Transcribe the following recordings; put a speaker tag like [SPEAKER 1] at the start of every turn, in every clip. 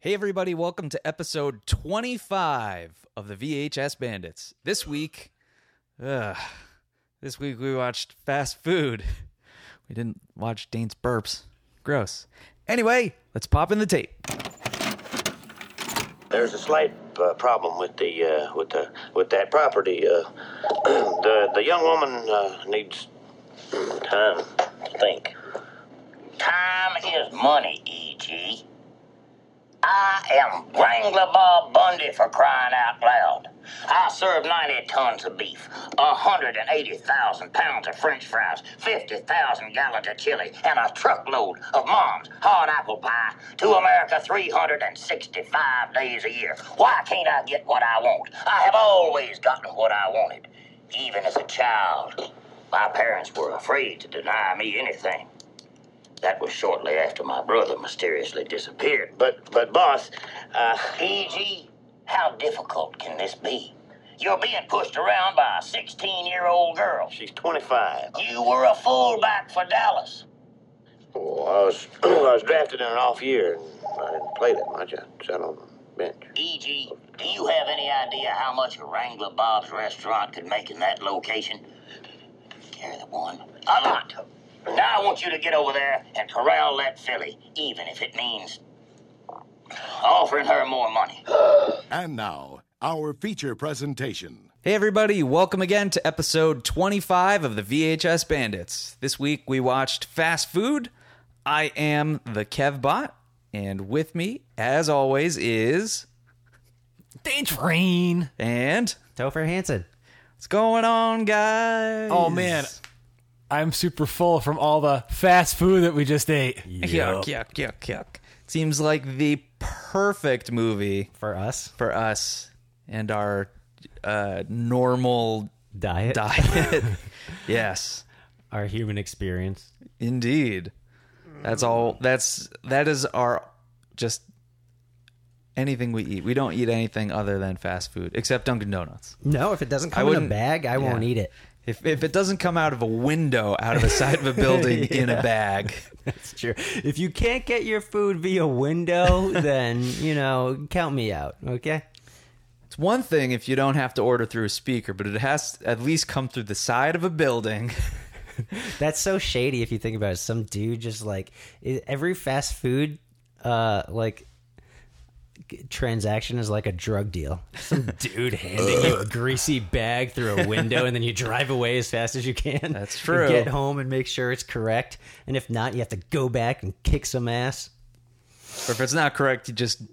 [SPEAKER 1] Hey, everybody, welcome to episode 25 of the VHS Bandits. This week, ugh, this week we watched fast food. We didn't watch Dane's burps. Gross. Anyway, let's pop in the tape.
[SPEAKER 2] There's a slight uh, problem with the uh, with the with that property. Uh, the the young woman uh, needs time to think.
[SPEAKER 3] Time is money, E E.G. I am Wrangler Bob Bundy for crying out loud. I serve 90 tons of beef, 180,000 pounds of french fries, 50,000 gallons of chili, and a truckload of mom's hard apple pie to America 365 days a year. Why can't I get what I want? I have always gotten what I wanted, even as a child. My parents were afraid to deny me anything. That was shortly after my brother mysteriously disappeared.
[SPEAKER 2] But but boss, uh,
[SPEAKER 3] E.G., how difficult can this be? You're being pushed around by a 16 year old girl.
[SPEAKER 2] she's 25.
[SPEAKER 3] You were a fullback for Dallas.
[SPEAKER 2] Oh, I was I was drafted in an off year and I didn't play that much. I sat on the bench.
[SPEAKER 3] E.G., do you have any idea how much a Wrangler Bob's restaurant could make in that location? Carry the one. A lot. Now I want you to get over there and corral that filly, even if it means offering her more money.
[SPEAKER 4] And now, our feature presentation.
[SPEAKER 1] Hey, everybody, welcome again to episode 25 of the VHS Bandits. This week we watched Fast Food. I am the Kevbot, and with me, as always, is.
[SPEAKER 5] Dane Train.
[SPEAKER 1] And.
[SPEAKER 6] Topher Hansen.
[SPEAKER 1] What's going on, guys?
[SPEAKER 5] Oh man, I'm super full from all the fast food that we just ate.
[SPEAKER 1] Yuck, yuck, yuck, yuck. Seems like the perfect movie
[SPEAKER 6] For us,
[SPEAKER 1] for us and our uh, normal
[SPEAKER 6] diet,
[SPEAKER 1] diet. yes,
[SPEAKER 6] our human experience.
[SPEAKER 1] indeed. That's all. That's that is our just anything we eat. We don't eat anything other than fast food, except Dunkin' Donuts.
[SPEAKER 6] No, if it doesn't
[SPEAKER 1] I
[SPEAKER 6] come in a
[SPEAKER 1] wouldn't-
[SPEAKER 6] bag, I won't
[SPEAKER 1] yeah.
[SPEAKER 6] eat it.
[SPEAKER 1] If if it doesn't come out of a window, out of the side of a building in a bag,
[SPEAKER 6] That's true. If you can't get your food via window, then, you know, count me out, okay?
[SPEAKER 1] It's one thing if you don't have to order through a speaker, but it has to at least come through the side of a building.
[SPEAKER 6] That's so shady if you think about it. Some dude just like i- every fast food uh like g- transaction is like a drug deal. Some dude handing you a greasy bag through a window and then you drive away as fast as you can.
[SPEAKER 1] That's
[SPEAKER 6] And
[SPEAKER 1] true.
[SPEAKER 6] Get home and make sure it's correct. And if not, you have to go back and kick some ass.
[SPEAKER 1] or if it's not correct, you just bitch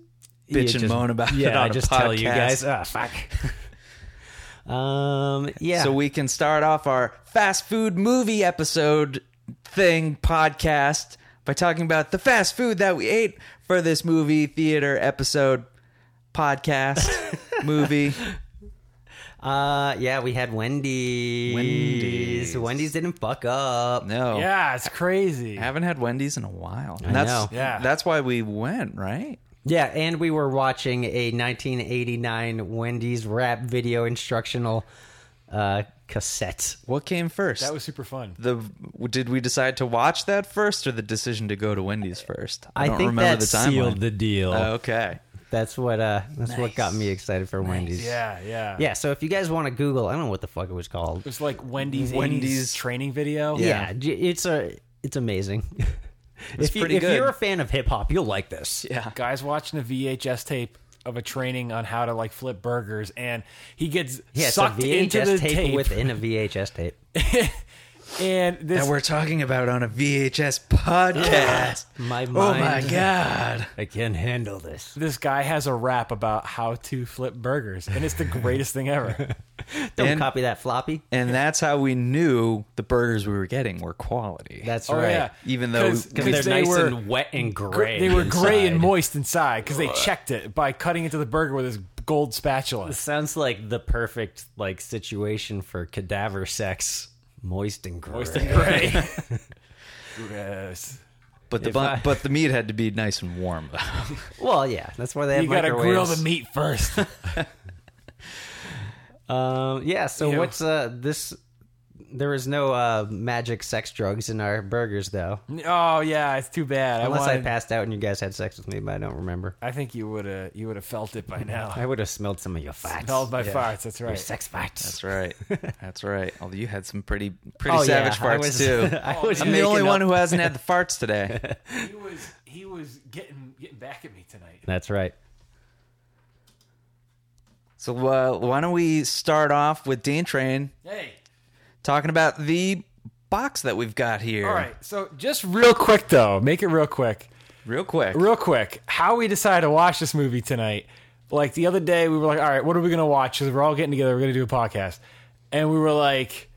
[SPEAKER 6] You
[SPEAKER 1] and
[SPEAKER 6] just-
[SPEAKER 1] moan about it.
[SPEAKER 6] yeah,
[SPEAKER 1] on
[SPEAKER 6] I
[SPEAKER 1] a
[SPEAKER 6] just tell you
[SPEAKER 1] podcast.
[SPEAKER 6] guys. Ah, fuck. um, yeah.
[SPEAKER 1] So we can start off our fast food movie episode thing podcast by talking about the fast food that we ate for this movie theater episode podcast movie.
[SPEAKER 6] uh, yeah, we had Wendy's.
[SPEAKER 1] Wendy's.
[SPEAKER 6] Wendy's didn't fuck up.
[SPEAKER 1] No.
[SPEAKER 5] Yeah, it's crazy.
[SPEAKER 1] I haven't had Wendy's in a while. And that's
[SPEAKER 6] know.
[SPEAKER 5] Yeah.
[SPEAKER 1] that's why we went, right?
[SPEAKER 6] Yeah, and we were watching a 1989 Wendy's rap video instructional uh, cassette.
[SPEAKER 1] What came first?
[SPEAKER 5] That was super fun.
[SPEAKER 1] the did we decide to watch that first or the decision to go to Wendy's first? I, don't
[SPEAKER 6] think
[SPEAKER 1] remember
[SPEAKER 6] that
[SPEAKER 1] the timeline.
[SPEAKER 6] sealed the deal.
[SPEAKER 1] Oh, okay.
[SPEAKER 6] that's what uh, that's what got me excited for Wendy's.
[SPEAKER 5] Yeah, yeah.
[SPEAKER 6] yeah. So if you guys want to Google, I don't know what the fuck it was called.
[SPEAKER 5] It was like Wendy's,
[SPEAKER 1] Wendy's-
[SPEAKER 5] 80s training video.
[SPEAKER 1] Yeah.
[SPEAKER 6] Yeah, j- it's a it's amazing. if you,
[SPEAKER 1] pretty
[SPEAKER 6] if
[SPEAKER 1] good.
[SPEAKER 6] you're a fan of hip hop, you'll like this.
[SPEAKER 1] Yeah.
[SPEAKER 5] Guys watching a VHS tape of a training on how to like flip burgers and he gets
[SPEAKER 6] Yeah, it's a
[SPEAKER 5] sucked
[SPEAKER 6] VHS
[SPEAKER 5] into the
[SPEAKER 6] tape,
[SPEAKER 5] tape,
[SPEAKER 6] within a VHS tape.
[SPEAKER 5] and this
[SPEAKER 1] That we're talking about on a VHS podcast.
[SPEAKER 6] My mind,
[SPEAKER 1] oh my god.
[SPEAKER 6] I can't handle this.
[SPEAKER 5] this guy has a rap about how to flip burgers and it's the greatest thing ever.
[SPEAKER 6] Don't
[SPEAKER 1] And-
[SPEAKER 6] copy that floppy.
[SPEAKER 1] And that's how we knew the burgers we were getting were quality.
[SPEAKER 6] That's
[SPEAKER 5] Oh
[SPEAKER 6] right.
[SPEAKER 5] yeah.
[SPEAKER 1] Even though- 'Cause
[SPEAKER 6] Because they're nice and wet and
[SPEAKER 5] Gr-
[SPEAKER 6] gray.
[SPEAKER 5] They were gray and
[SPEAKER 6] inside.
[SPEAKER 5] moist inside because they checked it by cutting into the burger with his gold spatula.
[SPEAKER 6] Sounds like the perfect like situation for cadaver sex. Moist and gray.
[SPEAKER 5] Moist and gray. Gross.
[SPEAKER 1] but the
[SPEAKER 6] if
[SPEAKER 1] bun-
[SPEAKER 6] I-
[SPEAKER 1] but the meat had to be nice and warm.
[SPEAKER 6] Well, yeah, that's why they have
[SPEAKER 5] You gotta grill
[SPEAKER 6] microwaves.
[SPEAKER 5] the meat first.
[SPEAKER 6] Um, yeah. So
[SPEAKER 5] Ew.
[SPEAKER 6] what's uh this there was no uh, magic sex drugs in our burgers though.
[SPEAKER 5] Oh yeah, it's too bad.
[SPEAKER 6] Unless
[SPEAKER 5] I,
[SPEAKER 6] I
[SPEAKER 5] wanted, I,
[SPEAKER 6] passed out and you guys had sex with me, but I don't remember.
[SPEAKER 5] think you would have you would have felt it by now.
[SPEAKER 6] I would have smelled some of your farts.
[SPEAKER 5] Held by farts. That's
[SPEAKER 6] your
[SPEAKER 5] right.
[SPEAKER 6] sex farts.
[SPEAKER 1] That's right. That's right. Although you had some pretty pretty savage
[SPEAKER 6] Oh, I
[SPEAKER 1] farts
[SPEAKER 6] was-
[SPEAKER 1] too.
[SPEAKER 6] I was
[SPEAKER 1] I'm the only
[SPEAKER 6] making
[SPEAKER 1] one
[SPEAKER 6] up-
[SPEAKER 1] who hasn't had the farts today.
[SPEAKER 5] He was he was getting getting back at me tonight.
[SPEAKER 6] That's right.
[SPEAKER 1] So uh, why don't we start off with Dan Train
[SPEAKER 5] Hey.
[SPEAKER 1] talking about the box that we've got here,
[SPEAKER 5] All right. So just real quick though, make it real quick.
[SPEAKER 1] real quick.
[SPEAKER 5] Real quick, how we decided to watch this movie tonight. Like the other day, we were like, all right, what are we going to watch? Because we're all getting together, we're going to do a podcast. And we were like,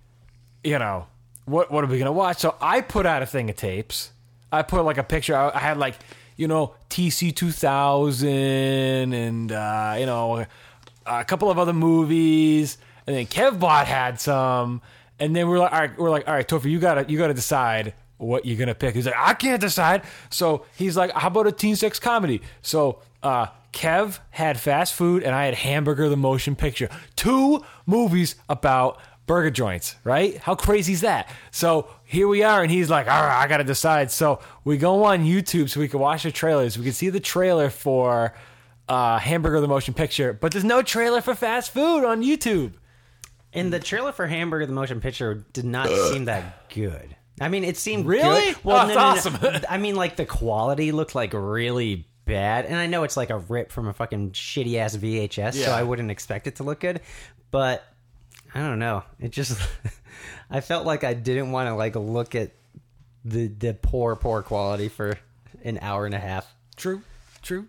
[SPEAKER 5] you know, what what are we going to watch? So I put out a thing of tapes. I put like a picture. I, I had like, you know, TC 2000 and, uh, you know, a couple of other movies. And then Kevbot had some. And then we we're like, all right, we're like, all right, Topher, you gotta you gotta decide what you're gonna pick. He's like, I can't decide. So he's like, how about a teen sex comedy? So uh, Kev had fast food, and I had hamburger, the motion picture. Two movies about burger joints, right? How crazy is that? So here we are, and he's like, all right, I gotta decide. So we go on YouTube so we can watch the trailers. We can see the trailer for uh, hamburger, the motion picture, but there's no trailer for fast food on YouTube.
[SPEAKER 6] And the trailer for Hamburger the Motion Picture did not seem that good. I mean, it seemed
[SPEAKER 5] Really?
[SPEAKER 6] good. Well,
[SPEAKER 5] Oh,
[SPEAKER 6] no,
[SPEAKER 5] it's
[SPEAKER 6] no, no. I mean, like the quality looked like really bad, and I know it's like a rip from a fucking shitty ass VHS, so
[SPEAKER 5] Yeah.
[SPEAKER 6] I wouldn't expect it to look good. But I don't know. It just, I felt like I didn't want to like look at the the poor poor quality for an hour and a half.
[SPEAKER 5] True, true.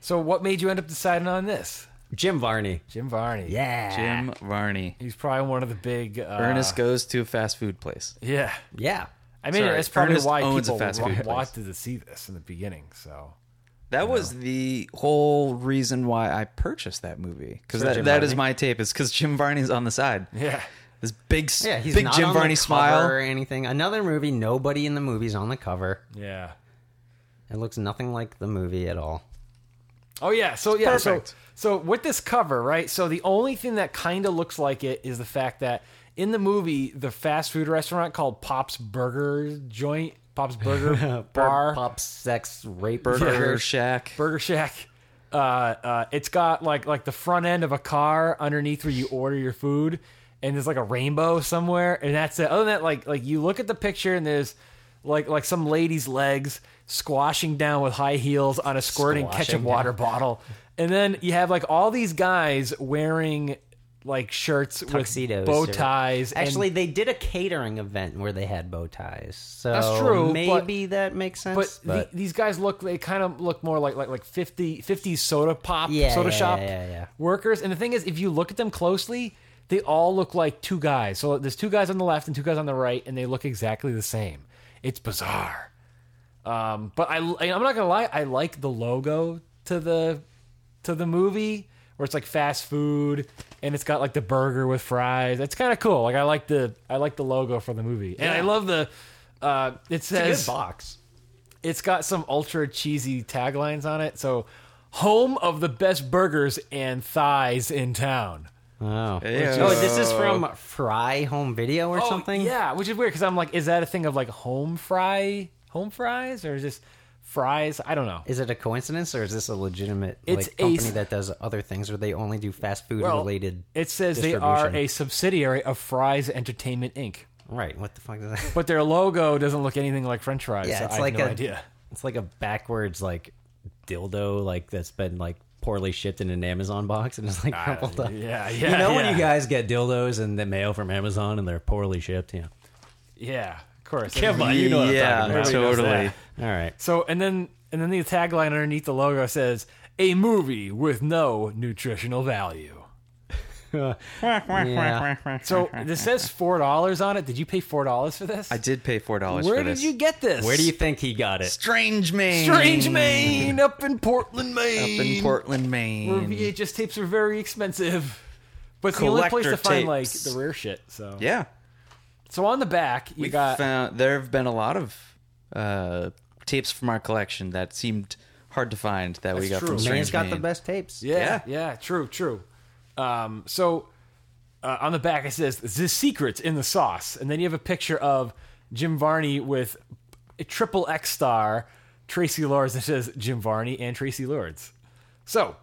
[SPEAKER 5] So, what made you end up deciding on this,
[SPEAKER 6] Jim Varney.
[SPEAKER 5] Jim Varney?
[SPEAKER 6] Yeah. Ah.
[SPEAKER 1] Jim Varney.
[SPEAKER 5] he's probably one of the big. Uh,
[SPEAKER 1] Ernest goes to a fast food place.
[SPEAKER 5] yeah.
[SPEAKER 6] Yeah.
[SPEAKER 5] I mean,
[SPEAKER 1] Sorry,
[SPEAKER 5] that's probably
[SPEAKER 1] Ernest
[SPEAKER 5] why
[SPEAKER 1] owns a
[SPEAKER 5] people
[SPEAKER 1] fast
[SPEAKER 5] wa-
[SPEAKER 1] food place.
[SPEAKER 5] wanted to see this in the beginning. So,
[SPEAKER 1] That was the whole reason why I purchased that movie because that,
[SPEAKER 6] Jim
[SPEAKER 1] that is
[SPEAKER 6] Varney?
[SPEAKER 1] my tape. Is because Jim Varney's on the side.
[SPEAKER 5] yeah,
[SPEAKER 1] This big, s-
[SPEAKER 6] Yeah, he's
[SPEAKER 1] big
[SPEAKER 6] not
[SPEAKER 1] Jim
[SPEAKER 6] on the
[SPEAKER 1] Varney
[SPEAKER 6] cover
[SPEAKER 1] smile.
[SPEAKER 6] or anything. Another movie, nobody in the movie's on the cover.
[SPEAKER 5] yeah.
[SPEAKER 6] It looks nothing like the movie at all.
[SPEAKER 5] Oh yeah, so yeah,
[SPEAKER 1] perfect.
[SPEAKER 5] so so with this cover, right? So the only thing that kind of looks like it is the fact that in the movie, the fast food restaurant called Pop's Burger Joint, Pop's Burger Bar,
[SPEAKER 6] pop, sex, rape,
[SPEAKER 1] Burger
[SPEAKER 6] burger.
[SPEAKER 1] Shack.
[SPEAKER 5] Burger Shack. Uh, uh, it's got like like the front end of a car underneath where you order your food, and there's like a rainbow somewhere, and that's it. Other than that, like like you look at the picture and there's like like some lady's legs squashing down with high heels on a squirting ketchup water bottle, and then you have like all these guys wearing like shirts with
[SPEAKER 6] Tuxedos
[SPEAKER 5] bow
[SPEAKER 6] or-
[SPEAKER 5] ties. and-
[SPEAKER 6] Actually, they did a catering event where they had bow ties. So
[SPEAKER 5] That's true, but-
[SPEAKER 6] Maybe that makes sense.
[SPEAKER 5] but,
[SPEAKER 6] But,
[SPEAKER 5] the- these guys look they kind of look more like like like 50 50s soda pop
[SPEAKER 6] Yeah,
[SPEAKER 5] soda
[SPEAKER 6] yeah,
[SPEAKER 5] shop
[SPEAKER 6] yeah, yeah, yeah.
[SPEAKER 5] workers and the thing is if you look at them closely they all look like two guys so there's two guys on the left and two guys on the right and they look exactly the same it's bizarre um, but I, I- I'm not gonna lie, I like the logo to the to the movie where it's like fast food and it's got like the burger with fries. It's kind of cool. Like I like the I like the logo for the movie, and I love the uh, it says
[SPEAKER 6] box.
[SPEAKER 5] it's got some ultra cheesy taglines on it. So, home of the best burgers and thighs in town.
[SPEAKER 6] Oh.
[SPEAKER 1] Yeah.
[SPEAKER 6] oh, this is from Fry Home Video or
[SPEAKER 5] Oh,
[SPEAKER 6] something?
[SPEAKER 5] Yeah, which is weird because I'm like, is that a thing of like home fry, home fries, or is this fries? I don't know.
[SPEAKER 6] Is it a coincidence or is this a legitimate
[SPEAKER 5] It's
[SPEAKER 6] like,
[SPEAKER 5] a-
[SPEAKER 6] company that does other things where they only do fast food
[SPEAKER 5] Well,
[SPEAKER 6] related?
[SPEAKER 5] It says they are
[SPEAKER 6] distribution?
[SPEAKER 5] a subsidiary of Fries Entertainment Inc.
[SPEAKER 6] Right. What the fuck does that?
[SPEAKER 5] But their logo doesn't look anything like French fries.
[SPEAKER 6] Yeah,
[SPEAKER 5] so
[SPEAKER 6] it's
[SPEAKER 5] I have
[SPEAKER 6] like
[SPEAKER 5] no
[SPEAKER 6] a
[SPEAKER 5] idea.
[SPEAKER 6] It's like a backwards like dildo like that's been like poorly shipped in an Amazon box and it's like crumpled up.
[SPEAKER 5] Yeah, yeah.
[SPEAKER 6] You know
[SPEAKER 5] yeah.
[SPEAKER 6] when you guys get dildos and the mail from Amazon and they're poorly shipped, yeah.
[SPEAKER 5] Yeah, of course.
[SPEAKER 6] you know what I'm
[SPEAKER 1] yeah,
[SPEAKER 5] about. Everybody knows
[SPEAKER 1] totally.
[SPEAKER 5] that.
[SPEAKER 6] All right.
[SPEAKER 5] So and then and then the tagline underneath the logo says a movie with no nutritional value.
[SPEAKER 6] Yeah.
[SPEAKER 5] So this says four dollars on it. Did you pay four dollars for this?
[SPEAKER 1] I did pay four dollars.
[SPEAKER 5] Where
[SPEAKER 1] for
[SPEAKER 5] did
[SPEAKER 1] this.
[SPEAKER 5] you get this?
[SPEAKER 6] Where do you think he got it?
[SPEAKER 1] Strange Maine.
[SPEAKER 5] Strange Maine up in Portland,
[SPEAKER 1] Up
[SPEAKER 5] Maine.
[SPEAKER 1] in Portland,
[SPEAKER 5] Where
[SPEAKER 1] Maine.
[SPEAKER 5] VHS tapes are very expensive. But it's the only place to
[SPEAKER 1] Collector
[SPEAKER 5] find like
[SPEAKER 1] tapes.
[SPEAKER 5] the rare shit. So
[SPEAKER 1] Yeah,
[SPEAKER 5] So on the back you
[SPEAKER 1] we
[SPEAKER 5] got
[SPEAKER 1] found there have been a lot of uh, tapes from our collection that seemed hard to find that we
[SPEAKER 5] That's
[SPEAKER 1] got
[SPEAKER 5] true.
[SPEAKER 1] from Strange
[SPEAKER 6] Man's got the
[SPEAKER 1] Maine.
[SPEAKER 6] best tapes.
[SPEAKER 5] Yeah, yeah, true, true. Um, so uh, on the back it says the secrets in the sauce, and then you have a picture of Jim Varney with a triple X star Tracy Lords. It says Jim Varney and Tracy Lords. So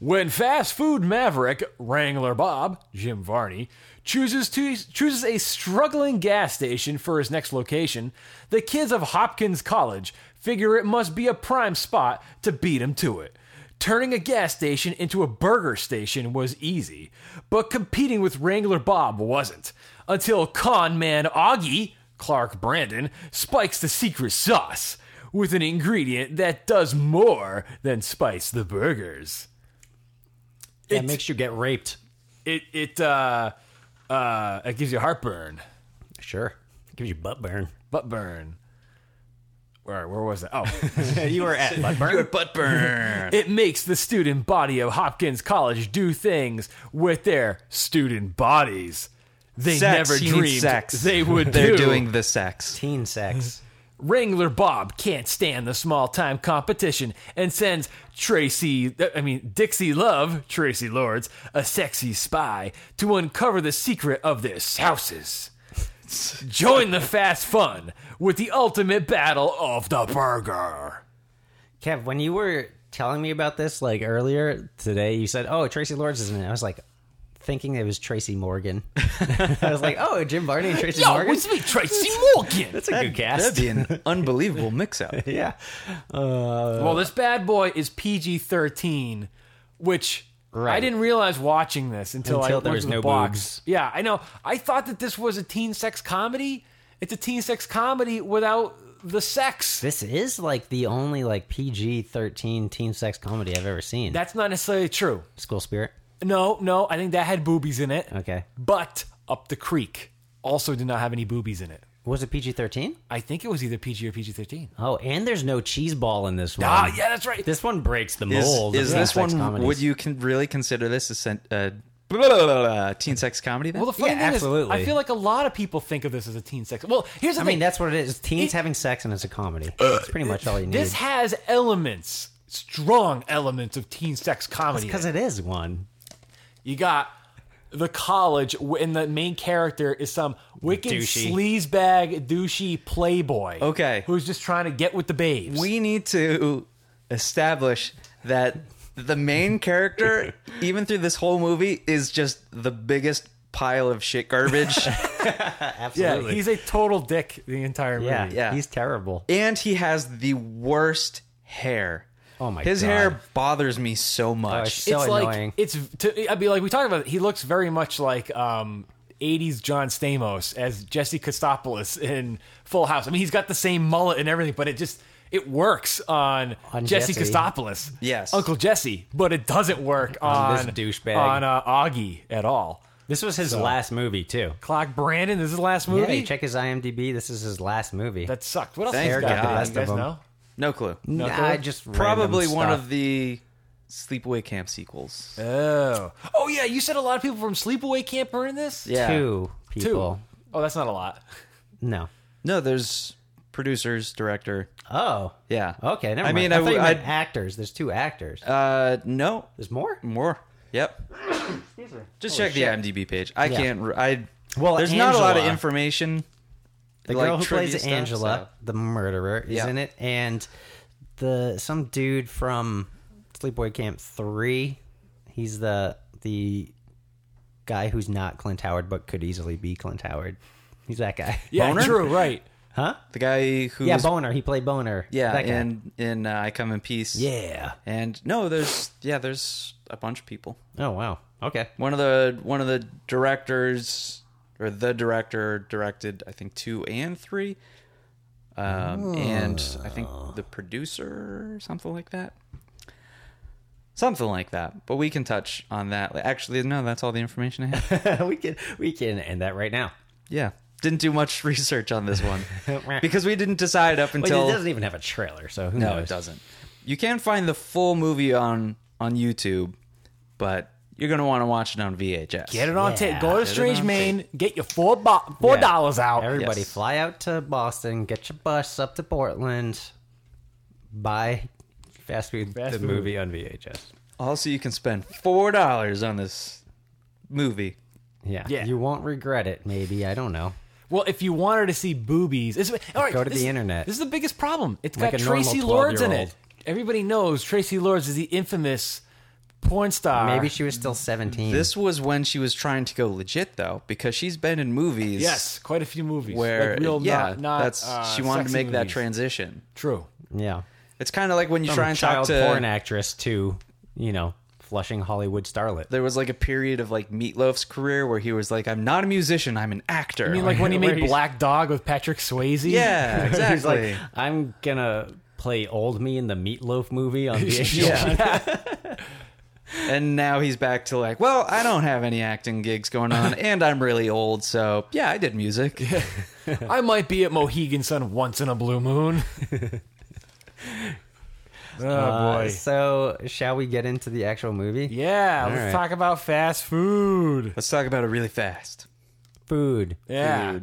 [SPEAKER 5] when fast food maverick Wrangler Bob Jim Varney chooses to chooses a struggling gas station for his next location, the kids of Hopkins College figure it must be a prime spot to beat him to it. Turning a gas station into a burger station was easy, but competing with Wrangler Bob wasn't. Until con man Augie Clark Brandon spikes the secret sauce with an ingredient that does more than spice the burgers
[SPEAKER 6] That makes you get raped.
[SPEAKER 5] it it uh uh it gives you heartburn
[SPEAKER 6] Sure. Gives you butt burn.
[SPEAKER 5] butt burn where where was that oh
[SPEAKER 6] you were at butt burn.
[SPEAKER 1] Your butt burn.
[SPEAKER 5] it makes the student body of hopkins college do things with their student bodies they
[SPEAKER 1] Sex.
[SPEAKER 5] never
[SPEAKER 1] He needs
[SPEAKER 5] dreamed
[SPEAKER 1] sex.
[SPEAKER 5] they would
[SPEAKER 1] They're
[SPEAKER 5] do.
[SPEAKER 1] doing the sex.
[SPEAKER 6] Teen sex.
[SPEAKER 5] Wrangler Bob can't stand the small time competition and sends Tracy, I mean, Dixie Love, Tracy Lords, a sexy spy, to uncover the secret of their houses. Join the fast fun with the ultimate battle of the burger.
[SPEAKER 6] Kev, when you were telling me about this like earlier today, you said, "Oh, Tracy Lords isn't it?" I was like thinking it was Tracy Morgan. I was like, "Oh, Jim Barney and Tracy
[SPEAKER 5] Yo,
[SPEAKER 6] Morgan."
[SPEAKER 5] it's me, Tracy Morgan.
[SPEAKER 6] That's a
[SPEAKER 1] That'd
[SPEAKER 6] good cast.
[SPEAKER 1] be an unbelievable mix-up.
[SPEAKER 6] yeah.
[SPEAKER 5] well, this bad boy is PG 13, which I
[SPEAKER 6] Right.
[SPEAKER 5] didn't realize watching this until, I
[SPEAKER 6] Until
[SPEAKER 5] looked
[SPEAKER 6] there
[SPEAKER 5] at
[SPEAKER 6] was
[SPEAKER 5] the
[SPEAKER 6] no
[SPEAKER 5] box.
[SPEAKER 6] boobs.
[SPEAKER 5] Yeah, I know. I thought that this was a teen sex comedy. It's a teen sex comedy without the sex.
[SPEAKER 6] This is like the only like PG-13 teen sex comedy I've ever seen.
[SPEAKER 5] That's not necessarily true.
[SPEAKER 6] School Spirit.
[SPEAKER 5] No, no, I think that had boobies in it.
[SPEAKER 6] Okay.
[SPEAKER 5] But Up the Creek also did not have any boobies in it.
[SPEAKER 6] Was it PG-13?
[SPEAKER 5] I think it was either PG or PG 13.
[SPEAKER 6] Oh, and there's no cheese ball in this one.
[SPEAKER 5] Ah, yeah, that's right.
[SPEAKER 6] This one breaks the
[SPEAKER 1] Is,
[SPEAKER 6] mold.
[SPEAKER 1] is
[SPEAKER 6] of
[SPEAKER 1] this
[SPEAKER 6] sex
[SPEAKER 1] one?
[SPEAKER 6] comedies.
[SPEAKER 1] Would you can really consider this a sen- uh, blah, blah, blah, blah, blah, teen sex comedy? Then?
[SPEAKER 5] well, the funny
[SPEAKER 6] Yeah,
[SPEAKER 5] thing
[SPEAKER 6] absolutely.
[SPEAKER 5] is, I feel like a lot of people think of this as a teen sex. Well, here's the
[SPEAKER 6] I
[SPEAKER 5] thing.
[SPEAKER 6] mean, that's what it is. Teens having sex and it's a comedy. That's pretty much all you need.
[SPEAKER 5] Uh, This has elements, strong elements of teen sex comedy.
[SPEAKER 6] because it is one.
[SPEAKER 5] You got the college, w- and the main character is some wicked
[SPEAKER 6] Douchey.
[SPEAKER 5] sleazebag, douchey playboy.
[SPEAKER 1] Okay.
[SPEAKER 5] who's just trying to get with the babes.
[SPEAKER 1] we need to establish that the main character, even through this whole movie, is just the biggest pile of shit garbage,
[SPEAKER 5] yeah,
[SPEAKER 6] Absolutely.
[SPEAKER 5] he's a total dick the entire movie.
[SPEAKER 6] Yeah,
[SPEAKER 1] Yeah.
[SPEAKER 6] he's terrible.
[SPEAKER 1] and he has the worst hair.
[SPEAKER 6] Oh my
[SPEAKER 1] His
[SPEAKER 6] God. Oh,
[SPEAKER 1] hair bothers me so much.
[SPEAKER 6] shit. So
[SPEAKER 5] it's
[SPEAKER 6] annoying.
[SPEAKER 5] like it's. To, I mean, like we talked about, it, he looks very much like um, '80s John Stamos as Jesse Kostopoulos in Full House. I mean, he's got the same mullet and everything, but it just it works on,
[SPEAKER 6] On
[SPEAKER 5] Jesse,
[SPEAKER 6] Jesse.
[SPEAKER 5] Kostopoulos,
[SPEAKER 1] Yes.
[SPEAKER 5] Uncle Jesse, but it doesn't work on,
[SPEAKER 6] this douchebag.
[SPEAKER 5] on uh, Augie at all.
[SPEAKER 6] This was his last movie too.
[SPEAKER 5] Clock Brandon, this is his last
[SPEAKER 6] Yeah,
[SPEAKER 5] movie.
[SPEAKER 6] you check his IMDb. This is his last movie.
[SPEAKER 5] that sucked. What else?
[SPEAKER 1] Thank
[SPEAKER 5] has he got?
[SPEAKER 1] God.
[SPEAKER 5] You guys know?
[SPEAKER 1] no clue.
[SPEAKER 6] Nah,
[SPEAKER 5] Not good?
[SPEAKER 6] just random
[SPEAKER 1] Probably one
[SPEAKER 6] stuff. Uh,
[SPEAKER 1] of the sleepaway camp sequels.
[SPEAKER 5] Oh, oh yeah. You said a lot of people from Sleepaway Camp are in this.
[SPEAKER 1] yeah.
[SPEAKER 6] two
[SPEAKER 5] Two.
[SPEAKER 6] people.
[SPEAKER 5] Oh, that's not a lot.
[SPEAKER 6] No.
[SPEAKER 1] No, there's producers, director.
[SPEAKER 6] Oh.
[SPEAKER 1] Yeah.
[SPEAKER 6] Okay. Never
[SPEAKER 1] I
[SPEAKER 6] mind.
[SPEAKER 1] mean,
[SPEAKER 6] I
[SPEAKER 1] I
[SPEAKER 6] thought you
[SPEAKER 1] w-
[SPEAKER 6] meant
[SPEAKER 1] I'd- Mm,
[SPEAKER 6] actors. There's two actors.
[SPEAKER 1] Uh, no,
[SPEAKER 6] There's more.
[SPEAKER 1] more. Yep. Just check the IMDb page. I can't. re- I
[SPEAKER 6] Well,
[SPEAKER 1] there's not a lot of
[SPEAKER 6] Angela-
[SPEAKER 1] information.
[SPEAKER 6] The
[SPEAKER 1] like
[SPEAKER 6] girl who
[SPEAKER 1] trivia
[SPEAKER 6] plays
[SPEAKER 1] stuff, so-
[SPEAKER 6] Angela, the murderer, is
[SPEAKER 1] Yeah.
[SPEAKER 6] in it, and the some dude from Sleepaway Camp Three. He's the the guy who's not Clint Howard, but could easily be Clint Howard. He's that guy.
[SPEAKER 5] Yeah,
[SPEAKER 1] Boner?
[SPEAKER 5] true. Right.
[SPEAKER 1] The guy who
[SPEAKER 6] Yeah,
[SPEAKER 1] was-
[SPEAKER 6] Boner. He played Boner.
[SPEAKER 1] yeah,
[SPEAKER 6] that guy.
[SPEAKER 1] and in uh, I Come in Peace.
[SPEAKER 6] yeah.
[SPEAKER 1] and no, there's yeah, there's a bunch of people.
[SPEAKER 6] Oh wow. Okay.
[SPEAKER 1] One of the one of the directors or the director directed I think two and three, um, and I think the producer or something like that. Something like that, but we can touch on that. Actually, no, that's all the information I have.
[SPEAKER 6] we can we can end that right now.
[SPEAKER 1] yeah, didn't do much research on this one because we didn't decide up
[SPEAKER 6] Wait,
[SPEAKER 1] until
[SPEAKER 6] it doesn't even have a trailer, so who
[SPEAKER 1] No,
[SPEAKER 6] knows?
[SPEAKER 1] it doesn't. You can find the full movie on on YouTube, but you're gonna want to watch it on VHS.
[SPEAKER 5] Get it on
[SPEAKER 6] Yeah.
[SPEAKER 5] tape. Go to
[SPEAKER 1] it
[SPEAKER 5] Strange
[SPEAKER 1] on
[SPEAKER 5] Maine. Get your four bo- four
[SPEAKER 6] Yeah.
[SPEAKER 5] dollars out.
[SPEAKER 6] Everybody,
[SPEAKER 1] Yes.
[SPEAKER 6] fly out to Boston, get your bus up to Portland, buy fast food, the
[SPEAKER 5] food.
[SPEAKER 6] movie on VHS.
[SPEAKER 1] Also, you can spend four dollars on this movie.
[SPEAKER 6] Yeah.
[SPEAKER 5] Yeah.
[SPEAKER 6] You won't regret it, maybe. I don't know.
[SPEAKER 5] Well, if you want her to see boobies, it's, all right,
[SPEAKER 6] Go to
[SPEAKER 5] this
[SPEAKER 6] the
[SPEAKER 5] is-
[SPEAKER 6] internet.
[SPEAKER 5] This is the biggest problem. It's
[SPEAKER 6] Like
[SPEAKER 5] got
[SPEAKER 6] a normal
[SPEAKER 5] Tracy Lords in
[SPEAKER 6] 12-year-old.
[SPEAKER 5] it. Everybody knows Tracy Lords is the infamous porn star.
[SPEAKER 6] Maybe she was still 17.
[SPEAKER 5] Hmm.
[SPEAKER 1] This was when she was trying to go legit though, because she's been in movies.
[SPEAKER 5] yes, quite a few movies
[SPEAKER 1] where
[SPEAKER 5] like real
[SPEAKER 1] yeah,
[SPEAKER 5] not, not
[SPEAKER 1] that's
[SPEAKER 5] uh,
[SPEAKER 1] she wanted to
[SPEAKER 5] sexy
[SPEAKER 1] make that
[SPEAKER 5] movies.
[SPEAKER 1] transition.
[SPEAKER 5] True.
[SPEAKER 6] yeah.
[SPEAKER 1] It's kind of like when you
[SPEAKER 6] From
[SPEAKER 1] try and
[SPEAKER 6] child
[SPEAKER 1] talk to
[SPEAKER 6] porn actress to, you know, flushing Hollywood starlet.
[SPEAKER 1] there was like a period of like Meatloaf's career where he was like, "I'm not a musician, I'm an actor."
[SPEAKER 5] I mean, like when he
[SPEAKER 6] Where
[SPEAKER 5] made
[SPEAKER 6] he's-
[SPEAKER 5] Black Dog with Patrick Swayze.
[SPEAKER 1] yeah,
[SPEAKER 6] He's
[SPEAKER 1] exactly.
[SPEAKER 6] like, I'm gonna play old me in the meatloaf movie on the
[SPEAKER 1] yeah. and now he's back to like, well, I don't have any acting gigs going on, and I'm really old, so yeah, I did music.
[SPEAKER 5] I might be at Mohegan Sun once in a blue moon. oh boy.
[SPEAKER 6] Uh, So, shall we get into the actual movie?
[SPEAKER 5] Yeah,
[SPEAKER 6] right.
[SPEAKER 5] let's talk about fast food.
[SPEAKER 1] Let's talk about it really fast.
[SPEAKER 6] Food.
[SPEAKER 5] Yeah.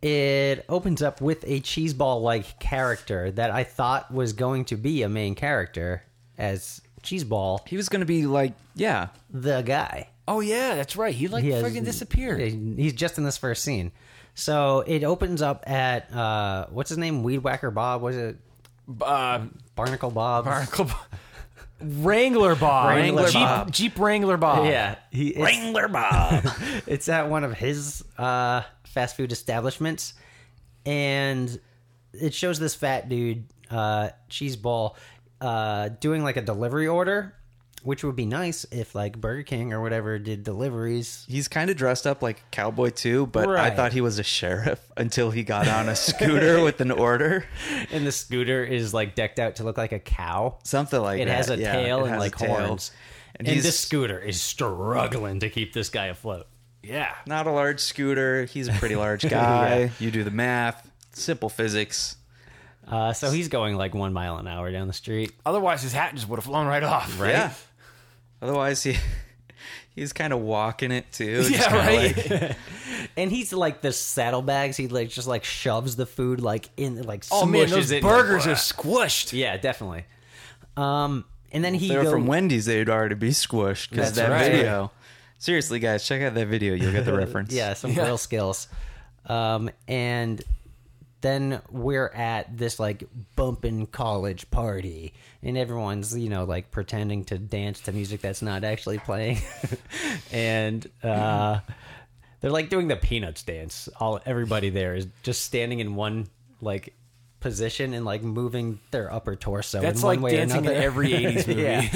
[SPEAKER 6] It opens up with a cheeseball like character that I thought was going to be a main character as cheeseball,
[SPEAKER 1] He was going to be like, yeah,
[SPEAKER 6] the guy.
[SPEAKER 5] Oh yeah, that's right. He like
[SPEAKER 6] He has-
[SPEAKER 5] freaking disappeared.
[SPEAKER 6] He's just in this first scene. So it opens up at uh, what's his name? Weed Whacker Bob? Was it
[SPEAKER 5] Uh,
[SPEAKER 6] Barnacle Bob?
[SPEAKER 5] Barnacle Bob. Wrangler Bob.
[SPEAKER 1] Wrangler
[SPEAKER 5] Jeep,
[SPEAKER 1] Bob.
[SPEAKER 5] Jeep Wrangler Bob.
[SPEAKER 6] yeah, he, it's,
[SPEAKER 1] Wrangler Bob.
[SPEAKER 6] it's at one of his uh, fast food establishments, and it shows this fat dude, uh, Cheeseball, uh, doing like a delivery order, which would be nice if like Burger King or whatever did deliveries.
[SPEAKER 1] He's kind of dressed up like a cowboy too, but
[SPEAKER 6] Right.
[SPEAKER 1] I thought he was a sheriff until he got on a scooter with an order,
[SPEAKER 6] And the scooter is like decked out to look like a cow.
[SPEAKER 1] something like
[SPEAKER 6] it
[SPEAKER 1] that.
[SPEAKER 6] has a
[SPEAKER 1] Yeah,
[SPEAKER 6] tail
[SPEAKER 1] it has a
[SPEAKER 6] and like
[SPEAKER 1] tail.
[SPEAKER 6] horns. And,
[SPEAKER 1] he's-
[SPEAKER 6] this scooter is struggling to keep this guy afloat.
[SPEAKER 5] Yeah.
[SPEAKER 1] Not a large scooter. He's a pretty large guy. You do the math. Simple physics.
[SPEAKER 6] Uh, so he's going like one mile an hour down the street.
[SPEAKER 5] Otherwise, his hat just would have flown right off. Right.
[SPEAKER 1] Yeah. Otherwise, he he's kind of walking it too. just
[SPEAKER 5] Yeah.
[SPEAKER 1] kinda
[SPEAKER 5] Right.
[SPEAKER 1] like-
[SPEAKER 6] And he's like the saddlebags. He like just like shoves the food like in like
[SPEAKER 5] oh man, those
[SPEAKER 6] smushes it.
[SPEAKER 5] burgers are squished.
[SPEAKER 6] Yeah, definitely. Um, and then he
[SPEAKER 1] they were
[SPEAKER 6] go-
[SPEAKER 1] from Wendy's. They'd already be squished because
[SPEAKER 6] That's
[SPEAKER 1] that
[SPEAKER 6] right.
[SPEAKER 1] video. Seriously, guys, check out that video. You'll get the reference.
[SPEAKER 6] yeah some
[SPEAKER 5] Yeah.
[SPEAKER 6] real skills. Um, and then we're at this like bumping college party, and everyone's you know like pretending to dance to music that's not actually playing, and uh, they're like doing the peanuts dance. All everybody there is just standing in one like position and like moving their upper torso.
[SPEAKER 5] That's
[SPEAKER 6] in one
[SPEAKER 5] like
[SPEAKER 6] way or
[SPEAKER 5] dancing in
[SPEAKER 6] another.
[SPEAKER 5] every '80s movie.
[SPEAKER 6] yeah,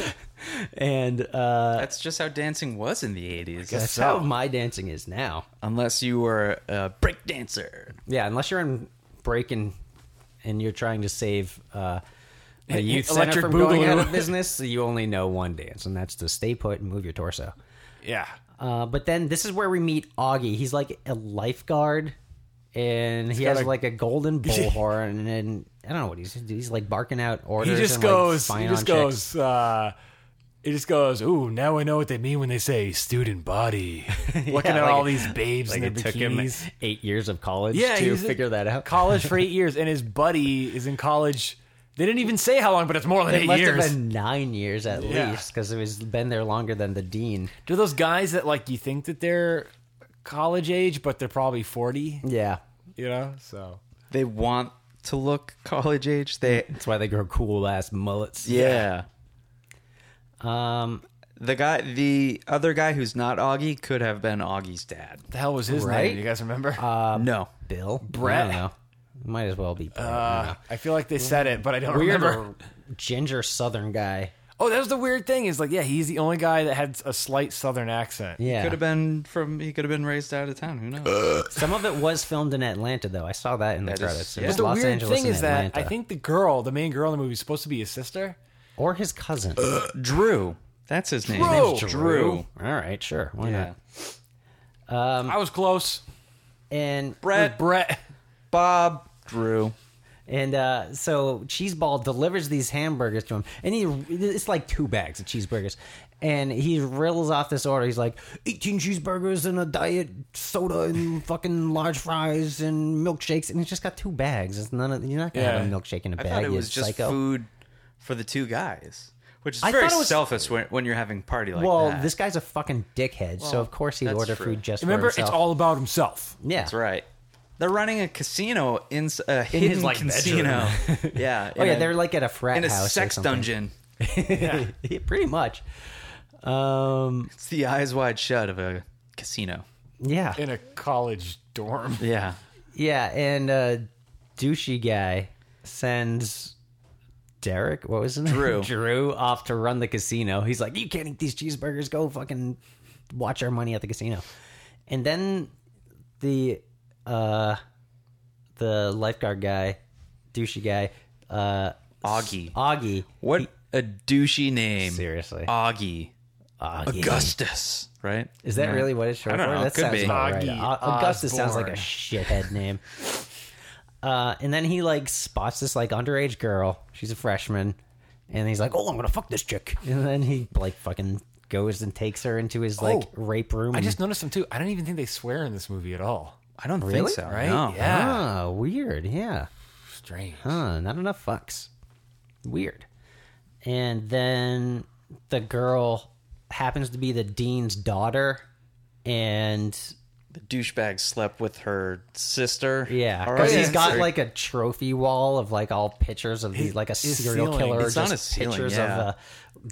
[SPEAKER 6] and uh,
[SPEAKER 1] That's just how dancing was in the 80s.
[SPEAKER 6] that's how my dancing is now.
[SPEAKER 1] Unless you were a break dancer.
[SPEAKER 6] Yeah, unless you're in breaking and you're trying to save uh, a youth center
[SPEAKER 5] Electric
[SPEAKER 6] from going out
[SPEAKER 5] Boogaloo.
[SPEAKER 6] of business, so you only know one dance, and that's to stay put and move your torso.
[SPEAKER 5] Yeah.
[SPEAKER 6] Uh, but then this is where we meet Augie. He's like a lifeguard, and he
[SPEAKER 5] got
[SPEAKER 6] has
[SPEAKER 5] a-
[SPEAKER 6] like a golden bullhorn, and, and I don't know what he's he's like barking out orders.
[SPEAKER 5] He just
[SPEAKER 6] and,
[SPEAKER 5] goes.
[SPEAKER 6] Like, spying
[SPEAKER 5] he
[SPEAKER 6] on
[SPEAKER 5] just
[SPEAKER 6] chicks.
[SPEAKER 5] goes. Uh, he just goes. Ooh, now I know what they mean when they say student body. Looking at
[SPEAKER 6] like-
[SPEAKER 5] all these babes
[SPEAKER 6] Like
[SPEAKER 5] in
[SPEAKER 6] it
[SPEAKER 5] their
[SPEAKER 6] took him
[SPEAKER 5] bikinis.
[SPEAKER 6] eight years of college
[SPEAKER 5] Yeah,
[SPEAKER 6] to
[SPEAKER 5] he's-
[SPEAKER 6] figure that out.
[SPEAKER 5] college for eight years, and his buddy is in college. They didn't even say how long, but it's more than
[SPEAKER 6] It
[SPEAKER 5] eight
[SPEAKER 6] must
[SPEAKER 5] years.
[SPEAKER 6] have been nine years at least 'cause
[SPEAKER 5] Yeah.
[SPEAKER 6] least because it was been there longer than the dean.
[SPEAKER 5] Do those guys that like you think that they're college age, but they're probably forty?
[SPEAKER 6] Yeah,
[SPEAKER 5] You know, so
[SPEAKER 1] They want to look college age. They
[SPEAKER 6] that's why they grow cool ass mullets.
[SPEAKER 1] yeah.
[SPEAKER 6] Um,
[SPEAKER 1] The guy, the other guy who's not Augie, could have been Augie's dad.
[SPEAKER 5] the hell was his
[SPEAKER 6] Right?
[SPEAKER 5] name? You guys remember?
[SPEAKER 6] Um,
[SPEAKER 1] no,
[SPEAKER 6] Bill,
[SPEAKER 5] Brett.
[SPEAKER 6] I don't know. might as well be Brett.
[SPEAKER 5] Uh, I feel like they said it, but I don't
[SPEAKER 6] Weird
[SPEAKER 5] remember.
[SPEAKER 6] ginger Southern guy.
[SPEAKER 5] Oh, that was the weird thing. Is like, yeah, he's the only guy that had a slight Southern accent.
[SPEAKER 6] Yeah,
[SPEAKER 1] could have been from. He could have been raised out of town. Who knows?
[SPEAKER 6] some of it was filmed in Atlanta though. I saw that in the
[SPEAKER 1] That is-
[SPEAKER 6] credits. It
[SPEAKER 1] yeah.
[SPEAKER 6] was
[SPEAKER 5] But the
[SPEAKER 6] Los
[SPEAKER 5] weird
[SPEAKER 6] Angeles
[SPEAKER 5] thing
[SPEAKER 6] and
[SPEAKER 5] is that
[SPEAKER 6] Atlanta.
[SPEAKER 5] I think the girl, the main girl in the movie, is supposed to be his sister.
[SPEAKER 6] or his cousin.
[SPEAKER 1] Drew. That's his name.
[SPEAKER 5] Drew!
[SPEAKER 1] His name's Drew.
[SPEAKER 6] All right, sure, why
[SPEAKER 1] Yeah.
[SPEAKER 6] not? Um,
[SPEAKER 5] I was close.
[SPEAKER 6] And
[SPEAKER 1] Brett.
[SPEAKER 5] Brett.
[SPEAKER 1] Bob. Drew.
[SPEAKER 6] and uh, so Cheeseball delivers these hamburgers to him, and he it's like two bags of cheeseburgers. And he reels off this order. He's like, 18 cheeseburgers and a diet soda and fucking large fries and milkshakes. And he's just got two bags. It's none of, you're not going to
[SPEAKER 5] Yeah.
[SPEAKER 6] have a milkshake in a
[SPEAKER 1] I
[SPEAKER 6] bag.
[SPEAKER 1] thought it
[SPEAKER 6] you
[SPEAKER 1] was just
[SPEAKER 6] psycho.
[SPEAKER 1] food for the two guys. Which is
[SPEAKER 6] I
[SPEAKER 1] very
[SPEAKER 6] thought it was-
[SPEAKER 1] selfish when, when you're having a party like
[SPEAKER 6] well,
[SPEAKER 1] that.
[SPEAKER 6] this guy's a fucking dickhead, so of course he'd
[SPEAKER 1] that's
[SPEAKER 6] order
[SPEAKER 1] true.
[SPEAKER 6] food just
[SPEAKER 5] Remember,
[SPEAKER 6] for himself.
[SPEAKER 5] it's all about himself.
[SPEAKER 6] yeah.
[SPEAKER 1] That's right. They're running a casino in s- a hidden
[SPEAKER 6] his, like,
[SPEAKER 1] casino. yeah.
[SPEAKER 6] Oh
[SPEAKER 1] in
[SPEAKER 6] yeah,
[SPEAKER 1] a-
[SPEAKER 6] they're like at a frat
[SPEAKER 1] in a
[SPEAKER 6] house or
[SPEAKER 1] sex
[SPEAKER 6] something.
[SPEAKER 1] dungeon.
[SPEAKER 6] Yeah, pretty much. Um,
[SPEAKER 1] It's the eyes wide shut of a casino.
[SPEAKER 6] yeah,
[SPEAKER 5] In a college dorm.
[SPEAKER 1] Yeah.
[SPEAKER 6] yeah, and uh, douchey guy sends Derek, what was his name?
[SPEAKER 1] Drew.
[SPEAKER 6] Drew off to run the casino. He's like, you can't eat these cheeseburgers. Go fucking watch our money at the casino. And then the uh, the lifeguard guy, douchey guy, uh,
[SPEAKER 1] Augie.
[SPEAKER 6] Augie.
[SPEAKER 1] What a douchey name.
[SPEAKER 6] Seriously,
[SPEAKER 1] Augie.
[SPEAKER 6] Augie.
[SPEAKER 1] Augustus. Right?
[SPEAKER 6] Is that really what it's short
[SPEAKER 1] I don't
[SPEAKER 6] for?
[SPEAKER 1] know.
[SPEAKER 6] That
[SPEAKER 1] Could
[SPEAKER 6] sounds
[SPEAKER 1] be.
[SPEAKER 6] about right.
[SPEAKER 5] Augie
[SPEAKER 6] Au- Augustus sounds like a
[SPEAKER 5] Osborne.
[SPEAKER 6] shithead name. Uh, and then he like spots this like underage girl. She's a freshman, and he's like, "Oh, I'm gonna fuck this chick." And then he like fucking goes and takes her into his like
[SPEAKER 5] Oh,
[SPEAKER 6] rape room.
[SPEAKER 5] I
[SPEAKER 6] and-
[SPEAKER 5] just noticed them too. I don't even think they swear in this movie at all.
[SPEAKER 1] I don't think
[SPEAKER 6] Really?
[SPEAKER 1] so.
[SPEAKER 5] Right?
[SPEAKER 1] No.
[SPEAKER 5] Yeah.
[SPEAKER 6] ah weird. Yeah,
[SPEAKER 5] Strange.
[SPEAKER 6] huh? Not enough fucks. Weird. And then the girl happens to be the dean's daughter, and
[SPEAKER 1] The douchebag slept with her sister.
[SPEAKER 6] Yeah,
[SPEAKER 1] All
[SPEAKER 6] because
[SPEAKER 1] right.
[SPEAKER 6] he's got
[SPEAKER 1] Sorry.
[SPEAKER 6] like a trophy wall of like all pictures of these, like a
[SPEAKER 5] his
[SPEAKER 6] serial
[SPEAKER 5] ceiling.
[SPEAKER 6] killer,
[SPEAKER 1] It's
[SPEAKER 6] just
[SPEAKER 1] on his ceiling,
[SPEAKER 6] pictures
[SPEAKER 1] yeah.
[SPEAKER 6] of uh,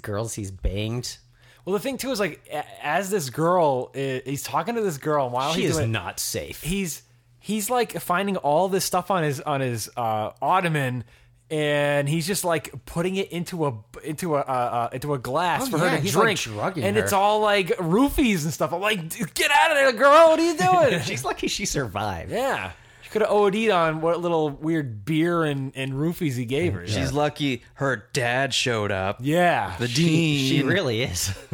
[SPEAKER 6] girls he's banged.
[SPEAKER 5] Well, the thing too is like, a- as this girl, i- he's talking to this girl, and while
[SPEAKER 6] She
[SPEAKER 5] he's
[SPEAKER 6] is
[SPEAKER 5] doing it,
[SPEAKER 6] not safe.
[SPEAKER 5] he's he's like finding all this stuff on his on his uh, ottoman, and he's just like putting it into a into a uh, uh, into a glass for
[SPEAKER 6] Oh, yeah,
[SPEAKER 5] her to
[SPEAKER 6] he's, like,
[SPEAKER 5] drink,
[SPEAKER 6] drugging
[SPEAKER 5] and
[SPEAKER 6] her.
[SPEAKER 5] it's all like roofies and stuff. I'm like, "Dude, get out of there, girl! What are you doing?
[SPEAKER 6] She's lucky she survived.
[SPEAKER 5] yeah, she could have OD'd on what little weird beer and and roofies he gave her.
[SPEAKER 1] She's lucky her dad showed up.
[SPEAKER 5] yeah,
[SPEAKER 1] The
[SPEAKER 6] She,
[SPEAKER 1] dean.
[SPEAKER 6] she really is.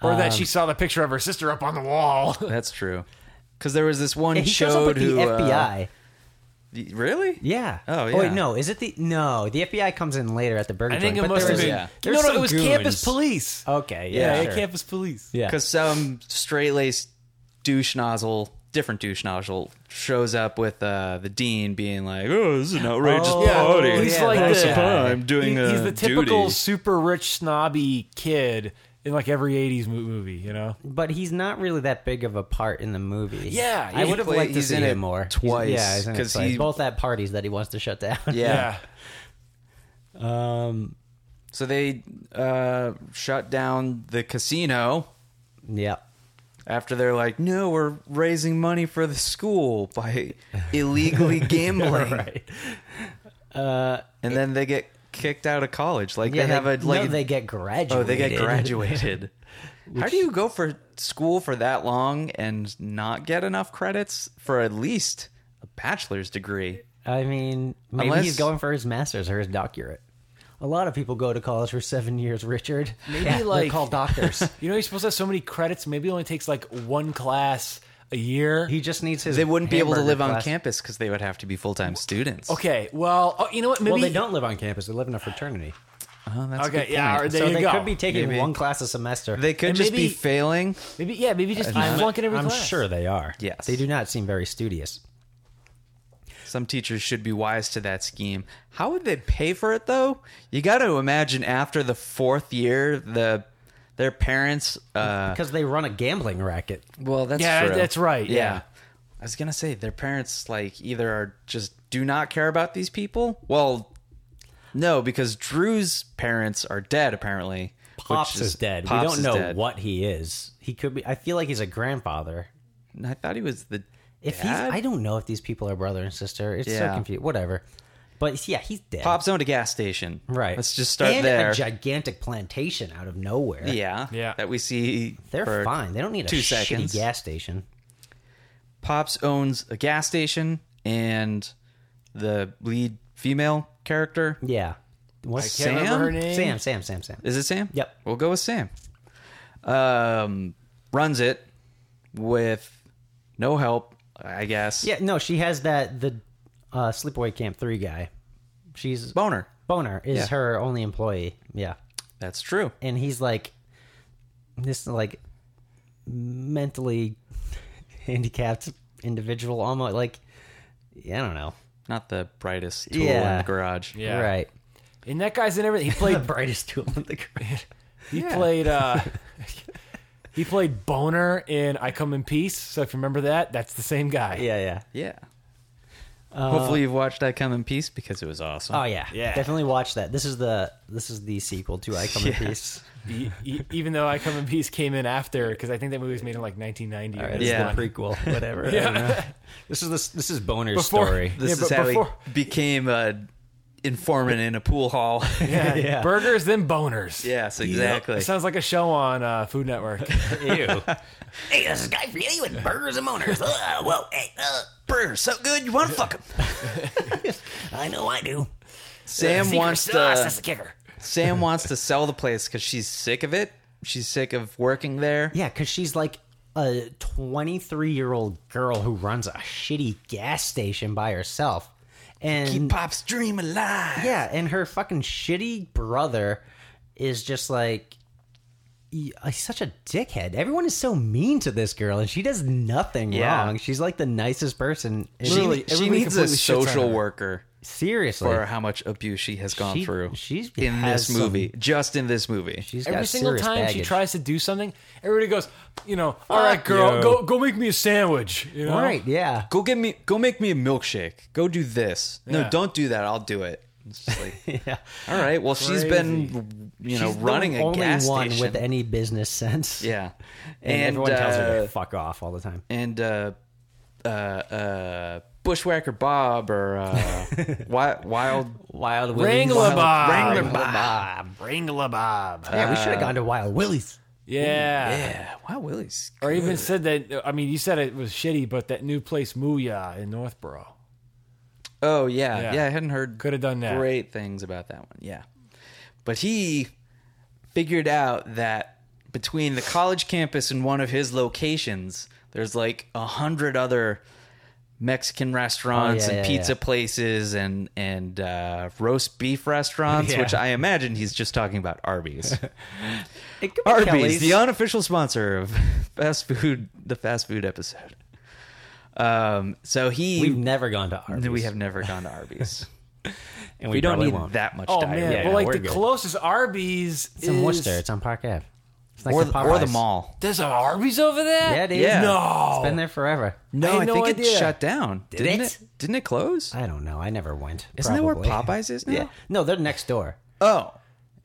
[SPEAKER 5] or
[SPEAKER 6] um,
[SPEAKER 5] that she saw the picture of her sister up on the wall.
[SPEAKER 1] That's true. Because there was this one
[SPEAKER 6] And he shows up
[SPEAKER 1] showed
[SPEAKER 6] with the
[SPEAKER 1] who uh,
[SPEAKER 6] FBI.
[SPEAKER 1] y- really?
[SPEAKER 6] yeah.
[SPEAKER 1] Oh, yeah.
[SPEAKER 6] wait, no. Is it the no? The FBI comes in later at the burger.
[SPEAKER 5] I think
[SPEAKER 6] joint,
[SPEAKER 5] it
[SPEAKER 6] but
[SPEAKER 5] must have
[SPEAKER 6] there was-
[SPEAKER 5] been.
[SPEAKER 1] yeah.
[SPEAKER 5] No,
[SPEAKER 6] there's
[SPEAKER 5] no,
[SPEAKER 6] some
[SPEAKER 5] it was
[SPEAKER 6] goons.
[SPEAKER 5] campus police.
[SPEAKER 6] Okay.
[SPEAKER 5] yeah,
[SPEAKER 6] Yeah.
[SPEAKER 5] yeah, campus police.
[SPEAKER 6] Yeah.
[SPEAKER 1] Because some straight laced douche nozzle, different douche nozzle, shows up with uh, the dean being like, "Oh, this is an outrageous
[SPEAKER 6] Oh, yeah.
[SPEAKER 1] party.
[SPEAKER 5] He's
[SPEAKER 6] yeah,
[SPEAKER 5] like
[SPEAKER 6] that's
[SPEAKER 5] the,
[SPEAKER 6] right.
[SPEAKER 1] I'm doing
[SPEAKER 5] he- he's
[SPEAKER 1] uh,
[SPEAKER 5] the typical
[SPEAKER 1] duty.
[SPEAKER 5] super rich snobby kid in like every '80s mo- movie, you know?
[SPEAKER 6] But he's not really that big of a part in the movie.
[SPEAKER 5] Yeah,
[SPEAKER 6] I
[SPEAKER 5] he
[SPEAKER 6] would have
[SPEAKER 1] play-
[SPEAKER 6] liked to
[SPEAKER 1] he's
[SPEAKER 6] see
[SPEAKER 1] in it
[SPEAKER 6] him more. He's-
[SPEAKER 1] twice,
[SPEAKER 6] yeah, he's in it
[SPEAKER 1] 'cause
[SPEAKER 6] twice.
[SPEAKER 1] he-
[SPEAKER 6] both at parties that he wants to shut down.
[SPEAKER 1] Yeah.
[SPEAKER 6] Um.
[SPEAKER 1] So they uh, shut down the casino
[SPEAKER 6] Yeah.
[SPEAKER 1] after they're like, "No, we're raising money for the school by illegally gambling." and then they get kicked out of college. Like
[SPEAKER 6] Yeah,
[SPEAKER 1] they have a like
[SPEAKER 6] no, they get graduated.
[SPEAKER 1] Oh, they get graduated. How do you go for school for that long and not get enough credits for at least a bachelor's degree?
[SPEAKER 6] I mean, maybe
[SPEAKER 1] Unless-
[SPEAKER 6] he's going for his master's or his doctorate. A lot of people go to college for seven years, Richard. Maybe
[SPEAKER 5] like-
[SPEAKER 6] called doctors.
[SPEAKER 5] You know, you're supposed to have so many credits. Maybe it only takes like one class a year.
[SPEAKER 6] he just needs his.
[SPEAKER 1] They wouldn't be able to
[SPEAKER 6] hamburger
[SPEAKER 1] live on
[SPEAKER 6] class.
[SPEAKER 1] campus because they would have to be full time students.
[SPEAKER 5] okay, well, oh, you know what? Maybe
[SPEAKER 6] Well, they don't live on campus. They live in a fraternity.
[SPEAKER 1] Oh, that's a
[SPEAKER 5] Okay,
[SPEAKER 1] good
[SPEAKER 5] yeah,
[SPEAKER 1] point.
[SPEAKER 5] or there
[SPEAKER 6] so
[SPEAKER 5] you
[SPEAKER 6] they
[SPEAKER 5] go.
[SPEAKER 6] could be taking
[SPEAKER 1] Maybe.
[SPEAKER 6] one class a semester.
[SPEAKER 1] They could
[SPEAKER 5] And
[SPEAKER 1] just be
[SPEAKER 5] maybe-
[SPEAKER 1] failing.
[SPEAKER 5] maybe, yeah, maybe just keep
[SPEAKER 6] I'm,
[SPEAKER 5] flunking every
[SPEAKER 6] I'm
[SPEAKER 5] class.
[SPEAKER 6] sure they are.
[SPEAKER 1] Yes.
[SPEAKER 6] They do not seem very studious.
[SPEAKER 1] Some teachers should be wise to that scheme. How would they pay for it though? You got to imagine after the fourth year, the their parents. Uh,
[SPEAKER 6] Because they run a gambling racket.
[SPEAKER 1] well, that's
[SPEAKER 5] Yeah,
[SPEAKER 1] true.
[SPEAKER 5] that's right, yeah.
[SPEAKER 1] I was gonna say their parents like either are just do not care about these people. Well, no, because Drew's parents are dead apparently. which
[SPEAKER 6] Pops is, dead.
[SPEAKER 1] Pops
[SPEAKER 6] we don't
[SPEAKER 1] is
[SPEAKER 6] know
[SPEAKER 1] dead.
[SPEAKER 6] what he is. He could be. I feel like he's a grandfather.
[SPEAKER 1] And I thought he was the.
[SPEAKER 6] If he's,
[SPEAKER 1] dad?
[SPEAKER 6] I don't know if these people are brother and sister. It's
[SPEAKER 1] Yeah.
[SPEAKER 6] so confused. Whatever. But yeah, he's dead.
[SPEAKER 1] Pops owned a gas station.
[SPEAKER 6] right.
[SPEAKER 1] Let's just start
[SPEAKER 6] and
[SPEAKER 1] there.
[SPEAKER 6] A gigantic plantation out of nowhere.
[SPEAKER 1] yeah.
[SPEAKER 5] Yeah.
[SPEAKER 1] That we see.
[SPEAKER 6] They're
[SPEAKER 1] for-
[SPEAKER 6] fine. They don't need a
[SPEAKER 1] two
[SPEAKER 6] shitty
[SPEAKER 1] seconds.
[SPEAKER 6] gas station.
[SPEAKER 1] Pops owns a gas station, and the lead female character
[SPEAKER 6] Yeah. What's
[SPEAKER 1] can't remember Sam? her
[SPEAKER 5] name.
[SPEAKER 6] Sam, Sam, Sam, Sam.
[SPEAKER 1] is it Sam?
[SPEAKER 6] Yep.
[SPEAKER 1] We'll go with Sam. Um, runs it with no help, I guess.
[SPEAKER 6] Yeah, no, she has that the uh, sleepaway camp three guy. She's
[SPEAKER 1] Boner.
[SPEAKER 6] Boner is
[SPEAKER 1] Yeah.
[SPEAKER 6] her only employee. Yeah.
[SPEAKER 1] That's true.
[SPEAKER 6] and he's like this like mentally handicapped individual almost like i don't know
[SPEAKER 1] Not the brightest tool in
[SPEAKER 6] Yeah.
[SPEAKER 1] the garage.
[SPEAKER 5] Yeah.
[SPEAKER 6] right
[SPEAKER 5] And that guy's in everything. He played
[SPEAKER 6] brightest tool in the crib.
[SPEAKER 5] He played uh he played Boner in I Come in Peace. So if you remember that, that's the same guy.
[SPEAKER 6] Yeah, yeah.
[SPEAKER 1] Yeah. Hopefully you've watched I Come in Peace because it was awesome.
[SPEAKER 6] Oh yeah,
[SPEAKER 5] Yeah.
[SPEAKER 6] Definitely watch that. This is the this is the sequel to I Come in Peace.
[SPEAKER 1] Yes.
[SPEAKER 5] E- e- even though I Come in Peace came in after cuz I think that movie was made in like 1990.
[SPEAKER 6] All right,
[SPEAKER 5] or
[SPEAKER 6] this
[SPEAKER 1] Yeah.
[SPEAKER 6] is the prequel, whatever. I don't know. This is this this is Boner's
[SPEAKER 5] Before-
[SPEAKER 6] story.
[SPEAKER 5] Yeah,
[SPEAKER 1] This
[SPEAKER 5] but
[SPEAKER 1] is how
[SPEAKER 5] before-
[SPEAKER 1] he became a informant in a pool hall.
[SPEAKER 5] Yeah.
[SPEAKER 6] Yeah.
[SPEAKER 5] Burgers then boners.
[SPEAKER 1] yes, exactly.
[SPEAKER 5] It sounds like a show on uh, Food Network.
[SPEAKER 3] Hey, this is Guy Fieri with Burgers and Boners. Uh, whoa, hey, uh,
[SPEAKER 1] Burger's so good, you want to fuck him.
[SPEAKER 3] I know I do.
[SPEAKER 1] Sam
[SPEAKER 5] Secret
[SPEAKER 1] wants
[SPEAKER 5] sauce, that's
[SPEAKER 1] to
[SPEAKER 5] the kicker.
[SPEAKER 1] Sam wants to sell the place because she's sick of it. She's sick of working there.
[SPEAKER 6] Yeah, because she's like a 23 year old girl who runs a shitty gas station by herself. And
[SPEAKER 1] Pop's dream alive.
[SPEAKER 6] yeah, and her fucking shitty brother is just like he- he's such a dickhead. Everyone is so mean to this girl, and she does nothing
[SPEAKER 1] Yeah.
[SPEAKER 6] wrong. She's like the nicest person.
[SPEAKER 1] She,
[SPEAKER 5] Literally,
[SPEAKER 1] she
[SPEAKER 5] everybody
[SPEAKER 1] needs a
[SPEAKER 5] completely shits on
[SPEAKER 1] social
[SPEAKER 5] her.
[SPEAKER 1] worker
[SPEAKER 6] seriously,
[SPEAKER 1] for how much abuse she has gone
[SPEAKER 6] She-
[SPEAKER 1] through.
[SPEAKER 6] she's-
[SPEAKER 1] in
[SPEAKER 6] has
[SPEAKER 1] this movie, just in this movie.
[SPEAKER 6] she's got
[SPEAKER 5] Every single
[SPEAKER 6] serious
[SPEAKER 5] time she
[SPEAKER 6] baggage.
[SPEAKER 5] tries to do something, everybody goes, you know, all right, girl,
[SPEAKER 6] you."
[SPEAKER 5] go go make me a sandwich. You know?
[SPEAKER 6] All right, yeah.
[SPEAKER 1] go get me, go make me a milkshake. Go do this.
[SPEAKER 5] Yeah.
[SPEAKER 1] No, don't do that. I'll do it. It's just like,
[SPEAKER 6] Yeah.
[SPEAKER 1] all right. Well, she's been, you know,
[SPEAKER 6] She's the
[SPEAKER 1] running a
[SPEAKER 6] only
[SPEAKER 1] gas
[SPEAKER 6] one
[SPEAKER 1] station.
[SPEAKER 6] with any business sense.
[SPEAKER 1] yeah,
[SPEAKER 6] And, everyone tells her
[SPEAKER 1] uh,
[SPEAKER 6] to fuck off all the time.
[SPEAKER 1] and uh, uh, uh, Bushwhacker Bob or uh, Wi- Wild
[SPEAKER 6] Wild
[SPEAKER 5] Wrangler
[SPEAKER 6] Wild-
[SPEAKER 5] Bob.
[SPEAKER 1] Wrangler Bob.
[SPEAKER 5] Wrangler Bob.
[SPEAKER 6] Yeah, we should have gone to Wild Willie's.
[SPEAKER 5] yeah.
[SPEAKER 1] Yeah, Wild Willie's.
[SPEAKER 5] Or even said that. I mean, you said it was shitty, but that new place, Muya in Northborough,
[SPEAKER 1] Oh yeah.
[SPEAKER 5] Yeah.
[SPEAKER 1] yeah, I hadn't heard
[SPEAKER 5] could have done that.
[SPEAKER 1] great things about that one. Yeah, but he figured out that between the college campus and one of his locations, there's like a hundred other Mexican restaurants
[SPEAKER 6] Oh, yeah,
[SPEAKER 1] and
[SPEAKER 6] yeah,
[SPEAKER 1] pizza places and and uh, roast beef restaurants,
[SPEAKER 6] Yeah.
[SPEAKER 1] which I imagine he's just talking about Arby's.
[SPEAKER 6] It could be
[SPEAKER 1] Arby's,
[SPEAKER 6] Kelly's.
[SPEAKER 1] the unofficial sponsor of fast food, the fast food episode. Um, so he
[SPEAKER 6] We've never gone to Arby's.
[SPEAKER 1] no, We have never gone to Arby's.
[SPEAKER 6] and
[SPEAKER 1] we, don't
[SPEAKER 6] probably
[SPEAKER 1] need
[SPEAKER 6] won't.
[SPEAKER 1] that much
[SPEAKER 5] Oh
[SPEAKER 1] diet.
[SPEAKER 5] man!
[SPEAKER 6] Yeah,
[SPEAKER 5] well, like
[SPEAKER 6] we're
[SPEAKER 5] the
[SPEAKER 6] good.
[SPEAKER 5] closest Arby's
[SPEAKER 6] It's in
[SPEAKER 5] is-
[SPEAKER 6] Worcester. It's on Park Ave. It's next
[SPEAKER 1] Or,
[SPEAKER 6] to
[SPEAKER 1] the, or the
[SPEAKER 6] Popeyes.
[SPEAKER 1] mall.
[SPEAKER 5] There's an Arby's over there.
[SPEAKER 6] Yeah, it is.
[SPEAKER 1] Yeah.
[SPEAKER 5] No,
[SPEAKER 6] It's been there
[SPEAKER 5] I
[SPEAKER 6] forever.
[SPEAKER 1] No, I,
[SPEAKER 5] had no
[SPEAKER 1] think it
[SPEAKER 5] idea.
[SPEAKER 1] shut down. Did not
[SPEAKER 6] it?
[SPEAKER 1] it? Didn't it close?
[SPEAKER 6] I don't know. I never went.
[SPEAKER 1] Isn't that where
[SPEAKER 6] probably.
[SPEAKER 1] Popeyes is now?
[SPEAKER 6] Yeah. No, they're next door.
[SPEAKER 1] Oh.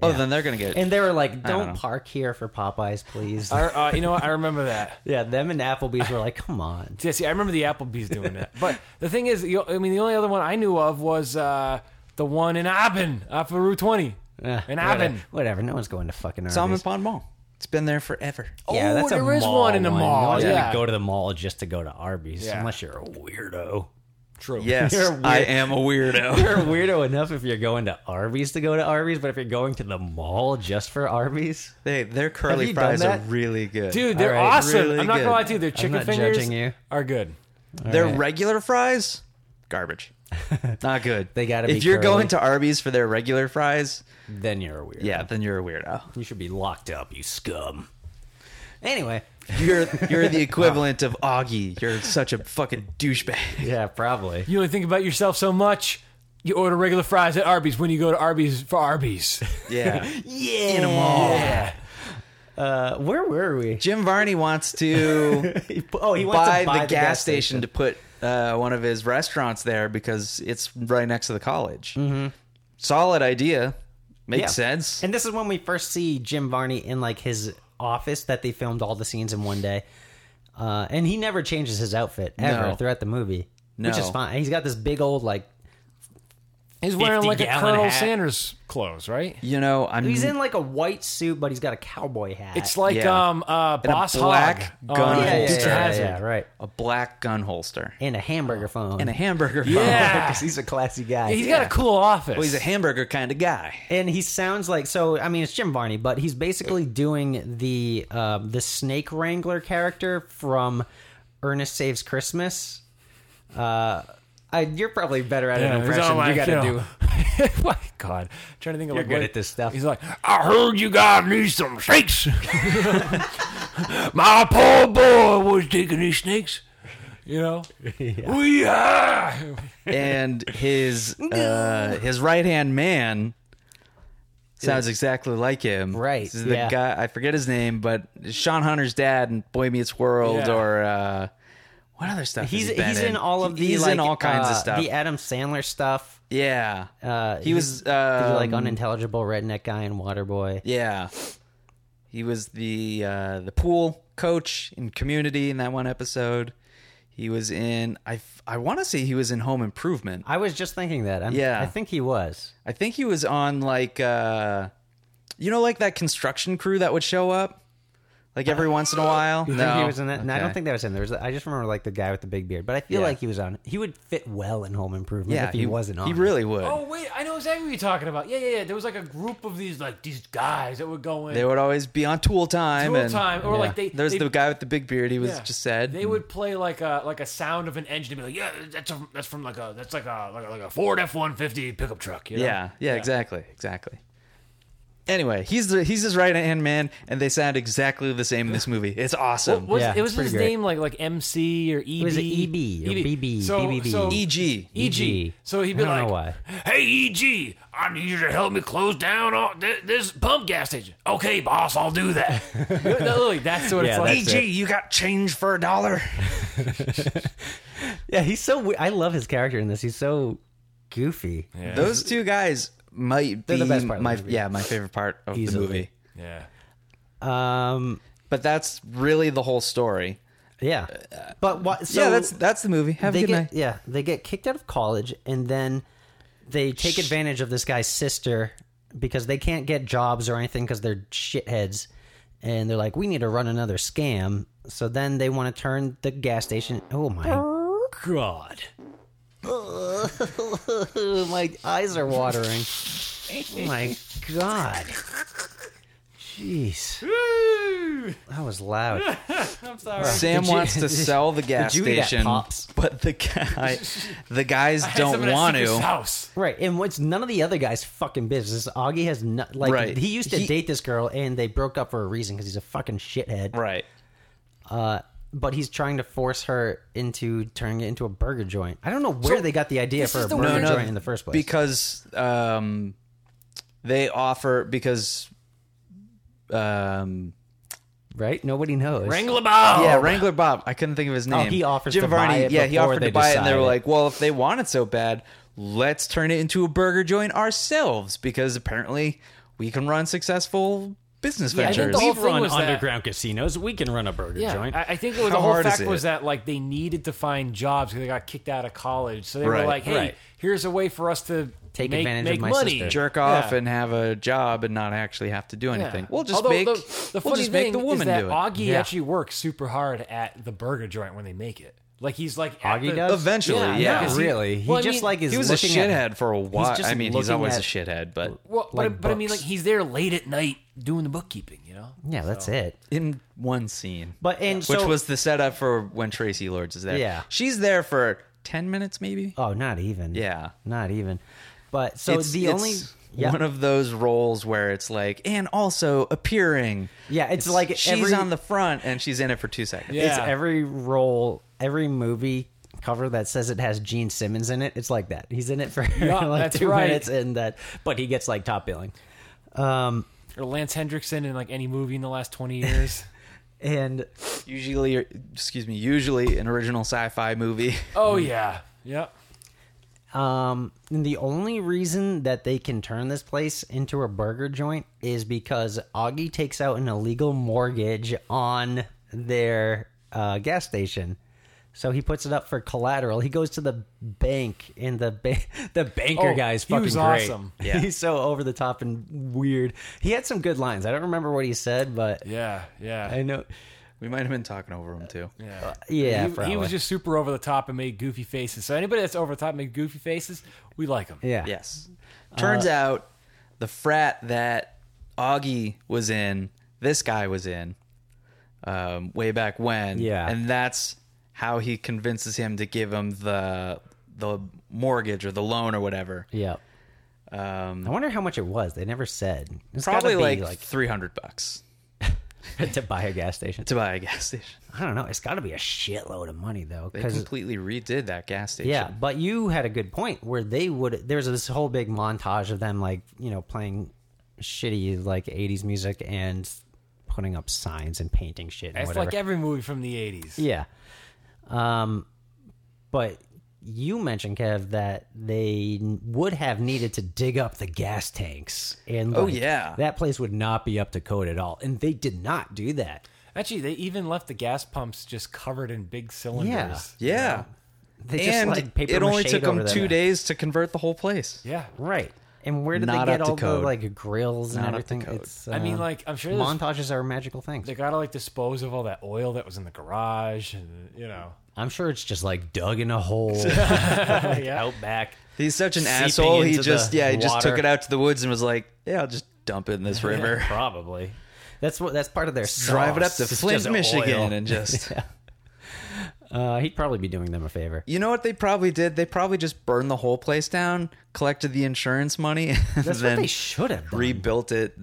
[SPEAKER 1] Oh, then they're going to get it.
[SPEAKER 6] And they were like,
[SPEAKER 1] don't
[SPEAKER 6] don't
[SPEAKER 1] know.
[SPEAKER 6] park here for Popeyes, please.
[SPEAKER 5] Ar- uh, you know what? I remember that.
[SPEAKER 6] yeah, them and Applebee's were like, come on.
[SPEAKER 5] Yeah, see, I remember the Applebee's doing that. But the thing is, you- I mean, the only other one I knew of was uh, the one in Aben off of Route 20.
[SPEAKER 6] Eh,
[SPEAKER 5] in
[SPEAKER 6] whatever.
[SPEAKER 5] Aben.
[SPEAKER 6] Whatever. No one's going to fucking Arby's.
[SPEAKER 1] Salmon Pond Mall. It's been there forever.
[SPEAKER 6] yeah,
[SPEAKER 5] Oh,
[SPEAKER 6] that's a
[SPEAKER 5] there is
[SPEAKER 6] mall
[SPEAKER 5] one in the mall,
[SPEAKER 6] No one's
[SPEAKER 5] yeah.
[SPEAKER 6] gonna go to the mall just to go to Arby's,
[SPEAKER 5] Yeah.
[SPEAKER 6] unless you're a weirdo.
[SPEAKER 5] True.
[SPEAKER 1] Yes,
[SPEAKER 6] You're weird.
[SPEAKER 1] I am a weirdo.
[SPEAKER 6] You're a weirdo enough if you're going to Arby's to go to Arby's, but if you're going to the mall just for Arby's,
[SPEAKER 1] they, their
[SPEAKER 6] Have you
[SPEAKER 1] curly
[SPEAKER 6] done
[SPEAKER 1] fries are
[SPEAKER 6] that?
[SPEAKER 1] really good.
[SPEAKER 5] Dude, they're
[SPEAKER 6] All right,
[SPEAKER 5] awesome.
[SPEAKER 1] really
[SPEAKER 5] I'm not
[SPEAKER 1] good.
[SPEAKER 5] gonna lie to you, their chicken
[SPEAKER 6] not
[SPEAKER 5] fingers
[SPEAKER 6] judging you.
[SPEAKER 5] are good.
[SPEAKER 1] their regular fries, garbage. Not good.
[SPEAKER 6] They gotta
[SPEAKER 1] If
[SPEAKER 6] be
[SPEAKER 1] you're
[SPEAKER 6] curly.
[SPEAKER 1] going to Arby's for their regular fries,
[SPEAKER 6] then you're a weirdo.
[SPEAKER 1] yeah, then you're a weirdo.
[SPEAKER 6] You should be locked up, you scum. Anyway,
[SPEAKER 1] You're you're the equivalent of Augie. You're such a fucking douchebag.
[SPEAKER 6] yeah, probably.
[SPEAKER 5] You only think about yourself so much. You order regular fries at Arby's when you go to Arby's for Arby's.
[SPEAKER 1] Yeah.
[SPEAKER 6] Yeah.
[SPEAKER 5] Yeah.
[SPEAKER 6] Uh, where were we?
[SPEAKER 1] Jim Varney wants to
[SPEAKER 6] Oh, he wants
[SPEAKER 1] buy,
[SPEAKER 6] to buy
[SPEAKER 1] the, gas, station, to put uh, one of his restaurants there because it's right next to the college. Mm-hmm. Solid idea. Makes
[SPEAKER 6] Yeah.
[SPEAKER 1] sense.
[SPEAKER 6] And this is when we first see Jim Varney in like his office that they filmed all the scenes in one day. Uh, and he never changes his outfit ever
[SPEAKER 1] No.
[SPEAKER 6] throughout the movie, which is
[SPEAKER 1] No.
[SPEAKER 6] fine. He's got this big old like
[SPEAKER 5] He's wearing like a
[SPEAKER 6] 50-gallon
[SPEAKER 5] Colonel
[SPEAKER 6] hat.
[SPEAKER 5] Sanders clothes, right?
[SPEAKER 1] you know, I'm
[SPEAKER 6] he's in like a white suit, but he's got a cowboy hat.
[SPEAKER 5] It's like
[SPEAKER 1] Yeah.
[SPEAKER 5] um uh
[SPEAKER 1] And a
[SPEAKER 5] Boss uh,
[SPEAKER 1] black
[SPEAKER 5] Hogg.
[SPEAKER 1] gun
[SPEAKER 5] on
[SPEAKER 6] yeah, yeah,
[SPEAKER 5] Dukes of
[SPEAKER 6] yeah, yeah,
[SPEAKER 5] Hazzard.
[SPEAKER 6] yeah, right.
[SPEAKER 1] a black gun holster
[SPEAKER 6] And a hamburger phone.
[SPEAKER 1] and a hamburger.
[SPEAKER 5] Yeah.
[SPEAKER 1] phone.
[SPEAKER 6] 'Cause he's a classy guy.
[SPEAKER 5] He's got a cool office.
[SPEAKER 1] Well, he's a hamburger kind of guy.
[SPEAKER 6] and he sounds like so. I mean, it's Jim Varney, but he's basically doing the um, the snake wrangler character from Ernest Saves Christmas. Uh, I, you're probably better at
[SPEAKER 5] Yeah,
[SPEAKER 6] an
[SPEAKER 5] he's
[SPEAKER 6] impression.
[SPEAKER 5] all like,
[SPEAKER 6] You got to
[SPEAKER 5] you
[SPEAKER 6] do.
[SPEAKER 5] know, Oh my God, I'm trying to think of like
[SPEAKER 6] good
[SPEAKER 5] what-
[SPEAKER 6] at this stuff.
[SPEAKER 5] He's like, I heard you guys need some snakes. my poor boy was taking these snakes. You know, we are.
[SPEAKER 1] uh, and his uh, his right hand man Sounds exactly like him.
[SPEAKER 6] Right,
[SPEAKER 1] This is the
[SPEAKER 6] yeah.
[SPEAKER 1] guy I forget his name, but Sean Hunter's dad in Boy Meets World
[SPEAKER 5] Yeah.
[SPEAKER 1] or uh what other stuff? has
[SPEAKER 6] He's
[SPEAKER 1] he been
[SPEAKER 6] he's in, all of the
[SPEAKER 1] He's in
[SPEAKER 6] like,
[SPEAKER 1] all kinds of
[SPEAKER 6] uh,
[SPEAKER 1] stuff.
[SPEAKER 6] The Adam Sandler stuff.
[SPEAKER 1] yeah.
[SPEAKER 6] Uh,
[SPEAKER 1] he was
[SPEAKER 6] he's
[SPEAKER 1] uh
[SPEAKER 6] like unintelligible redneck guy and Waterboy.
[SPEAKER 1] Yeah. He was the uh, the pool coach in Community in that one episode. He was in I I want to say he was in Home Improvement.
[SPEAKER 6] I was just thinking that. I'm,
[SPEAKER 1] Yeah.
[SPEAKER 6] I think he was.
[SPEAKER 1] I think he was on like uh you know like that construction crew that would show up like every once in a while.
[SPEAKER 6] I
[SPEAKER 1] no.
[SPEAKER 6] think he was in that. No, I don't
[SPEAKER 1] Okay.
[SPEAKER 6] think that was him. There was. I just remember like the guy with the big beard, but I feel
[SPEAKER 1] Yeah.
[SPEAKER 6] like he was on. He would fit well in Home Improvement
[SPEAKER 1] yeah,
[SPEAKER 6] if he, wasn't on.
[SPEAKER 1] He
[SPEAKER 6] it.
[SPEAKER 1] really would.
[SPEAKER 5] Oh wait, I know exactly what you're talking about. Yeah, yeah, yeah. There was like a group of these like these guys that would go in
[SPEAKER 1] They would always be on Tool Time
[SPEAKER 5] Tool
[SPEAKER 1] and
[SPEAKER 5] time, or, like, they-
[SPEAKER 1] There's
[SPEAKER 5] they-
[SPEAKER 1] the guy with the big beard he was just said.
[SPEAKER 5] They would play like a like a sound of an engine and be like, yeah, that's a, that's from like a that's like a like a, like a Ford F one fifty pickup truck. You know?
[SPEAKER 1] Yeah, yeah, exactly, exactly. Anyway, he's the he's his right hand man, and they sound exactly the same in this movie. It's awesome.
[SPEAKER 5] Was,
[SPEAKER 6] Yeah,
[SPEAKER 5] it was
[SPEAKER 6] pretty
[SPEAKER 5] his
[SPEAKER 6] great.
[SPEAKER 5] name like like MC or E EB?
[SPEAKER 6] was E it EB or BB,
[SPEAKER 5] So,
[SPEAKER 6] BBB.
[SPEAKER 5] so
[SPEAKER 1] E.G.
[SPEAKER 5] EG.
[SPEAKER 1] E
[SPEAKER 6] EG.
[SPEAKER 5] So he'd
[SPEAKER 6] E I
[SPEAKER 5] be
[SPEAKER 6] don't
[SPEAKER 5] like,
[SPEAKER 6] know why.
[SPEAKER 5] "Hey EG, I need you to help me close down all th- this pump gas station." Okay, boss, I'll do that. E no, like, that's what
[SPEAKER 6] Yeah,
[SPEAKER 5] it's like.
[SPEAKER 6] that's it.
[SPEAKER 1] you got change for a dollar?
[SPEAKER 6] Yeah, he's so. we- I love his character in this. He's so goofy.
[SPEAKER 1] Those two guys might be
[SPEAKER 6] They're the best part of the
[SPEAKER 1] my
[SPEAKER 6] movie.
[SPEAKER 1] yeah my favorite part of the
[SPEAKER 6] Easily.
[SPEAKER 1] movie.
[SPEAKER 5] Yeah.
[SPEAKER 6] Um,
[SPEAKER 1] But that's really the whole story.
[SPEAKER 6] yeah, but what? So
[SPEAKER 1] Uh, yeah, that's that's the movie. Have a
[SPEAKER 6] they
[SPEAKER 1] good
[SPEAKER 6] get
[SPEAKER 1] night.
[SPEAKER 6] yeah they get kicked out of college and then they take advantage of this guy's sister because they can't get jobs or anything because they're shitheads and they're like we need to run another scam so then they want to turn the gas station oh my
[SPEAKER 5] God.
[SPEAKER 6] my eyes are watering oh my god jeez that was loud
[SPEAKER 1] Sam
[SPEAKER 6] Did you-
[SPEAKER 1] wants to sell the gas
[SPEAKER 6] you eat at
[SPEAKER 1] station,
[SPEAKER 6] Pops?
[SPEAKER 1] but the guy the guys
[SPEAKER 5] Had
[SPEAKER 1] don't
[SPEAKER 5] someone at
[SPEAKER 1] want
[SPEAKER 5] Secret's
[SPEAKER 1] to.
[SPEAKER 5] House.
[SPEAKER 6] Right, and what's none of the other guys' fucking business. Augie has no, like
[SPEAKER 1] Right.
[SPEAKER 6] he used to
[SPEAKER 1] He-
[SPEAKER 6] date this girl, and they broke up for a reason because he's a fucking shithead.
[SPEAKER 1] Right.
[SPEAKER 6] But he's trying to force her into turning it into a burger joint. I don't know where they got the idea for
[SPEAKER 5] is
[SPEAKER 6] a
[SPEAKER 5] the
[SPEAKER 6] burger
[SPEAKER 5] weird- No, no,
[SPEAKER 6] joint in the first place.
[SPEAKER 1] because um, they offer because um,
[SPEAKER 6] right? Nobody knows.
[SPEAKER 5] Wrangle about.
[SPEAKER 1] yeah Wrangler Bob I couldn't think of his name.
[SPEAKER 6] he offers to buy it
[SPEAKER 1] yeah, he
[SPEAKER 6] before
[SPEAKER 1] offered
[SPEAKER 6] they
[SPEAKER 1] to buy it, and they were
[SPEAKER 6] decide it.
[SPEAKER 1] like, "Well, if they want it so bad, let's turn it into a burger joint ourselves because apparently we can run successful business
[SPEAKER 5] I think
[SPEAKER 1] ventures."
[SPEAKER 5] the whole thing was that-
[SPEAKER 6] casinos. We can run a burger
[SPEAKER 5] Yeah, I, I think it was
[SPEAKER 1] How
[SPEAKER 5] the whole
[SPEAKER 1] hard is
[SPEAKER 5] fact
[SPEAKER 1] it?
[SPEAKER 5] was that like they needed to find jobs because they got kicked out of college. So they
[SPEAKER 1] Right,
[SPEAKER 5] were like, "Hey,
[SPEAKER 6] right.
[SPEAKER 5] here's a way for us to
[SPEAKER 6] Take
[SPEAKER 5] make,
[SPEAKER 6] advantage of
[SPEAKER 5] make
[SPEAKER 6] my
[SPEAKER 5] money,
[SPEAKER 6] sister.
[SPEAKER 1] Jerk off
[SPEAKER 5] Yeah.
[SPEAKER 1] and have a job and not actually have to do
[SPEAKER 5] Yeah.
[SPEAKER 1] anything. We'll just
[SPEAKER 5] Although
[SPEAKER 1] make
[SPEAKER 5] the, the
[SPEAKER 1] we'll
[SPEAKER 5] funny
[SPEAKER 1] just
[SPEAKER 5] thing
[SPEAKER 1] make the woman
[SPEAKER 5] is that
[SPEAKER 1] do it.
[SPEAKER 5] Augie
[SPEAKER 6] Yeah.
[SPEAKER 5] actually works super hard at the burger joint when they make it. Like he's like at
[SPEAKER 6] Augie
[SPEAKER 5] the-
[SPEAKER 6] does?
[SPEAKER 1] Eventually,
[SPEAKER 5] Yeah,
[SPEAKER 1] yeah.
[SPEAKER 5] because
[SPEAKER 6] Not
[SPEAKER 5] he-
[SPEAKER 6] really. He
[SPEAKER 5] well, I
[SPEAKER 6] just
[SPEAKER 5] mean,
[SPEAKER 6] like is
[SPEAKER 1] he was a
[SPEAKER 6] looking at-
[SPEAKER 1] shithead for a while.
[SPEAKER 6] just
[SPEAKER 1] I mean, he's
[SPEAKER 6] looking
[SPEAKER 1] always
[SPEAKER 6] at-
[SPEAKER 1] a shithead, but
[SPEAKER 5] Well, but,
[SPEAKER 6] like
[SPEAKER 5] but I mean, like
[SPEAKER 6] books.
[SPEAKER 5] he's there late at night doing the bookkeeping. You know.
[SPEAKER 6] Yeah, that's it.
[SPEAKER 1] in one scene.
[SPEAKER 6] But and
[SPEAKER 1] which
[SPEAKER 6] so,
[SPEAKER 1] was the setup for when Tracy Lords is there.
[SPEAKER 6] Yeah.
[SPEAKER 1] she's there for ten minutes, maybe.
[SPEAKER 6] oh, not even.
[SPEAKER 1] Yeah.
[SPEAKER 6] not even. But so
[SPEAKER 1] it's
[SPEAKER 6] the
[SPEAKER 1] it's
[SPEAKER 6] only yeah.
[SPEAKER 1] one of those roles where it's like, and also appearing.
[SPEAKER 6] Yeah, it's like
[SPEAKER 1] she's
[SPEAKER 6] every-
[SPEAKER 1] on the front and she's in it for two seconds.
[SPEAKER 5] Yeah.
[SPEAKER 6] It's every role, every movie cover that says it has Gene Simmons in it. It's like that. He's in it for
[SPEAKER 5] Yeah,
[SPEAKER 6] like
[SPEAKER 5] that's
[SPEAKER 6] two
[SPEAKER 5] right.
[SPEAKER 6] minutes, and that, but he gets like top billing. Um,
[SPEAKER 5] Or Lance Hendrickson in like any movie in the last twenty years.
[SPEAKER 6] and
[SPEAKER 1] Usually, excuse me, usually an original sci-fi movie.
[SPEAKER 5] oh yeah, yep.
[SPEAKER 6] um, and the only reason that they can turn this place into a burger joint is because Augie takes out an illegal mortgage on their uh, gas station. So he puts it up for collateral. He goes to the bank, and the ba- the banker
[SPEAKER 5] Oh,
[SPEAKER 6] guy is
[SPEAKER 5] he
[SPEAKER 6] fucking
[SPEAKER 5] was
[SPEAKER 6] great.
[SPEAKER 5] awesome.
[SPEAKER 1] Yeah.
[SPEAKER 6] He's so over the top and weird. He had some good lines. I don't remember what he said, but
[SPEAKER 5] Yeah, yeah.
[SPEAKER 6] I know.
[SPEAKER 1] we might have been talking over him too.
[SPEAKER 5] Yeah,
[SPEAKER 6] yeah,
[SPEAKER 5] Uh, He- he,
[SPEAKER 6] probably.
[SPEAKER 5] was just super over the top and made goofy faces. So anybody that's over the top and made goofy faces, we like him.
[SPEAKER 6] Yeah.
[SPEAKER 1] Yes.
[SPEAKER 6] Uh,
[SPEAKER 1] Turns out the frat that Augie was in, this guy was in, um, way back when.
[SPEAKER 6] Yeah.
[SPEAKER 1] And that's how he convinces him to give him the the mortgage or the loan or whatever.
[SPEAKER 6] Yeah.
[SPEAKER 1] Um,
[SPEAKER 6] I wonder how much it was. They never said. It's gotta
[SPEAKER 1] probably
[SPEAKER 6] be,
[SPEAKER 1] like, three hundred bucks
[SPEAKER 6] like to buy a gas station.
[SPEAKER 1] to buy a gas station.
[SPEAKER 6] I don't know. It's got to be a shitload of money though,
[SPEAKER 1] They
[SPEAKER 6] because
[SPEAKER 1] completely redid that gas station.
[SPEAKER 6] yeah. But you had a good point where they would. There was this whole big montage of them like you know playing shitty like '80s music and putting up signs and painting shit. And
[SPEAKER 5] It's
[SPEAKER 6] whatever.
[SPEAKER 5] like every movie from the 80s.
[SPEAKER 6] Yeah. Um, but you mentioned Kev that they n- would have needed to dig up the gas tanks, and
[SPEAKER 1] Oh,
[SPEAKER 6] like,
[SPEAKER 1] yeah.
[SPEAKER 6] that place would not be up to code at all, and they did not do that.
[SPEAKER 5] Actually, they even left the gas pumps just covered in big cylinders.
[SPEAKER 1] Yeah.
[SPEAKER 6] They just
[SPEAKER 1] And
[SPEAKER 6] like paper
[SPEAKER 1] it only
[SPEAKER 6] mache'd
[SPEAKER 1] took
[SPEAKER 6] over
[SPEAKER 1] them
[SPEAKER 6] that
[SPEAKER 1] two
[SPEAKER 6] mess.
[SPEAKER 1] days to convert the whole place.
[SPEAKER 5] Yeah.
[SPEAKER 6] right? And where did
[SPEAKER 1] Not
[SPEAKER 6] they
[SPEAKER 1] up
[SPEAKER 6] get
[SPEAKER 1] to
[SPEAKER 6] all
[SPEAKER 1] code.
[SPEAKER 6] the like grills and
[SPEAKER 1] Not up to
[SPEAKER 6] everything?
[SPEAKER 1] code.
[SPEAKER 6] It's,
[SPEAKER 5] I mean,
[SPEAKER 6] uh,
[SPEAKER 5] like, I'm sure there's-
[SPEAKER 6] montages are magical things.
[SPEAKER 5] They gotta like dispose of all that oil that was in the garage, and you know,
[SPEAKER 6] I'm sure it's just like dug in a hole
[SPEAKER 5] yeah.
[SPEAKER 6] out back.
[SPEAKER 1] He's such an
[SPEAKER 6] Seeping
[SPEAKER 1] asshole. He
[SPEAKER 6] into
[SPEAKER 1] just
[SPEAKER 6] the
[SPEAKER 1] yeah, he just took
[SPEAKER 6] water.
[SPEAKER 1] it out to the woods and was like, "Yeah, I'll just dump it in this river.
[SPEAKER 6] Probably. That's what. That's part of their
[SPEAKER 1] Drive it up
[SPEAKER 6] sauce.
[SPEAKER 1] to
[SPEAKER 6] It's
[SPEAKER 1] Flint,
[SPEAKER 6] just
[SPEAKER 1] Michigan
[SPEAKER 6] oil.
[SPEAKER 1] and just
[SPEAKER 6] Uh, he'd probably be doing them a favor.
[SPEAKER 1] You know what they probably did? They probably just burned the whole place down, collected the insurance money, and
[SPEAKER 6] That's
[SPEAKER 1] then
[SPEAKER 6] what they should have done.
[SPEAKER 1] rebuilt it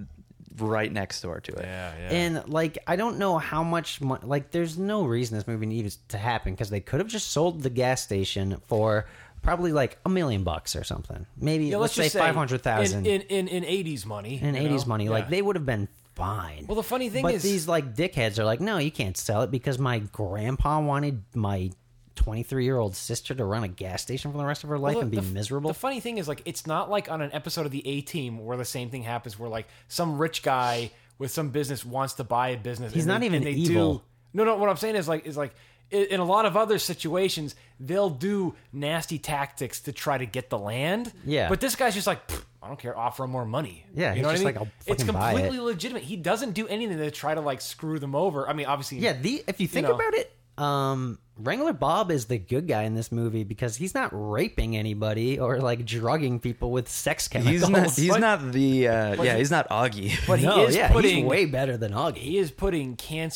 [SPEAKER 1] right next door to it.
[SPEAKER 5] yeah, yeah.
[SPEAKER 6] and like, I don't know how much. Mo- like, there's no reason this movie needs to happen because they could have just sold the gas station for probably like a million bucks or something. Maybe
[SPEAKER 5] Yeah,
[SPEAKER 6] let's,
[SPEAKER 5] just
[SPEAKER 6] say five hundred thousand
[SPEAKER 5] in in in eighties money.
[SPEAKER 6] in
[SPEAKER 5] you know?
[SPEAKER 6] eighties money. Like
[SPEAKER 5] Yeah.
[SPEAKER 6] they would have been fine.
[SPEAKER 5] Well, the funny thing
[SPEAKER 6] but
[SPEAKER 5] is-
[SPEAKER 6] these like dickheads are like, no, you can't sell it because my grandpa wanted my twenty-three-year-old sister to run a gas station for the rest of her life
[SPEAKER 5] Well,
[SPEAKER 6] and be
[SPEAKER 5] f-
[SPEAKER 6] miserable.
[SPEAKER 5] The funny thing is, like, it's not like on an episode of the A Team where the same thing happens, where like some rich guy with some business wants to buy a business.
[SPEAKER 6] He's
[SPEAKER 5] and
[SPEAKER 6] not
[SPEAKER 5] they-
[SPEAKER 6] even
[SPEAKER 5] and they
[SPEAKER 6] evil.
[SPEAKER 5] Do, no, no. What I'm saying is like is like i- in a lot of other situations they'll do nasty tactics to try to get the land.
[SPEAKER 6] Yeah.
[SPEAKER 5] But this guy's just like. "Pfft, I don't care. Offer him more money.
[SPEAKER 6] Yeah,
[SPEAKER 5] you
[SPEAKER 6] he's
[SPEAKER 5] know
[SPEAKER 6] just
[SPEAKER 5] what I mean.
[SPEAKER 6] like, "I'll
[SPEAKER 5] it's
[SPEAKER 6] fucking buy it."
[SPEAKER 5] completely legitimate. He doesn't do anything to try to like screw them over. I mean, obviously,
[SPEAKER 6] Yeah, the if you think
[SPEAKER 5] know.
[SPEAKER 6] about it, um, Wrangler Bob is the good guy in this movie because he's not raping anybody or like drugging people with sex chemicals.
[SPEAKER 1] He's not. He's
[SPEAKER 5] But-
[SPEAKER 1] not the. Uh, yeah,
[SPEAKER 5] he-
[SPEAKER 1] he's not Augie.
[SPEAKER 5] but
[SPEAKER 6] no,
[SPEAKER 5] he is
[SPEAKER 6] yeah,
[SPEAKER 5] putting
[SPEAKER 6] he's way better than Augie.
[SPEAKER 5] he is putting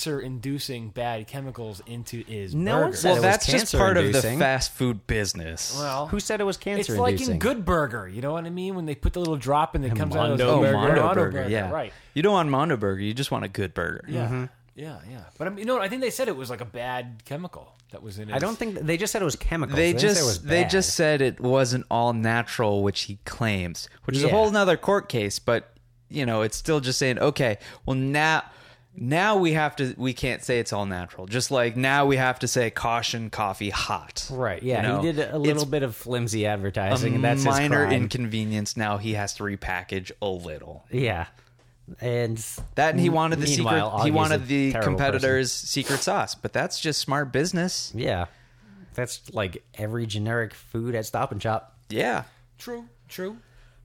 [SPEAKER 5] cancer-inducing bad chemicals into his
[SPEAKER 6] No
[SPEAKER 5] burger.
[SPEAKER 6] one said
[SPEAKER 1] well,
[SPEAKER 6] it was
[SPEAKER 1] that's just part of the
[SPEAKER 6] cancer-inducing.
[SPEAKER 1] fast food business.
[SPEAKER 5] Well,
[SPEAKER 6] Who said it was
[SPEAKER 5] it's
[SPEAKER 6] cancer
[SPEAKER 5] like in Good Burger. You know what I mean? When they put the little drop and it comes out of
[SPEAKER 6] Mondo
[SPEAKER 5] those
[SPEAKER 6] Burger.
[SPEAKER 1] Oh, Mondo
[SPEAKER 5] Mondo
[SPEAKER 1] Burger, yeah,
[SPEAKER 5] right?
[SPEAKER 1] You don't want Mondo Burger. You just want a good burger.
[SPEAKER 5] Yeah, yeah, yeah. But I mean, you know, I think they said it was like a bad chemical that was in it.
[SPEAKER 6] I don't think they just said it was chemicals.
[SPEAKER 1] They
[SPEAKER 6] didn't say it was
[SPEAKER 1] just they
[SPEAKER 6] bad.
[SPEAKER 1] just said it wasn't all natural, which he claims, which is a
[SPEAKER 6] Yeah.
[SPEAKER 1] whole nother court case. But you know, it's still just saying, okay, well now now we have to we can't say it's all natural. Just like now we have to say caution, coffee hot.
[SPEAKER 6] right. Yeah,
[SPEAKER 1] You know,
[SPEAKER 6] he did a
[SPEAKER 1] it's
[SPEAKER 6] little bit of flimsy
[SPEAKER 1] a
[SPEAKER 6] advertising, and that's
[SPEAKER 1] minor
[SPEAKER 6] his crime.
[SPEAKER 1] inconvenience. Now he has to repackage a little.
[SPEAKER 6] yeah, and
[SPEAKER 1] That and he wanted the secret.
[SPEAKER 6] Meanwhile,
[SPEAKER 1] he
[SPEAKER 6] Augie's a
[SPEAKER 1] wanted the
[SPEAKER 6] terrible
[SPEAKER 1] competitors' secret sauce, but that's just smart business.
[SPEAKER 6] yeah, that's like every generic food at Stop and Shop.
[SPEAKER 1] Yeah,
[SPEAKER 5] True, true.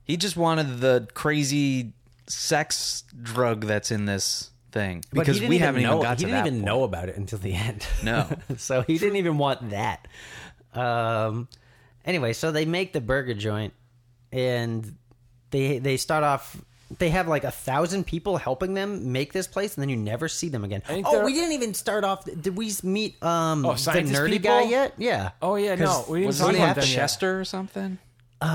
[SPEAKER 1] He just wanted the crazy sex drug that's in this thing
[SPEAKER 6] But he
[SPEAKER 1] because
[SPEAKER 6] didn't
[SPEAKER 1] we haven't
[SPEAKER 6] know,
[SPEAKER 1] even got
[SPEAKER 6] he
[SPEAKER 1] to
[SPEAKER 6] didn't
[SPEAKER 1] that
[SPEAKER 6] even
[SPEAKER 1] point.
[SPEAKER 6] know about it until the end.
[SPEAKER 1] No.
[SPEAKER 6] so he didn't even want that. Um, anyway, so they make the burger joint, and they they start off. They have like a thousand people helping them make this place, and then you never see them again.
[SPEAKER 5] think
[SPEAKER 6] Oh,
[SPEAKER 5] they're-
[SPEAKER 6] we didn't even start off. Did we meet um
[SPEAKER 5] Oh,
[SPEAKER 6] the
[SPEAKER 5] scientist
[SPEAKER 6] nerdy
[SPEAKER 5] people?
[SPEAKER 6] guy yet? Yeah.
[SPEAKER 5] Oh yeah, no,
[SPEAKER 6] 'Cause
[SPEAKER 5] we didn't
[SPEAKER 1] Was
[SPEAKER 5] talk
[SPEAKER 1] his
[SPEAKER 6] he
[SPEAKER 1] name
[SPEAKER 5] about
[SPEAKER 6] after
[SPEAKER 5] them yet.
[SPEAKER 1] Chester or something?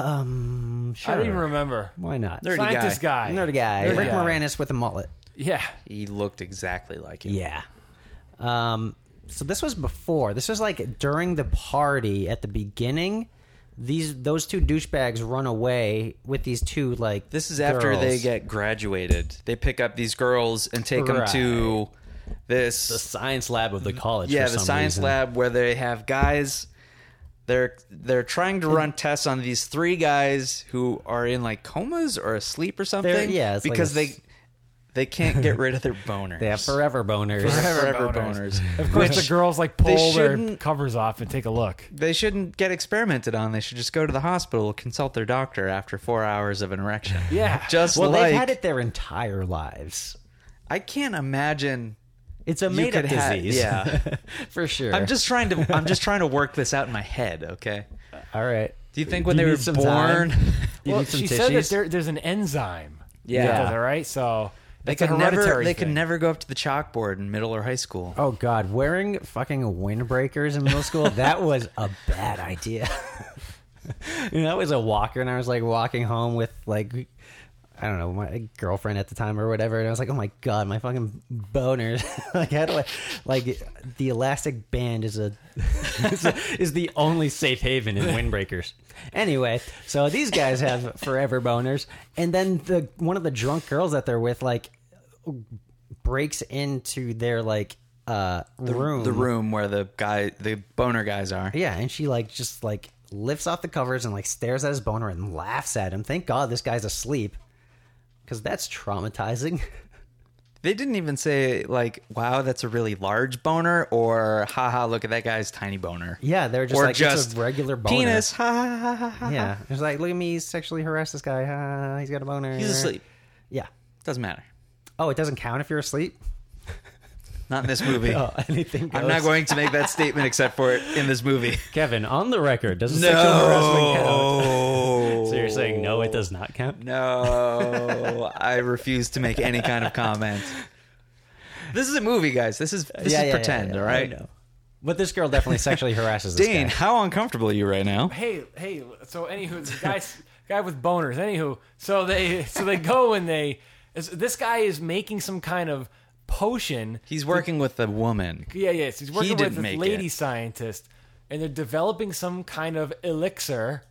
[SPEAKER 6] Um, sure.
[SPEAKER 5] I don't even remember.
[SPEAKER 6] Why not?
[SPEAKER 1] Nerdy
[SPEAKER 5] Scientist guy.
[SPEAKER 6] Nerdy guy.
[SPEAKER 5] Nerdy
[SPEAKER 6] Rick
[SPEAKER 5] guy.
[SPEAKER 6] Moranis with a mullet.
[SPEAKER 5] Yeah,
[SPEAKER 1] He looked exactly like him.
[SPEAKER 6] Yeah. Um, so this was before. This was like during the party at the beginning. These those two douchebags run away with these two like.
[SPEAKER 1] This is after they
[SPEAKER 6] girls.
[SPEAKER 1] get graduated. They pick up these girls and take them to this
[SPEAKER 6] the science lab of the college.
[SPEAKER 1] yeah
[SPEAKER 6] for
[SPEAKER 1] the
[SPEAKER 6] some
[SPEAKER 1] science
[SPEAKER 6] reason.
[SPEAKER 1] lab where they have guys they're they're trying
[SPEAKER 6] Hmm.
[SPEAKER 1] to run tests on these three guys who are in like comas or asleep or something
[SPEAKER 6] yeah, it's like
[SPEAKER 1] because
[SPEAKER 6] a s-
[SPEAKER 1] they they can't get rid of their boners
[SPEAKER 6] They have forever boners.
[SPEAKER 1] forever boners.
[SPEAKER 5] of course
[SPEAKER 1] Which
[SPEAKER 5] the girls like pull their
[SPEAKER 1] shouldn't-
[SPEAKER 5] covers off and take a look.
[SPEAKER 1] They shouldn't get experimented on. They should just go to the hospital, consult their doctor after four hours of an erection.
[SPEAKER 5] Yeah.
[SPEAKER 1] just
[SPEAKER 6] Well,
[SPEAKER 1] like
[SPEAKER 6] they've had it their entire lives.
[SPEAKER 1] I can't imagine.
[SPEAKER 6] It's a made up
[SPEAKER 1] could ha-
[SPEAKER 6] disease.
[SPEAKER 1] yeah.
[SPEAKER 6] for sure.
[SPEAKER 1] I'm just trying to. I'm just trying to work this out in my head. Okay.
[SPEAKER 6] all right.
[SPEAKER 1] Do you think when
[SPEAKER 6] Do you
[SPEAKER 1] they
[SPEAKER 6] need
[SPEAKER 1] were
[SPEAKER 6] some
[SPEAKER 1] born,
[SPEAKER 6] time? You
[SPEAKER 5] Well,
[SPEAKER 6] need some
[SPEAKER 5] she
[SPEAKER 6] tissues.
[SPEAKER 5] said that there, there's an enzyme.
[SPEAKER 1] Yeah.
[SPEAKER 5] all right. So
[SPEAKER 1] they
[SPEAKER 5] it's a
[SPEAKER 1] could never.
[SPEAKER 5] hereditary
[SPEAKER 1] They could
[SPEAKER 5] thing.
[SPEAKER 1] never go up to the chalkboard in middle or high school.
[SPEAKER 6] Oh God, wearing fucking windbreakers in middle school—that was a bad idea. you know, I was a walker, and I was like walking home with like I don't know, my girlfriend at the time or whatever, and I was like, oh my god, my fucking boner. like, how do I, like, the elastic band is a, is a- is the only safe haven in windbreakers. Anyway, so these guys have forever boners, and then the one of the drunk girls that they're with, like, breaks into their like uh room,
[SPEAKER 1] The room where the guy, the boner guys are.
[SPEAKER 6] yeah, and she like just like lifts off the covers and like stares at his boner and laughs at him. Thank God this guy's asleep. Cause that's traumatizing.
[SPEAKER 1] They didn't even say like, "Wow, that's a really large boner," or "Haha, look at that guy's tiny boner."
[SPEAKER 6] Yeah, they're just
[SPEAKER 1] or
[SPEAKER 6] like
[SPEAKER 1] just
[SPEAKER 6] it's a regular boner.
[SPEAKER 1] penis. Ha ha ha ha. ha.
[SPEAKER 6] Yeah, it's like look at me sexually harass this guy. Ha, he's got a boner.
[SPEAKER 1] He's asleep.
[SPEAKER 6] Yeah.
[SPEAKER 1] Doesn't matter.
[SPEAKER 6] Oh, it doesn't count if you're asleep.
[SPEAKER 1] Not in this movie.
[SPEAKER 6] Oh, anything. Goes.
[SPEAKER 1] I'm not going to make that statement except for it in this movie.
[SPEAKER 7] Kevin, on the record, does no. sexual harassment count?
[SPEAKER 1] No.
[SPEAKER 7] So you're saying no, it does not count?
[SPEAKER 1] No, I refuse to make any kind of comment. This is a movie, guys. This is this
[SPEAKER 6] Yeah,
[SPEAKER 1] is
[SPEAKER 6] yeah, yeah,
[SPEAKER 1] pretend,
[SPEAKER 6] yeah.
[SPEAKER 1] all right?
[SPEAKER 6] I know. But this girl definitely sexually harasses this
[SPEAKER 1] Dane,
[SPEAKER 6] guy.
[SPEAKER 1] how uncomfortable are you right now?
[SPEAKER 5] hey, hey. So anywho, this guy's guy with boners. Anywho, so they so they go and they is- this guy is making some kind of potion.
[SPEAKER 1] He's working with a woman.
[SPEAKER 5] Yeah, yes, he's working
[SPEAKER 1] didn't
[SPEAKER 5] with this
[SPEAKER 1] make
[SPEAKER 5] lady
[SPEAKER 1] it.
[SPEAKER 5] scientist, and they're developing some kind of elixir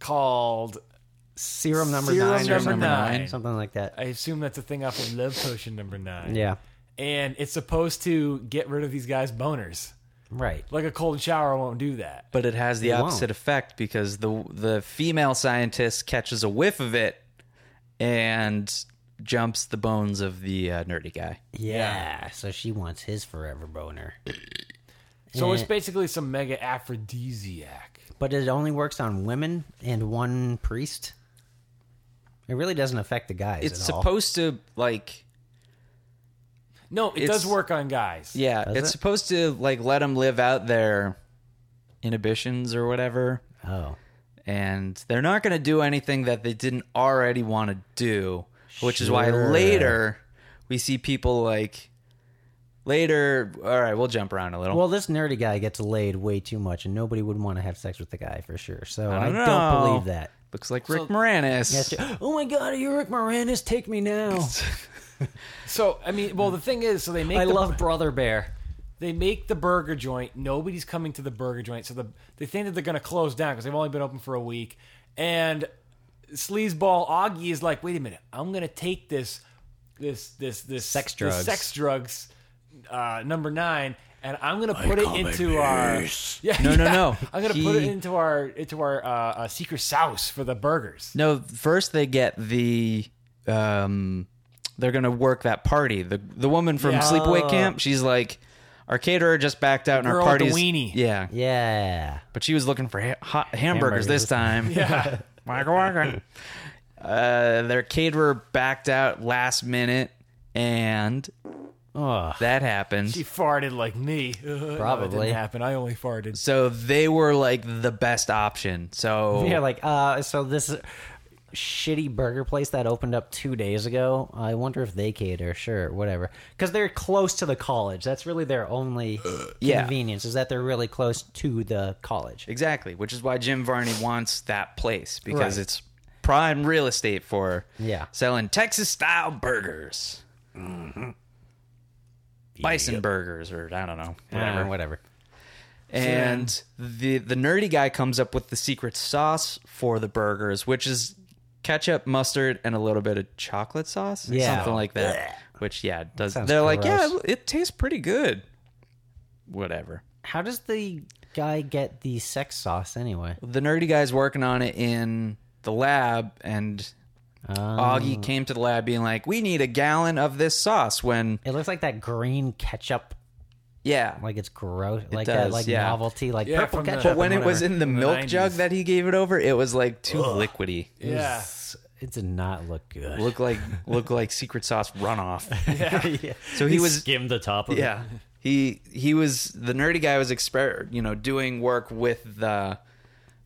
[SPEAKER 5] called
[SPEAKER 6] Serum number
[SPEAKER 5] Serum
[SPEAKER 6] nine, or
[SPEAKER 5] number
[SPEAKER 6] something-
[SPEAKER 5] nine.
[SPEAKER 6] something like that.
[SPEAKER 5] I assume that's a thing off of Love Potion Number Nine.
[SPEAKER 6] Yeah,
[SPEAKER 5] and it's supposed to get rid of these guys' boners.
[SPEAKER 6] right.
[SPEAKER 5] Like a cold shower won't do that.
[SPEAKER 1] But it has the
[SPEAKER 6] won't.
[SPEAKER 1] opposite effect because the the female scientist catches a whiff of it and jumps the bones of the uh, nerdy guy.
[SPEAKER 6] Yeah, so she wants his forever boner.
[SPEAKER 5] So it's
[SPEAKER 6] Eh.
[SPEAKER 5] basically some mega aphrodisiac.
[SPEAKER 6] But it only works on women and one priest. It really doesn't affect the guys.
[SPEAKER 1] It's
[SPEAKER 6] at all.
[SPEAKER 1] supposed to like
[SPEAKER 5] No, it
[SPEAKER 1] It's-
[SPEAKER 5] does work on guys.
[SPEAKER 1] yeah,
[SPEAKER 6] Does
[SPEAKER 1] it's
[SPEAKER 6] it?
[SPEAKER 1] supposed to like let them live out their inhibitions or whatever.
[SPEAKER 6] Oh,
[SPEAKER 1] and they're not going to do anything that they didn't already want to do, which is why
[SPEAKER 6] Sure.
[SPEAKER 1] later we see people like later. All right, we'll jump around a little.
[SPEAKER 6] well, this nerdy guy gets laid way too much, and nobody would want to have sex with the guy for sure. So
[SPEAKER 1] I
[SPEAKER 6] I don't,
[SPEAKER 1] don't know.
[SPEAKER 6] believe that.
[SPEAKER 1] Looks like Rick Moranis.
[SPEAKER 6] That's ju- oh my god, Eric Moranis, take me now!
[SPEAKER 5] So I mean, well, the thing is, so they make
[SPEAKER 6] I
[SPEAKER 5] the,
[SPEAKER 6] love Brother Bear.
[SPEAKER 5] they make the burger joint. Nobody's coming to the burger joint, so the they think that they're going to close down because they've only been open for a week. And sleazeball Augie is like, wait a minute, I'm going to take this this this this
[SPEAKER 6] Sex
[SPEAKER 5] this
[SPEAKER 6] drugs.
[SPEAKER 5] sex drugs uh, number nine, and I'm going to put it into our yeah
[SPEAKER 1] No, no,
[SPEAKER 5] yeah.
[SPEAKER 1] no.
[SPEAKER 5] I'm going to put it
[SPEAKER 1] He-
[SPEAKER 5] into our into our uh, uh, secret sauce for the burgers.
[SPEAKER 1] No, first they get the um they're going to work that party. The the woman from
[SPEAKER 5] Yeah.
[SPEAKER 1] Sleepaway Camp, she's like our caterer just backed out and our
[SPEAKER 5] girl with the
[SPEAKER 1] party's
[SPEAKER 5] weenie.
[SPEAKER 1] Yeah.
[SPEAKER 6] Yeah,
[SPEAKER 1] But she was looking for ha- hot hamburgers,
[SPEAKER 6] Hamburgers.
[SPEAKER 1] this time.
[SPEAKER 5] Yeah.
[SPEAKER 1] Waka waka. Uh, their caterer backed out last minute, and that happened.
[SPEAKER 5] She farted like me. Probably
[SPEAKER 6] Probably.
[SPEAKER 5] didn't happen. I only farted.
[SPEAKER 1] so they were like the best option. So
[SPEAKER 6] yeah. Like, uh, so this shitty burger place that opened up two days ago. I wonder if they cater. Sure, whatever. Because they're close to the college. That's really their only
[SPEAKER 1] Uh, Yeah.
[SPEAKER 6] convenience is that they're really close to the college.
[SPEAKER 1] exactly, which is why Jim Varney wants that place because
[SPEAKER 6] Right.
[SPEAKER 1] it's prime real estate for
[SPEAKER 6] Yeah.
[SPEAKER 1] selling Texas style burgers,
[SPEAKER 6] Mm-hmm.
[SPEAKER 1] bison burgers, or I don't know, whatever.
[SPEAKER 6] Uh, whatever.
[SPEAKER 1] and the the nerdy guy comes up with the secret sauce for the burgers, which is ketchup, mustard, and a little bit of chocolate sauce,
[SPEAKER 6] Yeah.
[SPEAKER 1] something like that. Which yeah, it does they're
[SPEAKER 6] sounds
[SPEAKER 1] like yeah,
[SPEAKER 6] gross.
[SPEAKER 1] it tastes pretty good. Whatever.
[SPEAKER 6] How does the guy get the sex sauce anyway?
[SPEAKER 1] The nerdy guy's working on it in the lab, and
[SPEAKER 6] Uh,
[SPEAKER 1] Augie came to the lab being like, "We need a gallon of this sauce." When
[SPEAKER 6] It looks like that green ketchup,
[SPEAKER 1] yeah,
[SPEAKER 6] like it's gross, like
[SPEAKER 1] does,
[SPEAKER 6] that, like
[SPEAKER 1] yeah.
[SPEAKER 6] novelty, like
[SPEAKER 5] Yeah,
[SPEAKER 6] purple
[SPEAKER 5] from the-
[SPEAKER 6] ketchup.
[SPEAKER 5] But
[SPEAKER 1] but when it was
[SPEAKER 5] whatever,
[SPEAKER 1] in the
[SPEAKER 5] in the
[SPEAKER 1] milk jug
[SPEAKER 5] 90s.
[SPEAKER 1] that he gave it over, it was like too liquidy.
[SPEAKER 5] Yeah.
[SPEAKER 6] it did not look good.
[SPEAKER 1] look like look like secret sauce runoff. So he was
[SPEAKER 7] Skim the top of
[SPEAKER 1] yeah. He he was the nerdy guy was exper you know doing work with the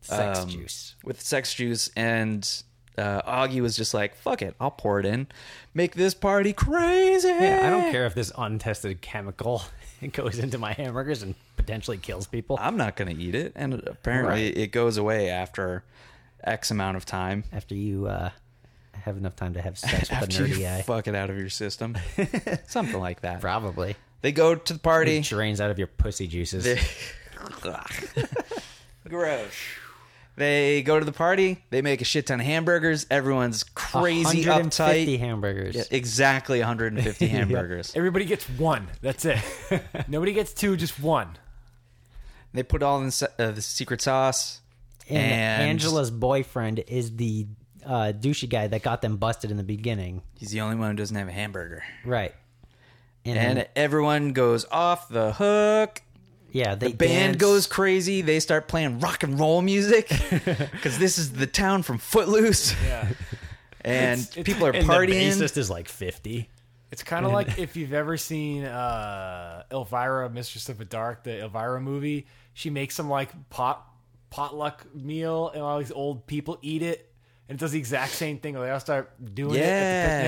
[SPEAKER 6] sex
[SPEAKER 1] um,
[SPEAKER 6] juice.
[SPEAKER 1] with sex juice and uh, Augie was just like fuck it I'll pour it in make this party crazy.
[SPEAKER 6] Yeah, I don't care if this untested chemical goes into my hamburgers and potentially kills people.
[SPEAKER 1] I'm not gonna eat it and apparently it goes away after X amount of time.
[SPEAKER 6] After you uh, have enough time to have sex with a
[SPEAKER 1] After you
[SPEAKER 6] nerdy guy.
[SPEAKER 1] fuck it out of your system. Something like that.
[SPEAKER 6] Probably.
[SPEAKER 1] They go to the party.
[SPEAKER 6] It drains out of your pussy juices.
[SPEAKER 1] They- Gross. They go to the party. They make a shit ton of hamburgers. Everyone's crazy
[SPEAKER 6] 150
[SPEAKER 1] uptight.
[SPEAKER 6] hamburgers.
[SPEAKER 1] Yeah, exactly 150 hamburgers.
[SPEAKER 5] Everybody gets one. That's it. Nobody gets two, just one.
[SPEAKER 1] They put all in se- uh, the secret sauce.
[SPEAKER 6] And,
[SPEAKER 1] And-
[SPEAKER 6] Angela's boyfriend is the uh, douchey guy that got them busted in the beginning.
[SPEAKER 1] He's the only one who doesn't have a hamburger.
[SPEAKER 6] Right. And,
[SPEAKER 1] And everyone goes off the hook.
[SPEAKER 6] yeah, they
[SPEAKER 1] Band
[SPEAKER 6] dance.
[SPEAKER 1] goes crazy. They start playing rock and roll music because this is the town from Footloose. Yeah. and people are
[SPEAKER 7] and
[SPEAKER 1] partying.
[SPEAKER 7] The bassist is like fifty.
[SPEAKER 5] It's kind of like if you've ever seen uh, Elvira, Mistress of the Dark, the Elvira movie. She makes some like pot potluck meal, and all these old people eat it, and it does the exact same thing. They all start doing it at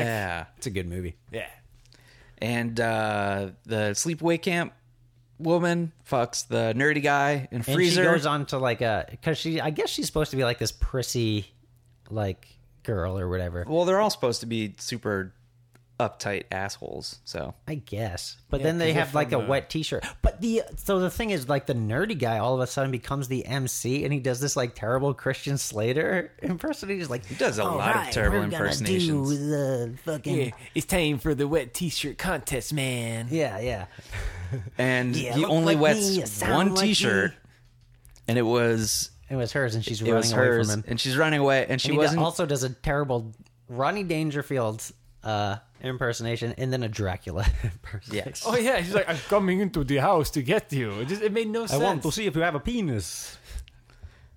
[SPEAKER 1] yeah.
[SPEAKER 7] It's a good movie.
[SPEAKER 5] the picnic. Yeah,
[SPEAKER 1] and uh, the sleepaway camp woman fucks the nerdy guy in
[SPEAKER 6] And
[SPEAKER 1] freezer.
[SPEAKER 6] she goes on to like a because she I guess she's supposed to be like this prissy, like girl or whatever.
[SPEAKER 1] well, they're all supposed to be super uptight assholes. So
[SPEAKER 6] I guess. But then they have like a wet T-shirt. But the so the thing is like the nerdy guy all of a sudden becomes the MC and he does this like terrible Christian Slater impersonation. He's like he
[SPEAKER 1] does a lot of terrible impersonations.
[SPEAKER 6] The fucking yeah,
[SPEAKER 5] it's time for the wet T-shirt contest, man.
[SPEAKER 6] yeah.
[SPEAKER 1] and
[SPEAKER 6] Yeah,
[SPEAKER 1] he
[SPEAKER 6] look
[SPEAKER 1] only
[SPEAKER 6] like
[SPEAKER 1] wets
[SPEAKER 6] me, you sound
[SPEAKER 1] one
[SPEAKER 6] like
[SPEAKER 1] T-shirt,
[SPEAKER 6] me.
[SPEAKER 1] and it was
[SPEAKER 6] It was hers, and she's
[SPEAKER 1] it
[SPEAKER 6] running
[SPEAKER 1] was
[SPEAKER 6] away
[SPEAKER 1] hers,
[SPEAKER 6] from him.
[SPEAKER 1] and she's running away, and she
[SPEAKER 6] And he
[SPEAKER 1] wasn't.
[SPEAKER 6] also does a terrible Ronnie Dangerfield uh, impersonation and then a Dracula impersonation.
[SPEAKER 1] yes.
[SPEAKER 5] Oh yeah, she's like, I'm coming into the house to get you. It just it made no sense.
[SPEAKER 7] see if you have a penis.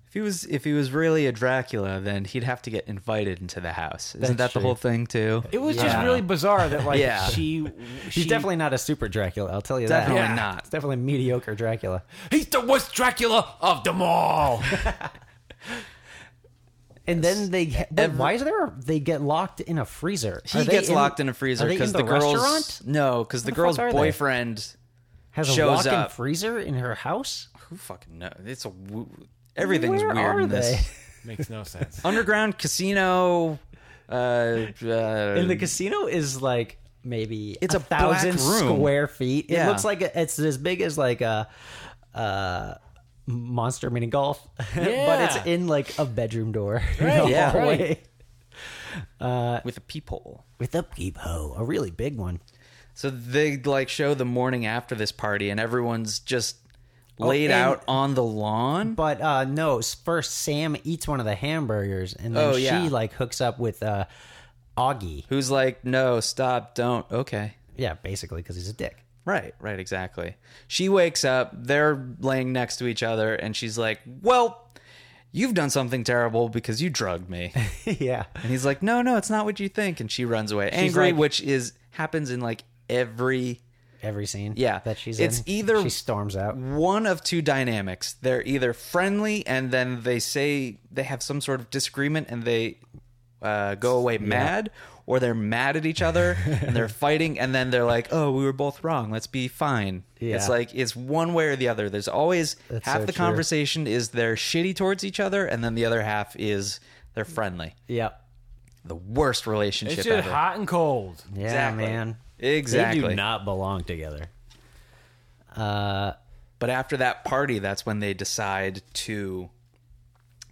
[SPEAKER 1] If he was if he was really a Dracula, then he'd have to get invited into the house. Isn't that
[SPEAKER 6] That's
[SPEAKER 1] the
[SPEAKER 6] true.
[SPEAKER 1] whole thing too?
[SPEAKER 5] It was just really bizarre that like
[SPEAKER 1] Yeah.
[SPEAKER 5] she
[SPEAKER 6] She's
[SPEAKER 5] she-
[SPEAKER 6] definitely not a super Dracula, I'll tell you
[SPEAKER 1] Definitely
[SPEAKER 6] that.
[SPEAKER 5] Yeah.
[SPEAKER 1] not.
[SPEAKER 6] It's definitely mediocre Dracula.
[SPEAKER 5] he's the worst Dracula of them all.
[SPEAKER 6] And then they get, wait, why is there a, they get locked in a freezer?
[SPEAKER 1] He gets locked in a freezer because the, girl's
[SPEAKER 6] restaurant
[SPEAKER 1] no, because the,
[SPEAKER 6] the
[SPEAKER 1] girl's
[SPEAKER 6] fuck are they?
[SPEAKER 1] boyfriend.
[SPEAKER 6] has a
[SPEAKER 1] shows
[SPEAKER 6] walk-in
[SPEAKER 1] up.
[SPEAKER 6] freezer in her house.
[SPEAKER 1] Who fucking knows? It's a w- everything's
[SPEAKER 6] Where
[SPEAKER 1] weird
[SPEAKER 6] are
[SPEAKER 1] in this
[SPEAKER 6] they?
[SPEAKER 5] Makes no sense.
[SPEAKER 1] underground casino. Uh, uh,
[SPEAKER 6] And the casino is like maybe
[SPEAKER 1] It's a black
[SPEAKER 6] thousand
[SPEAKER 1] room.
[SPEAKER 6] square feet. It
[SPEAKER 1] Yeah.
[SPEAKER 6] looks like a, it's as big as like a. Uh, Monster mini golf, but
[SPEAKER 5] Yeah.
[SPEAKER 6] it's in like a bedroom door,
[SPEAKER 1] yeah.
[SPEAKER 6] hallway.
[SPEAKER 1] with a peephole.
[SPEAKER 6] with a peephole, a really big one.
[SPEAKER 1] So they like show the morning after this party, and everyone's just laid
[SPEAKER 6] Oh, and-
[SPEAKER 1] out on the lawn.
[SPEAKER 6] But uh no, s- first Sam eats one of the hamburgers and then
[SPEAKER 1] Oh, yeah.
[SPEAKER 6] she like hooks up with uh Augie.
[SPEAKER 1] Who's like, no, stop, don't. Okay,
[SPEAKER 6] Yeah, basically cuz he's a dick.
[SPEAKER 1] right, right, exactly. She wakes up. They're laying next to each other, and she's like, well. You've done something terrible because you drugged me.
[SPEAKER 6] yeah.
[SPEAKER 1] And he's like, "No, no, it's not what you think." And she runs away, angry,
[SPEAKER 6] like-
[SPEAKER 1] which is happens in like every
[SPEAKER 6] Every scene
[SPEAKER 1] Yeah.
[SPEAKER 6] that she's
[SPEAKER 1] It's
[SPEAKER 6] in,
[SPEAKER 1] either-
[SPEAKER 6] she storms out.
[SPEAKER 1] one of two dynamics. They're either friendly and then they say they have some sort of disagreement and they uh, go away mad, or they're mad at each other and they're fighting and then they're like, "Oh, we were both wrong. Let's be fine." It's
[SPEAKER 6] Yeah.
[SPEAKER 1] like it's one way or the other. There's always
[SPEAKER 6] That's
[SPEAKER 1] half
[SPEAKER 6] so
[SPEAKER 1] the
[SPEAKER 6] true.
[SPEAKER 1] conversation is they're shitty towards each other, and then the other half is they're friendly.
[SPEAKER 6] Yeah.
[SPEAKER 1] The worst relationship
[SPEAKER 5] It's just
[SPEAKER 1] ever.
[SPEAKER 5] hot and cold.
[SPEAKER 6] Yeah,
[SPEAKER 1] Exactly.
[SPEAKER 6] man.
[SPEAKER 1] Exactly.
[SPEAKER 7] They do not belong together.
[SPEAKER 1] But after that party, that's when they decide to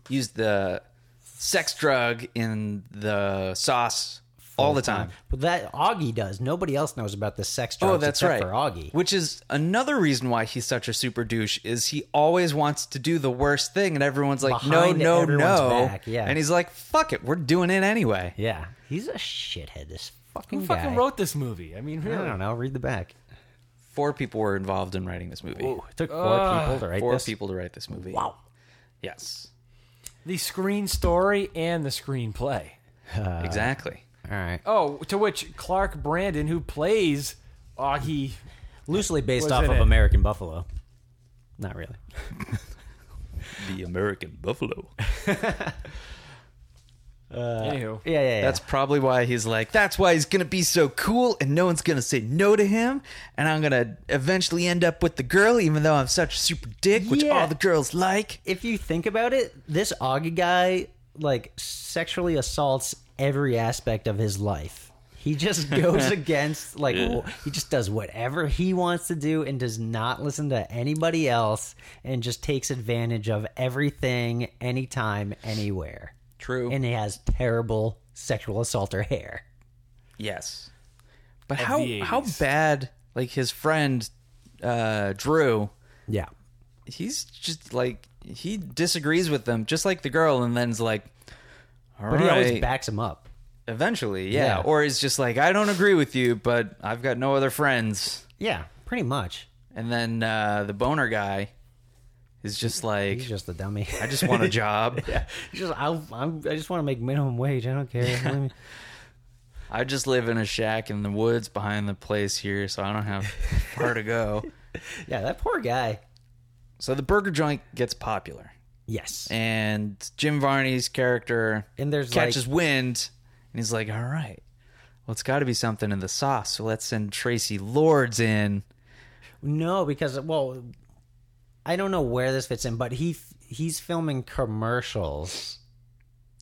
[SPEAKER 1] use the sex drug in the sauce all the time.
[SPEAKER 6] But that Augie does. Nobody else knows about the sex drugs
[SPEAKER 1] Uh, Oh, that's right.
[SPEAKER 6] except for Augie.
[SPEAKER 1] Which is another reason why he's such a super douche is he always wants to do the worst thing and everyone's like
[SPEAKER 6] Behind
[SPEAKER 1] no, no,
[SPEAKER 6] everyone's
[SPEAKER 1] no.
[SPEAKER 6] back, yeah.
[SPEAKER 1] And he's like fuck it, we're doing it anyway.
[SPEAKER 6] yeah. He's a shithead this fucking
[SPEAKER 5] Who
[SPEAKER 6] guy.
[SPEAKER 5] fucking wrote this movie? I mean,
[SPEAKER 6] I
[SPEAKER 5] really?
[SPEAKER 6] don't know, read the back.
[SPEAKER 1] Four people were involved in writing this movie.
[SPEAKER 6] Ooh, it took four people to write
[SPEAKER 1] Four
[SPEAKER 6] this.
[SPEAKER 1] people to write this movie.
[SPEAKER 6] Wow.
[SPEAKER 1] Yes.
[SPEAKER 5] The screen story and the screenplay.
[SPEAKER 1] exactly.
[SPEAKER 6] All right.
[SPEAKER 5] Oh, to which Clark Brandon, who plays Augie,
[SPEAKER 7] Loosely based
[SPEAKER 5] Was
[SPEAKER 7] off
[SPEAKER 5] in
[SPEAKER 7] of
[SPEAKER 5] it.
[SPEAKER 7] American Buffalo.
[SPEAKER 6] Not really.
[SPEAKER 1] The American Buffalo.
[SPEAKER 5] anywho,
[SPEAKER 6] Uh, Yeah, yeah, yeah.
[SPEAKER 1] That's probably why he's like, that's why he's going to be so cool and no one's going to say no to him. And I'm going to eventually end up with the girl, even though I'm such a super dick, which
[SPEAKER 6] Yeah.
[SPEAKER 1] all the girls like.
[SPEAKER 6] if you think about it, this Augie guy like sexually assaults every aspect of his life. He just goes against like wh- he just does whatever he wants to do and does not listen to anybody else and just takes advantage of everything anytime anywhere.
[SPEAKER 1] True.
[SPEAKER 6] And he has terrible sexual assaulter hair.
[SPEAKER 1] Yes. But how
[SPEAKER 5] the
[SPEAKER 1] how
[SPEAKER 5] 80s.
[SPEAKER 1] bad like his friend uh Drew,
[SPEAKER 6] Yeah.
[SPEAKER 1] he's just like he disagrees with them just like the girl and then's like all
[SPEAKER 6] But he always
[SPEAKER 1] right,
[SPEAKER 6] backs him up.
[SPEAKER 1] eventually, yeah.
[SPEAKER 6] Yeah.
[SPEAKER 1] Or he's just like I don't agree with you, but I've got no other friends.
[SPEAKER 6] Yeah, pretty much.
[SPEAKER 1] And then uh the boner guy is just like
[SPEAKER 6] He's just a dummy.
[SPEAKER 1] I just want a job.
[SPEAKER 6] He's just I, I'm, I just want to make minimum wage. I don't care. Let me-
[SPEAKER 1] I just live in a shack in the woods behind the place here, so I don't have far to go.
[SPEAKER 6] yeah, that poor guy.
[SPEAKER 1] So the burger joint gets popular.
[SPEAKER 6] Yes.
[SPEAKER 1] and Jim Varney's character
[SPEAKER 6] And there's,
[SPEAKER 1] catches wind, and he's like, "All right, well, it's got to be something in the sauce, so let's send Tracy Lords in."
[SPEAKER 6] No, because well, I don't know where this fits in, but he he's filming commercials.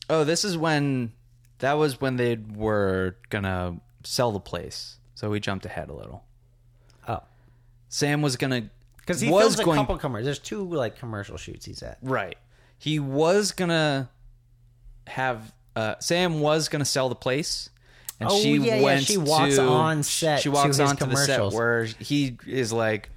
[SPEAKER 1] Oh, this is when that was when they were gonna sell the place, so we jumped ahead a little.
[SPEAKER 6] Oh,
[SPEAKER 1] Sam was gonna
[SPEAKER 6] because he
[SPEAKER 1] was
[SPEAKER 6] films a
[SPEAKER 1] going
[SPEAKER 6] couple commercials. There's two like commercial shoots he's at.
[SPEAKER 1] right. He was gonna have uh, Sam was gonna sell the place. And
[SPEAKER 6] Oh,
[SPEAKER 1] she
[SPEAKER 6] yeah, yeah,
[SPEAKER 1] went
[SPEAKER 6] she walks
[SPEAKER 1] to-
[SPEAKER 6] on set
[SPEAKER 1] She
[SPEAKER 6] to
[SPEAKER 1] walks
[SPEAKER 6] his
[SPEAKER 1] on to the set
[SPEAKER 6] commercials.
[SPEAKER 1] where he is like,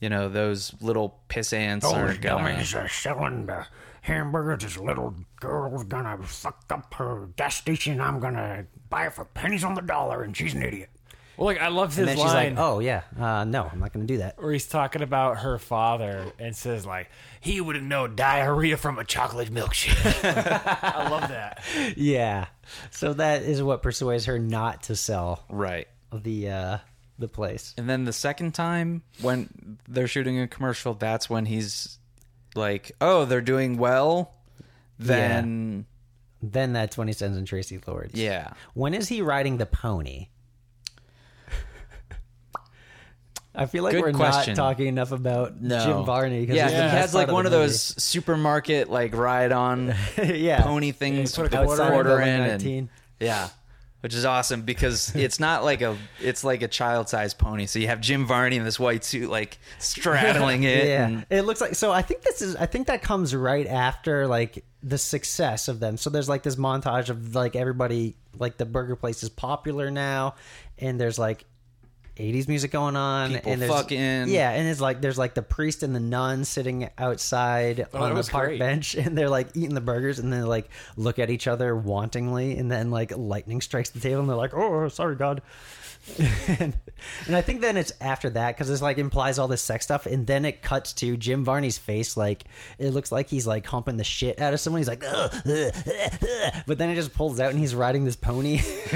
[SPEAKER 1] you know, those little piss ants are going.
[SPEAKER 8] dummies are selling the hamburgers. This little girl's gonna fuck up her gas station. I'm gonna buy her for pennies on the dollar, and she's an idiot.
[SPEAKER 5] Well, like I love his
[SPEAKER 6] And then she's
[SPEAKER 5] line
[SPEAKER 6] like, "Oh yeah, uh, no, I'm not going to do that."
[SPEAKER 5] where he's talking about her father and says like he wouldn't know diarrhea from a chocolate milkshake. I love that.
[SPEAKER 6] Yeah, so that is what persuades her not to sell
[SPEAKER 1] Right.
[SPEAKER 6] the uh, the place.
[SPEAKER 1] And then the second time when they're shooting a commercial, that's when he's like, oh, they're doing well. Then,
[SPEAKER 6] Then that's when he sends in Tracy Lords.
[SPEAKER 1] yeah.
[SPEAKER 6] When is he riding the pony? I feel like
[SPEAKER 1] Good
[SPEAKER 6] we're
[SPEAKER 1] question.
[SPEAKER 6] not talking enough about Jim Varney. 'cause
[SPEAKER 1] Yeah,
[SPEAKER 6] he's the
[SPEAKER 1] he
[SPEAKER 6] best
[SPEAKER 1] has like
[SPEAKER 6] part
[SPEAKER 1] one of
[SPEAKER 6] the
[SPEAKER 1] those supermarket, like ride on
[SPEAKER 6] movie. yeah.
[SPEAKER 1] pony things
[SPEAKER 5] put a
[SPEAKER 1] with the
[SPEAKER 5] quarter in,
[SPEAKER 1] quarter
[SPEAKER 6] building
[SPEAKER 1] in.
[SPEAKER 6] 19.
[SPEAKER 1] And, yeah. Which is awesome because it's not like a it's like a child sized pony. So you have Jim Varney in this white suit like straddling it.
[SPEAKER 6] Yeah,
[SPEAKER 1] and-
[SPEAKER 6] it looks like so. I think this is. I think that comes right after like the success of them. So there's like this montage of like everybody like the burger place is popular now, and there's like 80s music going on,
[SPEAKER 1] People
[SPEAKER 6] and there's
[SPEAKER 1] fucking.
[SPEAKER 6] yeah, and it's like there's like the priest and the nun sitting outside
[SPEAKER 5] Oh, that
[SPEAKER 6] on the
[SPEAKER 5] was
[SPEAKER 6] park
[SPEAKER 5] great.
[SPEAKER 6] bench, and they're like eating the burgers, and they like look at each other wantingly, and then like lightning strikes the table, and they're like, "Oh, sorry, God." and, and I think then it's after that because it's like implies all this sex stuff, and then it cuts to Jim Varney's face. Like it looks like he's like humping the shit out of someone. He's like, "Ugh, ugh, ugh, ugh," but then it just pulls out and he's riding this pony,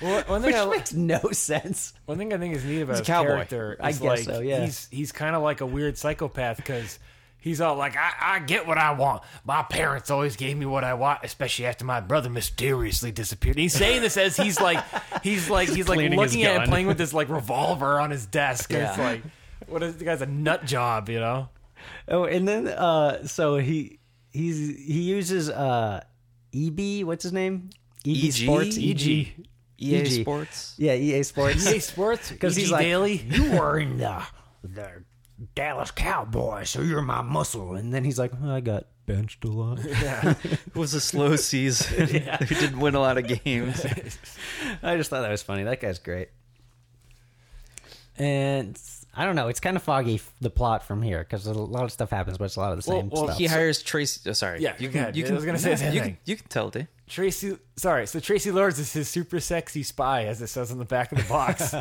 [SPEAKER 5] Well, one thing
[SPEAKER 6] which
[SPEAKER 5] I,
[SPEAKER 6] makes no sense.
[SPEAKER 5] One thing I think is neat about
[SPEAKER 1] a
[SPEAKER 5] his
[SPEAKER 1] cowboy.
[SPEAKER 5] character
[SPEAKER 6] I
[SPEAKER 5] is
[SPEAKER 6] guess
[SPEAKER 5] like
[SPEAKER 6] so, yeah.
[SPEAKER 5] he's he's kind of like a weird psychopath because he's all like, I, I get what I want. My parents always gave me what I want, especially after my brother mysteriously disappeared. And he's saying this as he's like he's like he's like
[SPEAKER 7] cleaning his
[SPEAKER 5] looking at
[SPEAKER 7] gun.
[SPEAKER 5] and playing with this like revolver on his desk. And it's like what is the guy's a nut job, you know?
[SPEAKER 6] Oh, and then uh, so he he's he uses uh, EB. What's his name? EB
[SPEAKER 5] E
[SPEAKER 1] EG?
[SPEAKER 6] Sports. E
[SPEAKER 5] EG. E
[SPEAKER 1] EA
[SPEAKER 6] EG.
[SPEAKER 1] E Sports.
[SPEAKER 6] Yeah, E EA Sports.
[SPEAKER 5] EA E Sports because
[SPEAKER 6] he's like-
[SPEAKER 5] daily.
[SPEAKER 8] You were in the the Dallas Cowboys, so you're my muscle. And
[SPEAKER 6] and then he's like, "Oh, I got benched a lot.
[SPEAKER 1] It was a slow season. We didn't win a lot of games.
[SPEAKER 6] I just thought that was funny. That guy's great. And it's- I don't know. It's kind of foggy f- the plot from here because a lot of stuff happens, but it's a lot of the same
[SPEAKER 5] well,
[SPEAKER 6] stuff.
[SPEAKER 1] He hires Tracy. Oh, sorry.
[SPEAKER 5] Yeah,
[SPEAKER 1] you
[SPEAKER 5] go
[SPEAKER 1] can.
[SPEAKER 5] ahead.
[SPEAKER 1] You
[SPEAKER 5] I
[SPEAKER 1] can.
[SPEAKER 5] was gonna say the same
[SPEAKER 1] you
[SPEAKER 5] thing.
[SPEAKER 1] Can, you can tell, dude.
[SPEAKER 5] Tracy, sorry, so Tracy Lords is his super sexy spy, as it says on the back of the box,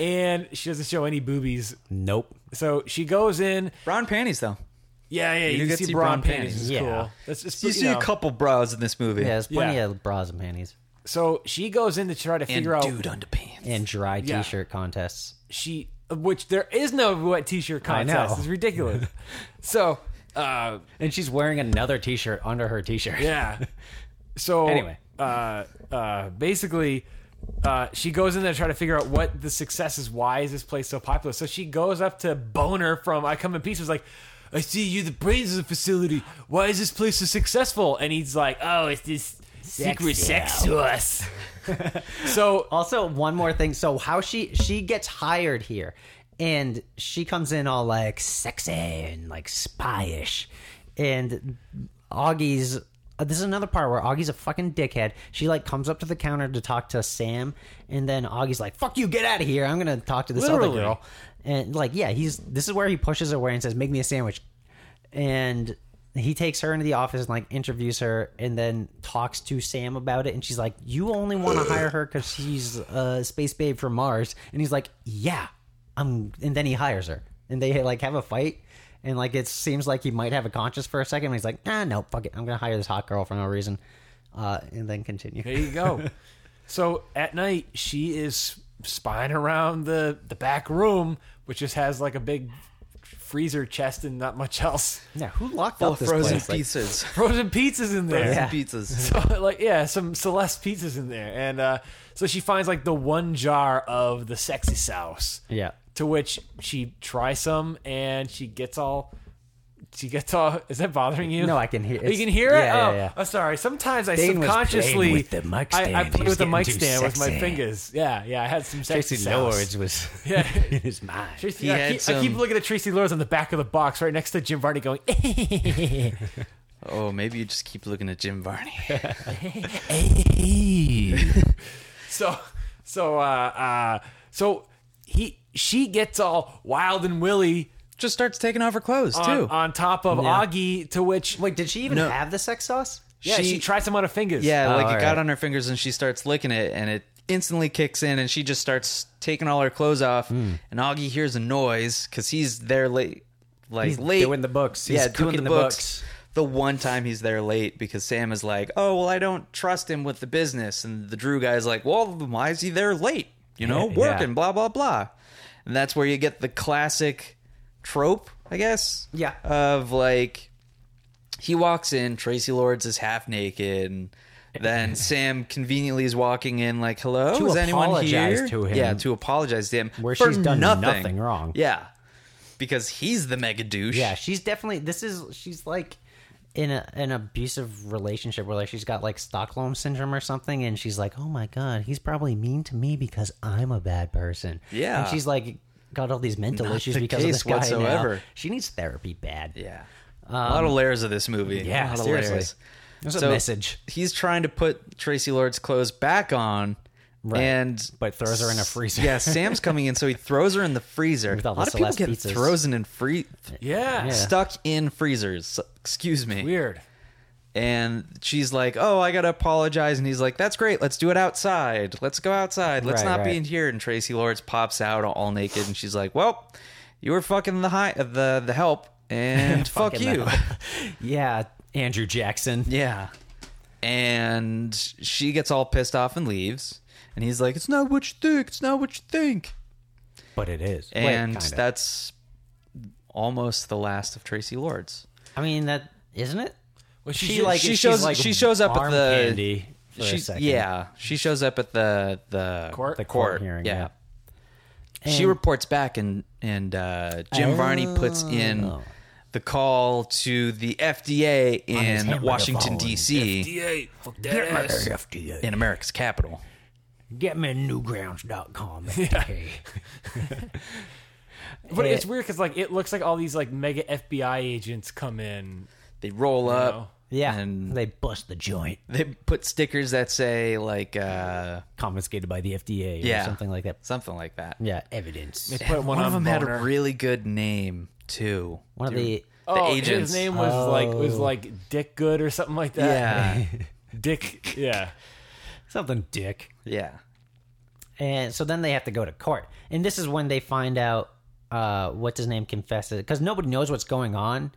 [SPEAKER 5] and she doesn't show any boobies.
[SPEAKER 6] nope.
[SPEAKER 5] So she goes in.
[SPEAKER 1] Brown panties, though.
[SPEAKER 5] Yeah, yeah, you,
[SPEAKER 1] You
[SPEAKER 5] can
[SPEAKER 1] get
[SPEAKER 5] see,
[SPEAKER 1] to see
[SPEAKER 5] brown
[SPEAKER 1] brown
[SPEAKER 5] panties.
[SPEAKER 1] panties.
[SPEAKER 5] It's
[SPEAKER 6] Yeah.
[SPEAKER 5] cool. That's just
[SPEAKER 1] You,
[SPEAKER 5] you
[SPEAKER 1] see
[SPEAKER 5] know.
[SPEAKER 1] a couple bras in this movie.
[SPEAKER 6] Yeah, there's plenty
[SPEAKER 5] Yeah.
[SPEAKER 6] of bras and panties
[SPEAKER 5] So she goes in to try to
[SPEAKER 1] and
[SPEAKER 5] figure out
[SPEAKER 1] dude underpants.
[SPEAKER 6] and dry
[SPEAKER 5] Yeah.
[SPEAKER 6] T-shirt contests.
[SPEAKER 5] she, which there is no wet t-shirt contest.
[SPEAKER 6] know.
[SPEAKER 5] It's ridiculous. so, uh,
[SPEAKER 6] And she's wearing another T-shirt under her T-shirt.
[SPEAKER 5] yeah. So
[SPEAKER 6] Anyway.
[SPEAKER 5] uh, uh, basically, uh, she goes in there to try to figure out what the success is. Why is this place so popular? So she goes up to Boner from I Come in Peace. Was like, I see you, the brains of the facility. Why is this place so successful? And he's like, Oh, it's this
[SPEAKER 7] Secret sex
[SPEAKER 5] sauce. so
[SPEAKER 6] Also, one more thing. So how she she gets hired here, and she comes in all like sexy and like spyish, and Augie's. uh, This is another part where Augie's a fucking dickhead. She like comes up to the counter to talk to Sam, and then Augie's like, "Fuck you, get out of here! I'm gonna talk to this
[SPEAKER 5] Literally.
[SPEAKER 6] other girl." And like, yeah, he's this is where he pushes her away and says, "Make me a sandwich," and he takes her into the office and like interviews her and then talks to Sam about it and she's like you only want to hire her cuz she's a space babe from Mars and he's like yeah I'm and then he hires her and they like have a fight and like it seems like he might have a conscience for a second and he's like ah no fuck it I'm going to hire this hot girl for no reason uh and then continue
[SPEAKER 5] There you go. so at night, she is spying around the, the back room, which just has like a big freezer chest and not much else.
[SPEAKER 6] yeah who locked
[SPEAKER 1] Full
[SPEAKER 6] up this
[SPEAKER 1] frozen
[SPEAKER 6] place? Like,
[SPEAKER 1] pizzas.
[SPEAKER 5] Frozen pizzas in there.
[SPEAKER 1] Frozen pizzas.
[SPEAKER 5] So, like yeah, some Celeste pizzas in there, and uh, so she finds like the one jar of the sexy sauce.
[SPEAKER 6] yeah
[SPEAKER 5] To which she tries some, and she gets all. She gets all. Is that bothering you?
[SPEAKER 6] No, I can hear-
[SPEAKER 5] Oh, you
[SPEAKER 6] it's-
[SPEAKER 5] can hear it.
[SPEAKER 6] yeah,
[SPEAKER 5] oh,
[SPEAKER 6] yeah, yeah.
[SPEAKER 5] I'm sorry. Sometimes I
[SPEAKER 7] Dane was playing
[SPEAKER 5] subconsciously
[SPEAKER 7] with the mic stand.
[SPEAKER 5] I, I
[SPEAKER 7] He
[SPEAKER 5] play
[SPEAKER 7] was
[SPEAKER 5] with the
[SPEAKER 7] getting
[SPEAKER 5] mic
[SPEAKER 7] too
[SPEAKER 5] stand with my
[SPEAKER 7] sexy.
[SPEAKER 5] fingers. Yeah, yeah. I had some sexy
[SPEAKER 7] Tracy
[SPEAKER 5] sauce.
[SPEAKER 7] Lords was
[SPEAKER 5] Yeah.
[SPEAKER 7] in his mind.
[SPEAKER 5] Tracy,
[SPEAKER 1] He
[SPEAKER 5] yeah, I,
[SPEAKER 1] had
[SPEAKER 5] keep, I keep
[SPEAKER 1] some-
[SPEAKER 5] looking at Tracy Lords on the back of the box, right next to Jim Varney, going.
[SPEAKER 1] Oh, maybe you just keep looking at Jim Varney.
[SPEAKER 5] so so uh uh so he she gets all wild and willy
[SPEAKER 1] just starts taking off her clothes
[SPEAKER 5] on,
[SPEAKER 1] too.
[SPEAKER 5] on top of Augie to which
[SPEAKER 6] wait did she even
[SPEAKER 1] No.
[SPEAKER 6] have the sex sauce
[SPEAKER 5] yeah, she,
[SPEAKER 1] she-
[SPEAKER 5] tries some on her fingers
[SPEAKER 1] yeah,
[SPEAKER 7] Oh,
[SPEAKER 1] like it
[SPEAKER 6] all
[SPEAKER 1] got
[SPEAKER 6] right.
[SPEAKER 1] on her fingers and she starts licking it, and it instantly kicks in, and she just starts taking all her clothes off.
[SPEAKER 7] Hmm.
[SPEAKER 1] And Augie hears a noise because he's there late, like
[SPEAKER 7] He's
[SPEAKER 1] late
[SPEAKER 7] doing the books. He's
[SPEAKER 1] yeah, doing
[SPEAKER 7] cooking the
[SPEAKER 1] the books.
[SPEAKER 7] books.
[SPEAKER 1] The one time he's there late because Sam is like, "Oh well, I don't trust him with the business," and the Drew guy's like, "Well, then why is he there late? You know,
[SPEAKER 7] Yeah.
[SPEAKER 1] working, blah blah blah." And that's where you get the classic trope, I guess.
[SPEAKER 6] Yeah.
[SPEAKER 1] Of like he walks in, Tracy Lords is half naked, and then Sam conveniently is walking in like, "Hello,
[SPEAKER 7] To
[SPEAKER 1] is anyone
[SPEAKER 7] apologize
[SPEAKER 1] here?"
[SPEAKER 7] to him.
[SPEAKER 1] Yeah, to apologize to him
[SPEAKER 7] Where
[SPEAKER 1] for
[SPEAKER 7] she's done nothing wrong.
[SPEAKER 1] Yeah. Because he's the mega douche.
[SPEAKER 6] Yeah, she's definitely. This is she's like in a, an abusive relationship where like she's got like Stockholm syndrome or something, and she's like, oh my god, he's probably mean to me because I'm a bad person.
[SPEAKER 1] Yeah.
[SPEAKER 6] and she's like got all these mental
[SPEAKER 1] Not
[SPEAKER 6] issues
[SPEAKER 1] the
[SPEAKER 6] because of
[SPEAKER 1] case
[SPEAKER 6] this guy now.
[SPEAKER 1] whatsoever.
[SPEAKER 6] She needs therapy bad.
[SPEAKER 1] Yeah. a lot of layers of this movie.
[SPEAKER 6] um, yeah,
[SPEAKER 1] a lot
[SPEAKER 6] seriously.
[SPEAKER 1] of layers.
[SPEAKER 6] There's a
[SPEAKER 1] So,
[SPEAKER 6] message,
[SPEAKER 1] He's trying to put Tracy Lord's clothes back on. And
[SPEAKER 6] but throws her in a freezer.
[SPEAKER 1] yeah, Sam's coming in, so he throws her in the freezer.
[SPEAKER 6] With
[SPEAKER 1] a
[SPEAKER 6] all the
[SPEAKER 1] lot of people
[SPEAKER 6] Celeste
[SPEAKER 1] get
[SPEAKER 6] pizzas.
[SPEAKER 1] frozen in free,
[SPEAKER 5] yeah,
[SPEAKER 6] Yeah.
[SPEAKER 1] stuck in freezers. Excuse me.
[SPEAKER 5] weird
[SPEAKER 1] And she's like, "Oh, I gotta apologize," and he's like, "That's great. Let's do it outside. Let's go outside. Let's
[SPEAKER 6] Right,
[SPEAKER 1] not
[SPEAKER 6] right.
[SPEAKER 1] be in here." And Tracy Lords pops out all naked, and she's like, "Well, you were fucking the high, the the help, and fuck
[SPEAKER 6] Fucking the
[SPEAKER 1] you."
[SPEAKER 6] yeah, Andrew Jackson.
[SPEAKER 1] Yeah. And she gets all pissed off and leaves. And he's like, It's not what you think. It's not what you think.
[SPEAKER 7] But it is.
[SPEAKER 1] And
[SPEAKER 7] Wait, kinda.
[SPEAKER 1] that's almost the last of Tracy Lords.
[SPEAKER 6] I mean that isn't it?
[SPEAKER 5] well, she's
[SPEAKER 6] She
[SPEAKER 5] just-
[SPEAKER 6] like
[SPEAKER 1] she shows
[SPEAKER 6] like
[SPEAKER 1] she shows up at
[SPEAKER 7] arm
[SPEAKER 1] the
[SPEAKER 7] candy for a
[SPEAKER 1] she-
[SPEAKER 7] second.
[SPEAKER 1] yeah she shows up at the the
[SPEAKER 5] Court? The
[SPEAKER 7] court hearing,
[SPEAKER 1] yeah, she
[SPEAKER 6] And- Oh.
[SPEAKER 1] reports back and and uh, Jim Varney puts in the call to the FDA in Washington D.C.
[SPEAKER 8] Get my FDA.
[SPEAKER 1] in America's capital
[SPEAKER 8] Get me newgrounds.com.
[SPEAKER 5] but it's weird because like it looks like all these like mega FBI agents come in
[SPEAKER 1] they roll up
[SPEAKER 6] Yeah,
[SPEAKER 1] and
[SPEAKER 6] they bust the joint,
[SPEAKER 1] they put stickers that say like uh
[SPEAKER 7] Confiscated by the FDA or
[SPEAKER 1] yeah
[SPEAKER 6] something like that.
[SPEAKER 1] something like that
[SPEAKER 6] Yeah,
[SPEAKER 7] evidence.
[SPEAKER 5] they put one,
[SPEAKER 1] one,
[SPEAKER 5] on
[SPEAKER 1] of them had
[SPEAKER 5] Boner.
[SPEAKER 1] a really good name too
[SPEAKER 6] one of the
[SPEAKER 5] oh,
[SPEAKER 1] agents.
[SPEAKER 5] his name was like was like Dick Good or something like that
[SPEAKER 1] yeah
[SPEAKER 5] Dick yeah
[SPEAKER 7] Something dick.
[SPEAKER 1] yeah
[SPEAKER 6] And so then they have to go to court. And this is when they find out uh, what's his name confesses. Because nobody knows what's going on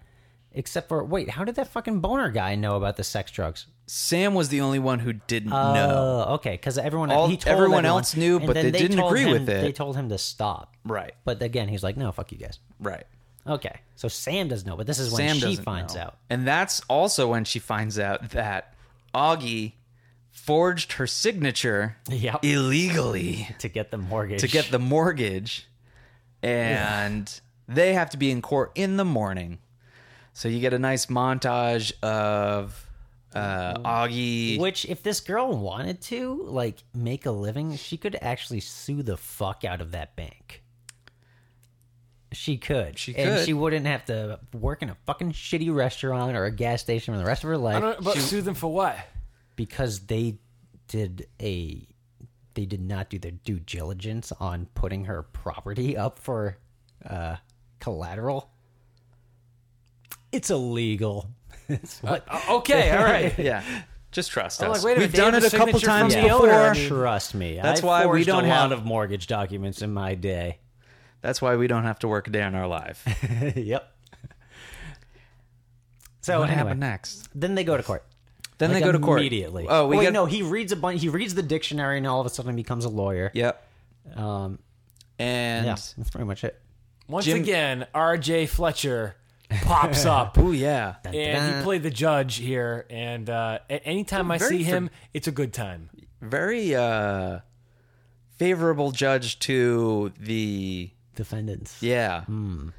[SPEAKER 6] except for, wait, how did that fucking boner guy know about the sex drugs?
[SPEAKER 1] sam was the only one who didn't know
[SPEAKER 6] Oh, okay. Because everyone,
[SPEAKER 1] All-
[SPEAKER 6] he told
[SPEAKER 1] everyone else knew,
[SPEAKER 6] and
[SPEAKER 1] but
[SPEAKER 6] then
[SPEAKER 1] they didn't
[SPEAKER 6] told
[SPEAKER 1] agree
[SPEAKER 6] him-
[SPEAKER 1] with it.
[SPEAKER 6] They told him to stop.
[SPEAKER 1] right
[SPEAKER 6] But again, he's like, no, fuck you guys.
[SPEAKER 1] right
[SPEAKER 6] Okay. So Sam doesn't know, but this is when
[SPEAKER 1] sam
[SPEAKER 6] she
[SPEAKER 1] doesn't
[SPEAKER 6] finds
[SPEAKER 1] know.
[SPEAKER 6] out.
[SPEAKER 1] and that's also when she finds out that augie forged her signature
[SPEAKER 6] Yep.
[SPEAKER 1] illegally
[SPEAKER 6] To get the mortgage.
[SPEAKER 1] to get the mortgage and they have to be in court in the morning so you get a nice montage of uh, Augie.
[SPEAKER 6] Which, if this girl wanted to, like, make a living, she could actually sue the fuck out of that bank. She could.
[SPEAKER 1] She
[SPEAKER 6] And
[SPEAKER 1] could.
[SPEAKER 6] she wouldn't have to work in a fucking shitty restaurant or a gas station for the rest of her
[SPEAKER 5] I
[SPEAKER 6] life
[SPEAKER 5] don't. But sue them for what?
[SPEAKER 6] because they did a. They did not do their due diligence on putting her property up for uh, collateral. It's illegal. It's what
[SPEAKER 5] Okay, all right.
[SPEAKER 1] yeah, just trust
[SPEAKER 5] I'm
[SPEAKER 1] us.
[SPEAKER 5] Oh, like, wait a
[SPEAKER 1] We've
[SPEAKER 5] minute, they
[SPEAKER 1] done
[SPEAKER 5] have
[SPEAKER 1] it
[SPEAKER 5] a
[SPEAKER 1] a couple
[SPEAKER 5] signature from
[SPEAKER 1] times
[SPEAKER 5] the
[SPEAKER 1] before.
[SPEAKER 5] owner, I mean-
[SPEAKER 7] Trust me.
[SPEAKER 1] That's
[SPEAKER 7] I
[SPEAKER 1] why we
[SPEAKER 7] forged
[SPEAKER 1] don't
[SPEAKER 7] a
[SPEAKER 1] have-
[SPEAKER 7] lot of mortgage documents in my day.
[SPEAKER 1] That's why we don't have to work a day in our life.
[SPEAKER 6] yep. So
[SPEAKER 1] what
[SPEAKER 6] anyway,
[SPEAKER 1] happened next?
[SPEAKER 6] then they go to court.
[SPEAKER 1] Then
[SPEAKER 6] Like,
[SPEAKER 1] they go to court
[SPEAKER 7] immediately.
[SPEAKER 1] Oh, we
[SPEAKER 6] Wait,
[SPEAKER 1] get
[SPEAKER 6] no. He reads a bunch. He reads the dictionary, and all of a sudden becomes a lawyer.
[SPEAKER 1] Yep.
[SPEAKER 6] Um,
[SPEAKER 1] And
[SPEAKER 6] yeah, that's pretty much it.
[SPEAKER 5] Once
[SPEAKER 1] Jim-
[SPEAKER 5] again, R.J. Fletcher pops up.
[SPEAKER 1] oh yeah,
[SPEAKER 5] And he played the judge here, and uh, a- anytime I
[SPEAKER 1] Very
[SPEAKER 5] see
[SPEAKER 1] for-
[SPEAKER 5] him, it's a good time.
[SPEAKER 1] very uh, favorable judge to the
[SPEAKER 6] Defendants.
[SPEAKER 1] yeah.
[SPEAKER 6] Hmm.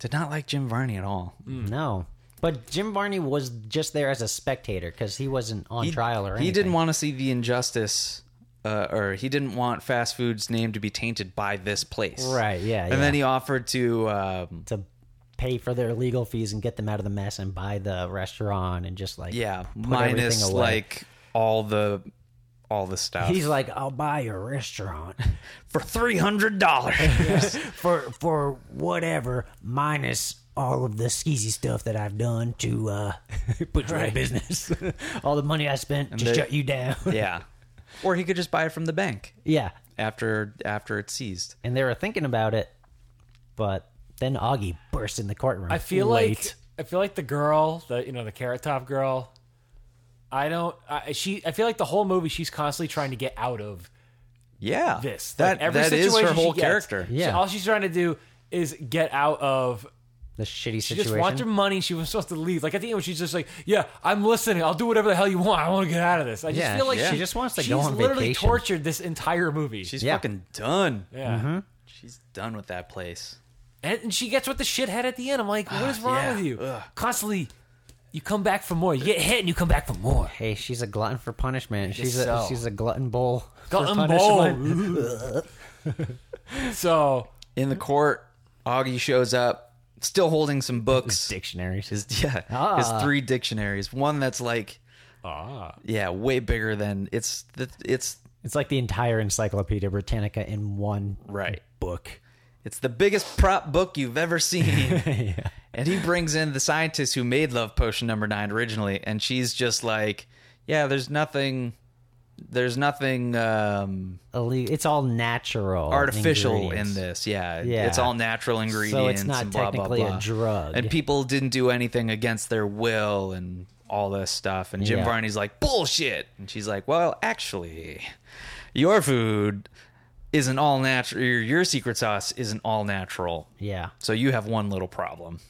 [SPEAKER 1] Did not like Jim Varney at all.
[SPEAKER 6] No, but Jim Varney was just there as a spectator because he wasn't on trial or anything.
[SPEAKER 1] He didn't want to see the injustice, uh, or he didn't want fast food's name to be tainted by this place.
[SPEAKER 6] Right, yeah,
[SPEAKER 1] And
[SPEAKER 6] yeah.
[SPEAKER 1] then he offered to um,
[SPEAKER 6] to pay for their legal fees and get them out of the mess and buy the restaurant and just like
[SPEAKER 1] yeah
[SPEAKER 6] put
[SPEAKER 1] minus
[SPEAKER 6] everything away.
[SPEAKER 1] like all the all the stuff
[SPEAKER 6] He's like, I'll buy your restaurant
[SPEAKER 1] for three hundred dollars.
[SPEAKER 6] for for whatever, minus all of the skeezy stuff that I've done to uh, put you out of business. all the money I spent to
[SPEAKER 1] they-
[SPEAKER 6] shut you down.
[SPEAKER 1] yeah. Or he could just buy it from the bank
[SPEAKER 6] yeah,
[SPEAKER 1] after after it's seized.
[SPEAKER 6] and they were thinking about it, but then Augie burst in the courtroom.
[SPEAKER 5] I feel
[SPEAKER 6] late.
[SPEAKER 5] like I feel like the girl, the you know the carrot top girl. I don't. I, she. I feel like the whole movie, she's constantly trying to get out of
[SPEAKER 1] Yeah.
[SPEAKER 5] this.
[SPEAKER 1] That
[SPEAKER 5] like every
[SPEAKER 1] that is
[SPEAKER 5] situation
[SPEAKER 1] her whole
[SPEAKER 5] she gets,
[SPEAKER 1] character.
[SPEAKER 5] she-
[SPEAKER 6] Yeah.
[SPEAKER 5] all she's trying to do is get out of.
[SPEAKER 6] the shitty
[SPEAKER 5] She
[SPEAKER 6] situation.
[SPEAKER 5] just wants her money. She was supposed to leave. Like at the end, she's just like, "Yeah, I'm listening. I'll do whatever the hell you want. I want to get out of this." I just
[SPEAKER 6] Yeah,
[SPEAKER 5] feel like
[SPEAKER 6] she
[SPEAKER 5] she
[SPEAKER 6] just wants to go
[SPEAKER 5] she's
[SPEAKER 6] on
[SPEAKER 5] literally
[SPEAKER 6] vacation.
[SPEAKER 5] tortured this entire movie.
[SPEAKER 1] She's
[SPEAKER 6] Yeah. Mm-hmm.
[SPEAKER 1] fucking done.
[SPEAKER 5] yeah. Mm-hmm.
[SPEAKER 1] She's done with that place.
[SPEAKER 5] And, and she gets with the shithead at the end. I'm like, what is wrong
[SPEAKER 1] Ah, yeah.
[SPEAKER 5] with you?
[SPEAKER 1] Ugh.
[SPEAKER 5] Constantly, you come back for more. You get hit and you come back for more.
[SPEAKER 6] Hey, she's a glutton for punishment. She's a
[SPEAKER 5] so.
[SPEAKER 6] she's a glutton bowl. for
[SPEAKER 5] Got
[SPEAKER 6] punishment.
[SPEAKER 5] unbowled. so
[SPEAKER 1] In the court, Augie shows up, still holding some books.
[SPEAKER 6] Dictionaries.
[SPEAKER 1] His yeah,
[SPEAKER 6] Ah.
[SPEAKER 1] his three dictionaries. One that's like,
[SPEAKER 5] Ah.
[SPEAKER 1] yeah, way bigger than it's. The, it's
[SPEAKER 6] It's like the entire Encyclopedia Britannica in one
[SPEAKER 1] right.
[SPEAKER 6] book.
[SPEAKER 1] It's the biggest prop book you've ever seen. And he brings in the scientist who made Love Potion number nine originally, and she's just like, yeah, there's nothing, there's nothing um,
[SPEAKER 6] Alle- It's all natural,
[SPEAKER 1] artificial in
[SPEAKER 6] ingredients.
[SPEAKER 1] this. Yeah,
[SPEAKER 6] Yeah.
[SPEAKER 1] it's all natural ingredients.
[SPEAKER 6] not
[SPEAKER 1] and blah, blah,
[SPEAKER 6] technically a
[SPEAKER 1] blah.
[SPEAKER 6] drug.
[SPEAKER 1] And people didn't do anything against their will and all this stuff. And Jim
[SPEAKER 6] Yeah.
[SPEAKER 1] Varney's like, bullshit. And she's like, well, actually, your food isn't all natural. Your, your secret sauce isn't all natural.
[SPEAKER 6] Yeah,
[SPEAKER 1] So you have one little problem.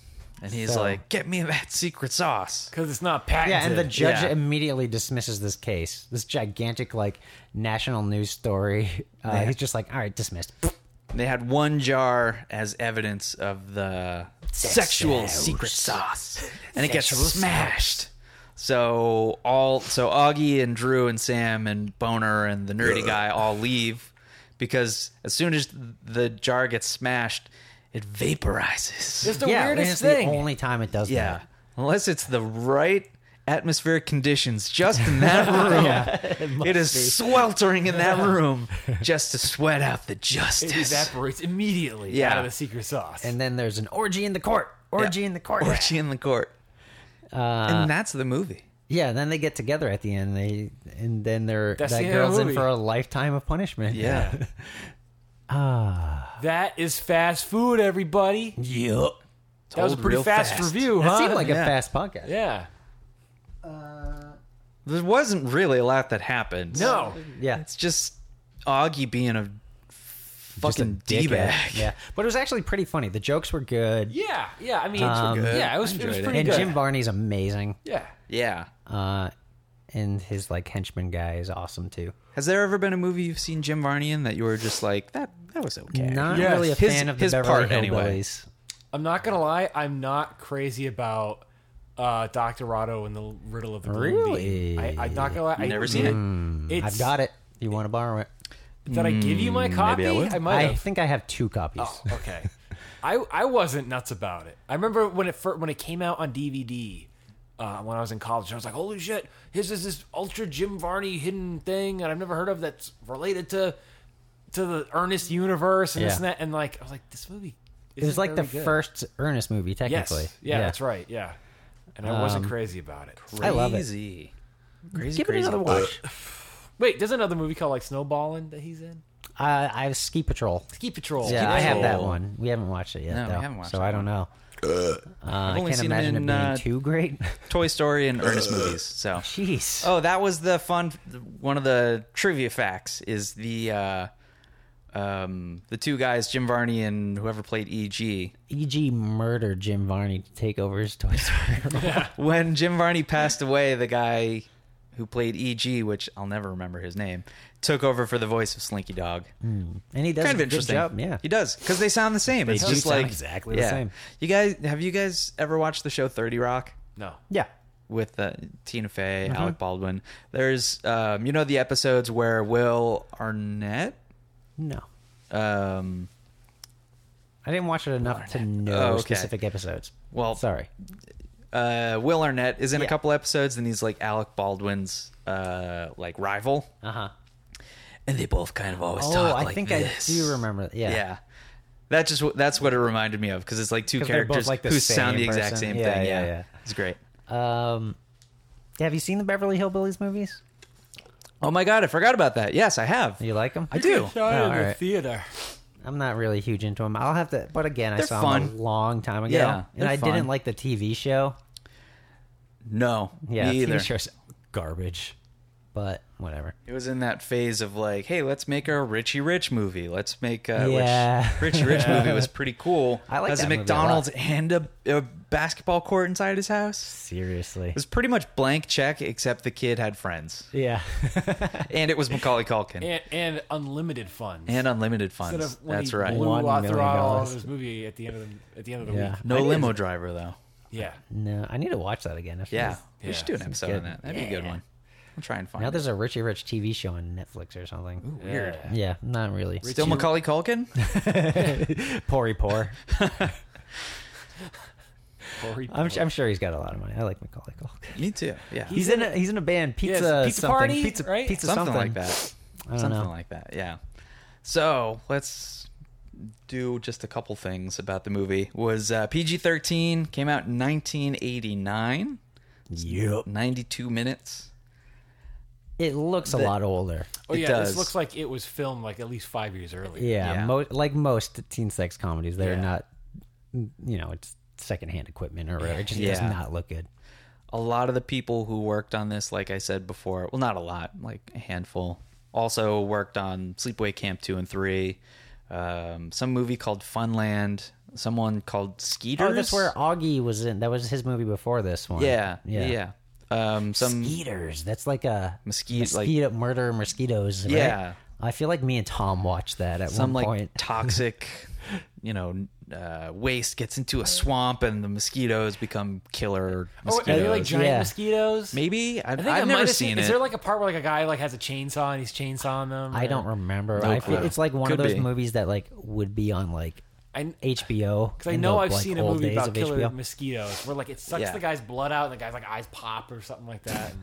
[SPEAKER 1] And he's
[SPEAKER 6] So-
[SPEAKER 1] like, get me that secret sauce.
[SPEAKER 5] because it's not patented.
[SPEAKER 6] yeah, and the judge
[SPEAKER 1] Yeah.
[SPEAKER 6] immediately dismisses this case. This gigantic like national news story. Uh, He's just like, all right, dismissed.
[SPEAKER 1] They had one jar as evidence of the sexual secret sauce, and it gets smashed. So all so Augie and Drew and Sam and Boner and the nerdy guy all leave because as soon as the jar gets smashed, it vaporizes.
[SPEAKER 5] it's the
[SPEAKER 6] yeah, and
[SPEAKER 5] weirdest
[SPEAKER 6] it's
[SPEAKER 5] thing.
[SPEAKER 6] the only time it does
[SPEAKER 1] Yeah, unless it's the right atmospheric conditions just in that room. it is sweltering in that room just to sweat out the
[SPEAKER 5] it
[SPEAKER 1] justice.
[SPEAKER 5] evaporates immediately
[SPEAKER 1] Yeah.
[SPEAKER 5] out of the secret sauce.
[SPEAKER 6] that. And then there's an orgy in the court. Orgy
[SPEAKER 1] Yeah. Uh,
[SPEAKER 6] in the court.
[SPEAKER 1] Orgy in the court. and that's the movie.
[SPEAKER 6] Yeah, then they get together at the end. They and then they're
[SPEAKER 5] That's
[SPEAKER 6] that
[SPEAKER 5] the end of the
[SPEAKER 6] girl's in
[SPEAKER 5] movie.
[SPEAKER 6] for a lifetime of punishment.
[SPEAKER 1] Yeah.
[SPEAKER 5] that is fast food, everybody.
[SPEAKER 6] Yup.
[SPEAKER 5] That was a
[SPEAKER 1] Told
[SPEAKER 5] pretty
[SPEAKER 1] real
[SPEAKER 5] fast,
[SPEAKER 1] fast.
[SPEAKER 5] review,
[SPEAKER 6] That
[SPEAKER 5] huh?
[SPEAKER 6] seemed like a
[SPEAKER 1] Yeah.
[SPEAKER 6] fast podcast.
[SPEAKER 5] yeah.
[SPEAKER 1] there wasn't really a lot that happened.
[SPEAKER 5] No.
[SPEAKER 6] Yeah.
[SPEAKER 1] It's just Augie being a
[SPEAKER 6] Just a
[SPEAKER 1] fucking D
[SPEAKER 6] dickhead.
[SPEAKER 1] bag.
[SPEAKER 6] Yeah, but it was actually pretty funny. The jokes were good,
[SPEAKER 5] Yeah. Yeah. I mean, yeah, it was, it was
[SPEAKER 1] enjoyed it.
[SPEAKER 5] pretty
[SPEAKER 6] and
[SPEAKER 5] good.
[SPEAKER 6] Jim Barney's amazing,
[SPEAKER 5] yeah.
[SPEAKER 1] Yeah.
[SPEAKER 6] uh, and his like henchman guy is awesome too.
[SPEAKER 1] Has there ever been a movie you've seen Jim Varney in that you were just like, that that was okay?
[SPEAKER 6] Not
[SPEAKER 5] Yes.
[SPEAKER 6] really a
[SPEAKER 1] His-
[SPEAKER 6] fan of the
[SPEAKER 1] his
[SPEAKER 6] Beverly
[SPEAKER 1] part, anyway.
[SPEAKER 6] Hillbillies.
[SPEAKER 5] I'm not gonna lie, I'm not crazy about uh, Doctor Otto and the Riddle of the Gloom
[SPEAKER 6] Really?
[SPEAKER 5] Beam. I, I not gonna lie, I,
[SPEAKER 1] Never seen it.
[SPEAKER 6] Mm.
[SPEAKER 5] It's,
[SPEAKER 6] I've got it. You want to borrow it?
[SPEAKER 5] Did I give you my copy?
[SPEAKER 1] would.
[SPEAKER 5] might.
[SPEAKER 6] I
[SPEAKER 5] have.
[SPEAKER 6] think I have two copies.
[SPEAKER 5] Oh, okay. I I wasn't nuts about it. I remember when it fir- when it came out on DVD uh, when I was in college. I was like, "Holy shit! His is this ultra Jim Varney hidden thing, and I've never heard of that's related to to the Ernest universe and this
[SPEAKER 6] Yeah.
[SPEAKER 5] and that." And like, I was like, "This movie."
[SPEAKER 6] it was like the first Ernest movie,
[SPEAKER 5] Yes.
[SPEAKER 6] technically. Um,
[SPEAKER 5] Yeah, that's right. Yeah, and I wasn't crazy about it.
[SPEAKER 6] I love it.
[SPEAKER 1] Crazy. Crazy,
[SPEAKER 6] Give
[SPEAKER 1] crazy.
[SPEAKER 6] it another watch.
[SPEAKER 5] Wait, there's another movie called like Snowballing that he's in.
[SPEAKER 6] uh, I have Ski Patrol.
[SPEAKER 5] Ski Patrol.
[SPEAKER 6] Yeah,
[SPEAKER 5] Ski
[SPEAKER 6] I have
[SPEAKER 5] Patrol.
[SPEAKER 6] that one. We haven't watched it yet,
[SPEAKER 1] No, we
[SPEAKER 6] though,
[SPEAKER 1] haven't watched
[SPEAKER 6] so
[SPEAKER 1] that
[SPEAKER 6] I don't know. Uh, I
[SPEAKER 1] only
[SPEAKER 6] can't
[SPEAKER 1] seen it
[SPEAKER 6] imagine
[SPEAKER 1] in,
[SPEAKER 6] it being
[SPEAKER 1] uh,
[SPEAKER 6] too great.
[SPEAKER 1] Toy Story and Ernest movies. So.
[SPEAKER 6] Jeez.
[SPEAKER 1] Oh, that was the fun. One of the trivia facts is the uh, um, the two guys, Jim Varney and whoever played E E.G.
[SPEAKER 6] E.G. E murdered Jim Varney to take over his Toy Story. role.
[SPEAKER 1] When Jim Varney passed away, the guy who played E.G., which I'll never remember his name, took over for the voice of Slinky Dog.
[SPEAKER 6] and he does
[SPEAKER 1] Kind of
[SPEAKER 6] a good
[SPEAKER 1] interesting.
[SPEAKER 6] job. Yeah.
[SPEAKER 1] he does because they sound the same. it's
[SPEAKER 6] do
[SPEAKER 1] just
[SPEAKER 6] sound
[SPEAKER 1] like
[SPEAKER 6] exactly the same.
[SPEAKER 1] You guys, have you guys ever watched the show Thirty Rock?
[SPEAKER 5] No.
[SPEAKER 6] Yeah.
[SPEAKER 1] with uh, Tina Fey,
[SPEAKER 6] Mm-hmm.
[SPEAKER 1] Alec Baldwin. There's, um, you know, the episodes where Will Arnett.
[SPEAKER 6] No.
[SPEAKER 1] Um,
[SPEAKER 6] I didn't watch it enough to know
[SPEAKER 1] Oh, okay.
[SPEAKER 6] specific episodes.
[SPEAKER 1] Well-
[SPEAKER 6] sorry.
[SPEAKER 1] uh, Will Arnett is in a
[SPEAKER 6] Yeah.
[SPEAKER 1] couple episodes, and he's like Alec Baldwin's uh, like rival,
[SPEAKER 6] Uh huh.
[SPEAKER 1] and they both kind of always
[SPEAKER 6] Oh,
[SPEAKER 1] talk
[SPEAKER 6] I
[SPEAKER 1] like
[SPEAKER 6] think
[SPEAKER 1] this.
[SPEAKER 6] I do remember. that. Yeah.
[SPEAKER 1] Yeah. that just that's what it reminded me of because it's like two
[SPEAKER 6] 'Cause they're both,
[SPEAKER 1] characters
[SPEAKER 6] like, the
[SPEAKER 1] who sound the
[SPEAKER 6] same
[SPEAKER 1] exact
[SPEAKER 6] person.
[SPEAKER 1] same
[SPEAKER 6] Yeah,
[SPEAKER 1] thing.
[SPEAKER 6] yeah,
[SPEAKER 1] Yeah,
[SPEAKER 6] yeah.
[SPEAKER 1] it's great.
[SPEAKER 6] Um, have you seen the Beverly Hillbillies movies?
[SPEAKER 1] Oh my god, I forgot about that. Yes, I have.
[SPEAKER 6] Do you like them?
[SPEAKER 1] I do.
[SPEAKER 6] Oh, all right.
[SPEAKER 5] theater.
[SPEAKER 6] I'm not really huge into them. I'll have to, but again, I
[SPEAKER 1] They're
[SPEAKER 6] saw them
[SPEAKER 1] fun.
[SPEAKER 6] a long time ago,
[SPEAKER 1] Yeah,
[SPEAKER 6] and
[SPEAKER 1] they're
[SPEAKER 6] I
[SPEAKER 1] fun.
[SPEAKER 6] didn't like the TV show.
[SPEAKER 1] No,
[SPEAKER 6] Yeah,
[SPEAKER 1] me
[SPEAKER 6] TV
[SPEAKER 1] either.
[SPEAKER 6] show's garbage, but whatever.
[SPEAKER 1] It was in that phase of like, hey, let's make a Richie Rich movie. Let's make a
[SPEAKER 6] Yeah.
[SPEAKER 1] which Richie Rich movie was pretty cool.
[SPEAKER 6] I like
[SPEAKER 1] has
[SPEAKER 6] that
[SPEAKER 1] a
[SPEAKER 6] movie a
[SPEAKER 1] McDonald's and a, a basketball court inside his house.
[SPEAKER 6] Seriously,
[SPEAKER 1] It was pretty much blank check, except the kid had friends,
[SPEAKER 6] yeah.
[SPEAKER 1] and it was Macaulay Culkin and,
[SPEAKER 5] And, and unlimited funds.
[SPEAKER 1] unlimited
[SPEAKER 5] Instead
[SPEAKER 1] funds.
[SPEAKER 5] of when
[SPEAKER 1] That's
[SPEAKER 5] he
[SPEAKER 1] right.
[SPEAKER 5] Blew
[SPEAKER 6] One
[SPEAKER 5] out
[SPEAKER 6] million
[SPEAKER 5] throughout all
[SPEAKER 6] dollars.
[SPEAKER 5] of his movie at the end of the at the end of the
[SPEAKER 6] Yeah.
[SPEAKER 5] week.
[SPEAKER 1] No limo driver though.
[SPEAKER 5] Yeah,
[SPEAKER 6] no, I need to watch that again. after
[SPEAKER 1] Yeah,
[SPEAKER 6] this.
[SPEAKER 1] we should do an
[SPEAKER 6] Sounds
[SPEAKER 1] episode
[SPEAKER 6] good.
[SPEAKER 1] on that. That'd be a good one. I'll try and find.
[SPEAKER 6] Now
[SPEAKER 1] it.
[SPEAKER 6] there's a Richie Rich TV show on Netflix or something.
[SPEAKER 1] weird.
[SPEAKER 6] Yeah, not really.
[SPEAKER 1] Still Macaulay Culkin.
[SPEAKER 6] Pory poor.
[SPEAKER 5] Corey.
[SPEAKER 6] I'm, I'm sure he's got a lot of money. I like Macaulay Culkin.
[SPEAKER 1] Me too. Yeah,
[SPEAKER 6] He's, in a he's in a band,
[SPEAKER 5] it's
[SPEAKER 6] pizza
[SPEAKER 5] Pizza
[SPEAKER 6] something.
[SPEAKER 5] Party,
[SPEAKER 6] pizza,
[SPEAKER 5] right?
[SPEAKER 6] pizza
[SPEAKER 1] something,
[SPEAKER 6] something,
[SPEAKER 1] like that.
[SPEAKER 6] I don't
[SPEAKER 1] something
[SPEAKER 6] know.
[SPEAKER 1] like that. Yeah. So let's do just a couple things about the movie. Was uh, PG thirteen came out in nineteen eighty nine.
[SPEAKER 6] Yep.
[SPEAKER 1] Ninety two minutes.
[SPEAKER 6] It looks a lot older.
[SPEAKER 5] oh
[SPEAKER 1] it
[SPEAKER 5] yeah,
[SPEAKER 1] does.
[SPEAKER 5] this looks like it was filmed like at least five years earlier.
[SPEAKER 6] Yeah,
[SPEAKER 1] Yeah.
[SPEAKER 6] Mo- like most teen sex comedies, they're
[SPEAKER 5] Yeah.
[SPEAKER 6] not. mm, You know, it's secondhand equipment or whatever. It just does
[SPEAKER 1] Yeah.
[SPEAKER 6] not look good.
[SPEAKER 1] A lot of the people who worked on this, like I said before, well, not a lot, like a handful, also worked on Sleepaway Camp two and three. Um, some movie called Funland. Someone called Skeeters.
[SPEAKER 6] Oh, that's where Augie was in. That was his movie before this one.
[SPEAKER 1] Yeah, yeah.
[SPEAKER 6] yeah.
[SPEAKER 1] yeah. Um, some
[SPEAKER 6] Skeeters. That's like a
[SPEAKER 1] Mosquito- like-
[SPEAKER 6] mosquito murder mosquitoes. right?
[SPEAKER 1] Yeah.
[SPEAKER 6] I feel like me and Tom watched that at
[SPEAKER 1] some
[SPEAKER 6] one
[SPEAKER 1] like
[SPEAKER 6] point.
[SPEAKER 1] toxic you know uh, waste gets into a swamp and the mosquitoes become killer
[SPEAKER 5] Oh, are
[SPEAKER 1] mosquitoes.
[SPEAKER 5] they like giant
[SPEAKER 6] Yeah.
[SPEAKER 5] mosquitoes?
[SPEAKER 1] maybe I,
[SPEAKER 5] I
[SPEAKER 1] have
[SPEAKER 5] think I might
[SPEAKER 1] never
[SPEAKER 5] have
[SPEAKER 1] seen it
[SPEAKER 5] Is there like a part where like a guy like has a chainsaw and he's chainsawing them?
[SPEAKER 6] I
[SPEAKER 5] or-
[SPEAKER 6] don't remember. I feel
[SPEAKER 1] clue.
[SPEAKER 6] it's like one
[SPEAKER 1] Could
[SPEAKER 6] of those
[SPEAKER 1] be.
[SPEAKER 6] movies that like would be on like
[SPEAKER 5] I
[SPEAKER 6] HBO.
[SPEAKER 5] because I
[SPEAKER 6] in
[SPEAKER 5] know
[SPEAKER 6] the,
[SPEAKER 5] I've
[SPEAKER 6] like,
[SPEAKER 5] seen a
[SPEAKER 6] old
[SPEAKER 5] movie
[SPEAKER 6] days
[SPEAKER 5] about
[SPEAKER 6] of
[SPEAKER 5] killer
[SPEAKER 6] HBO.
[SPEAKER 5] mosquitoes where like it sucks
[SPEAKER 1] Yeah.
[SPEAKER 5] the guy's blood out and the guy's like eyes pop or something like that. And,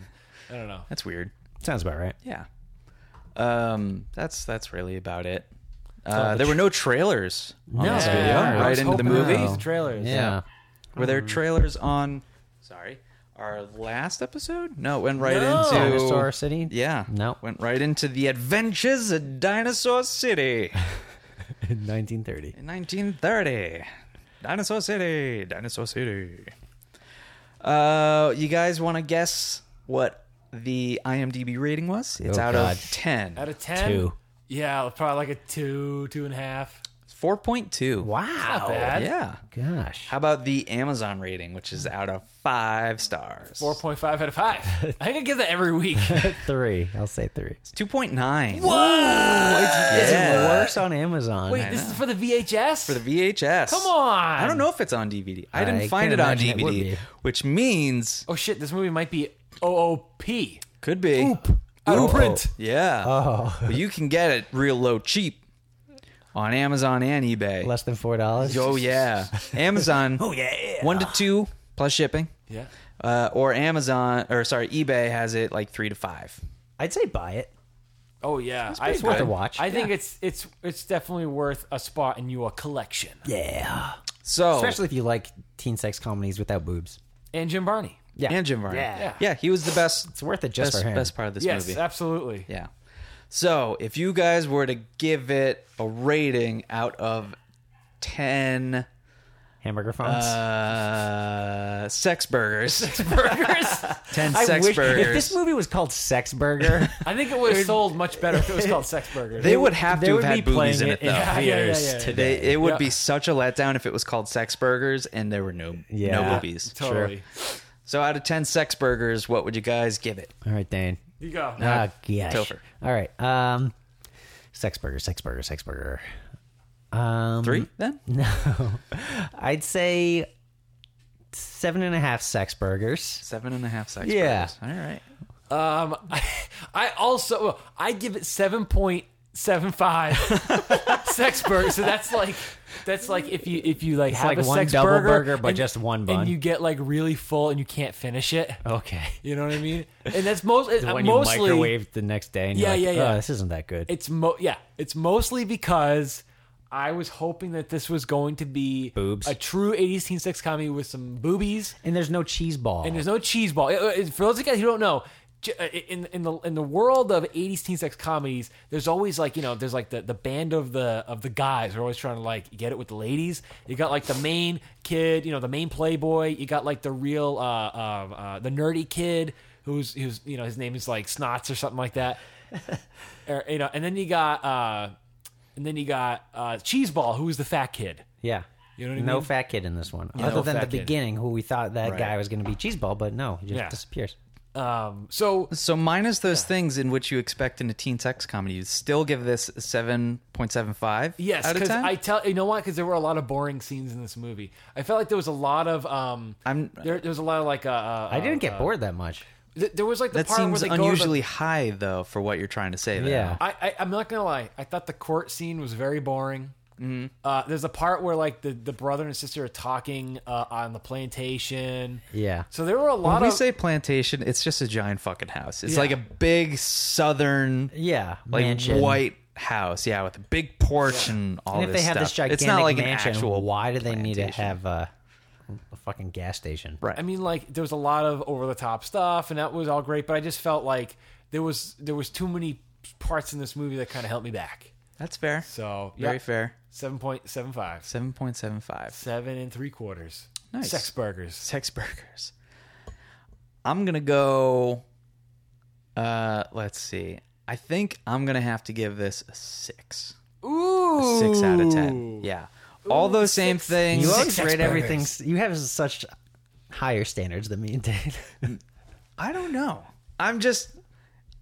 [SPEAKER 5] I don't know.
[SPEAKER 1] that's weird
[SPEAKER 6] Sounds about right.
[SPEAKER 1] yeah um that's that's really about it uh, there were no trailers on
[SPEAKER 6] No.
[SPEAKER 1] this
[SPEAKER 6] Yeah,
[SPEAKER 1] video
[SPEAKER 5] I
[SPEAKER 1] right
[SPEAKER 5] was
[SPEAKER 1] into the
[SPEAKER 5] hoping there
[SPEAKER 1] movie
[SPEAKER 5] was these trailers.
[SPEAKER 6] Yeah.
[SPEAKER 1] were there trailers on sorry our last episode no it went right
[SPEAKER 5] No.
[SPEAKER 1] into
[SPEAKER 6] Dinosaur City.
[SPEAKER 1] yeah
[SPEAKER 6] No.
[SPEAKER 1] went right into the adventures of dinosaur city
[SPEAKER 6] 1930.
[SPEAKER 1] In 1930. Dinosaur City. Dinosaur City. Uh, you guys want to guess what the IMDb rating was? It's
[SPEAKER 6] Oh,
[SPEAKER 1] out
[SPEAKER 6] God.
[SPEAKER 1] of 10.
[SPEAKER 5] Out of ten,
[SPEAKER 6] Two.
[SPEAKER 5] yeah, probably like a two, two and a half.
[SPEAKER 1] It's 4.2.
[SPEAKER 6] Wow.
[SPEAKER 1] Yeah.
[SPEAKER 6] Gosh.
[SPEAKER 1] How about the Amazon rating, which is out of five stars?
[SPEAKER 5] 4.5 out of 5. I think I get that every week.
[SPEAKER 6] Three. I'll say three.
[SPEAKER 1] It's 2.9.
[SPEAKER 5] Whoa!
[SPEAKER 6] It's
[SPEAKER 1] Yeah.
[SPEAKER 6] worse on Amazon.
[SPEAKER 5] Wait, this is for the VHS?
[SPEAKER 1] For the VHS.
[SPEAKER 5] Come on!
[SPEAKER 1] I don't know if it's on DVD. I didn't
[SPEAKER 6] I
[SPEAKER 1] find it
[SPEAKER 6] can't
[SPEAKER 1] on
[SPEAKER 6] imagine it would
[SPEAKER 1] DVD,
[SPEAKER 6] be.
[SPEAKER 1] which means
[SPEAKER 5] Oh shit, this movie might be OOP.
[SPEAKER 1] could be.
[SPEAKER 5] Out of print.
[SPEAKER 1] Yeah.
[SPEAKER 6] Oh.
[SPEAKER 1] But you can get it real low cheap on Amazon and eBay.
[SPEAKER 6] Less than four dollars.
[SPEAKER 1] Oh yeah, Amazon. oh yeah, one to two plus shipping.
[SPEAKER 5] Yeah.
[SPEAKER 1] Uh, or Amazon, or sorry, eBay has it like three to five.
[SPEAKER 6] I'd say buy it.
[SPEAKER 5] Oh yeah. I,
[SPEAKER 6] It's worth a watch.
[SPEAKER 5] I think it's it's it's definitely worth a spot in your collection.
[SPEAKER 6] yeah.
[SPEAKER 1] So
[SPEAKER 6] Especially if you like teen sex comedies without boobs.
[SPEAKER 5] And Jim Barney.
[SPEAKER 6] Yeah.
[SPEAKER 1] and Jim Varney.
[SPEAKER 6] Yeah.
[SPEAKER 1] yeah, he was the best.
[SPEAKER 6] It's worth it just
[SPEAKER 1] best,
[SPEAKER 6] for him.
[SPEAKER 1] best part of this
[SPEAKER 5] Yes,
[SPEAKER 1] movie.
[SPEAKER 5] absolutely.
[SPEAKER 1] Yeah. So if you guys were to give it a rating out of ten
[SPEAKER 6] Hamburger phones.
[SPEAKER 1] uh, sex burgers,
[SPEAKER 5] Burgers.
[SPEAKER 1] ten
[SPEAKER 6] I
[SPEAKER 1] sex
[SPEAKER 6] wish
[SPEAKER 1] burgers,
[SPEAKER 6] if this movie was called Sex Burger,
[SPEAKER 5] I think it would have sold much better if it was called Sex Burgers.
[SPEAKER 1] they would have
[SPEAKER 6] they
[SPEAKER 1] to have
[SPEAKER 6] would be
[SPEAKER 1] had boobies
[SPEAKER 6] playing
[SPEAKER 1] in
[SPEAKER 6] it
[SPEAKER 1] it though.
[SPEAKER 6] in
[SPEAKER 5] yeah, yeah,
[SPEAKER 6] theaters
[SPEAKER 5] yeah, yeah.
[SPEAKER 6] today.
[SPEAKER 1] They, it would
[SPEAKER 5] Yeah.
[SPEAKER 1] be such a letdown if it was called Sex Burgers and there were no
[SPEAKER 6] Yeah.
[SPEAKER 1] no boobies.
[SPEAKER 5] totally.
[SPEAKER 1] So out of ten sex burgers, what would you guys give it?
[SPEAKER 6] All right, Dane.
[SPEAKER 5] You go.
[SPEAKER 6] Ah, gosh.
[SPEAKER 1] Topher.
[SPEAKER 6] All right. Um, sex burger, sex burger, sex burger. Um,
[SPEAKER 1] Three then?
[SPEAKER 6] I'd say seven and a half sex burgers.
[SPEAKER 1] Seven and a half sex
[SPEAKER 6] Yeah.
[SPEAKER 1] burgers. All right.
[SPEAKER 5] Um, I, I also well, I give it seven point seven five sex burger. So that's like that's like if you if you like have
[SPEAKER 6] like
[SPEAKER 5] a
[SPEAKER 6] one
[SPEAKER 5] sex
[SPEAKER 6] double
[SPEAKER 5] burger,
[SPEAKER 6] burger, but
[SPEAKER 5] and-
[SPEAKER 6] just one bun.
[SPEAKER 5] and you get like really full and you can't finish it.
[SPEAKER 6] Okay.
[SPEAKER 5] You know what I mean? And that's most uh,
[SPEAKER 6] When
[SPEAKER 5] mostly
[SPEAKER 6] you microwave the next day, and you're
[SPEAKER 5] Yeah,
[SPEAKER 6] like,
[SPEAKER 5] yeah, yeah.
[SPEAKER 6] "Oh, this isn't that good.
[SPEAKER 5] it's mo yeah it's mostly because. I was hoping that this was going to be
[SPEAKER 6] Boobs.
[SPEAKER 5] a true 80s teen sex comedy with some boobies
[SPEAKER 6] and there's no cheese ball.
[SPEAKER 5] and there's no cheese ball. Uh, uh, For those of you guys who don't know, j- uh, in in the in the world of '80s teen sex comedies, there's always like you know there's like the, the band of the of the guys who are always trying to like get it with the ladies. You got like the main kid, you know, the main playboy. You got like the real uh, uh, uh, the nerdy kid who's who's you know his name is like Snots or something like that. Or, you know, and then you got uh, and then you got uh, Cheeseball, who's the fat kid.
[SPEAKER 6] yeah.
[SPEAKER 5] You know what I
[SPEAKER 6] no
[SPEAKER 5] mean?
[SPEAKER 6] fat kid in this one, other than
[SPEAKER 5] fat
[SPEAKER 6] the
[SPEAKER 5] kid.
[SPEAKER 6] beginning, who we thought that guy was going to be cheese ball, but no, he just
[SPEAKER 5] Yeah.
[SPEAKER 6] disappears.
[SPEAKER 5] Um, so
[SPEAKER 1] So minus those things in which you expect in a teen sex comedy, you still give this a seven point seven five
[SPEAKER 5] Yes,
[SPEAKER 1] out of
[SPEAKER 5] because
[SPEAKER 1] ten?
[SPEAKER 5] I tell you know why? Because there were a lot of boring scenes in this movie. I felt like there was a lot of um,
[SPEAKER 1] I'm-
[SPEAKER 5] there, there was a lot of like uh, uh
[SPEAKER 6] I didn't get bored that much.
[SPEAKER 5] th- there was like the
[SPEAKER 1] that
[SPEAKER 5] part
[SPEAKER 1] seems
[SPEAKER 5] where they go to the-
[SPEAKER 1] unusually high though for what you're trying to say there.
[SPEAKER 6] Yeah.
[SPEAKER 5] I, I I'm not gonna lie. I thought the court scene was very boring.
[SPEAKER 1] Mm-hmm.
[SPEAKER 5] Uh, there's a part where like the, the brother and sister are talking uh, on the plantation.
[SPEAKER 6] Yeah.
[SPEAKER 5] So there were a lot
[SPEAKER 1] When we
[SPEAKER 5] of
[SPEAKER 1] say plantation, it's just a giant fucking house. It's
[SPEAKER 5] Yeah.
[SPEAKER 1] like a big southern
[SPEAKER 6] Yeah.
[SPEAKER 1] like
[SPEAKER 6] mansion.
[SPEAKER 1] white house, yeah, with a big porch and all
[SPEAKER 6] And if
[SPEAKER 1] this
[SPEAKER 6] they have this
[SPEAKER 1] stuff.
[SPEAKER 6] gigantic
[SPEAKER 1] it's not like
[SPEAKER 6] mansion,
[SPEAKER 1] an actual
[SPEAKER 6] why do they need to
[SPEAKER 1] plantation.
[SPEAKER 6] have a, a fucking gas station?
[SPEAKER 1] Right.
[SPEAKER 5] I mean, like there was a lot of over the top stuff, and that was all great. But I just felt like there was there was too many parts in this movie that kind of held me back.
[SPEAKER 1] That's fair.
[SPEAKER 5] So
[SPEAKER 1] Very
[SPEAKER 5] yeah.
[SPEAKER 1] fair.
[SPEAKER 5] Seven point seven five.
[SPEAKER 1] Seven point seven five.
[SPEAKER 5] Seven and three quarters.
[SPEAKER 1] Nice.
[SPEAKER 5] Sex burgers.
[SPEAKER 1] Sex burgers. I'm gonna go. Uh, let's see. I think I'm gonna have to give this a six.
[SPEAKER 5] Ooh.
[SPEAKER 1] Six out of ten. Yeah. All those same things.
[SPEAKER 6] You always rate everything. s- You have such higher standards than me and Dave.
[SPEAKER 1] I don't know. I'm just.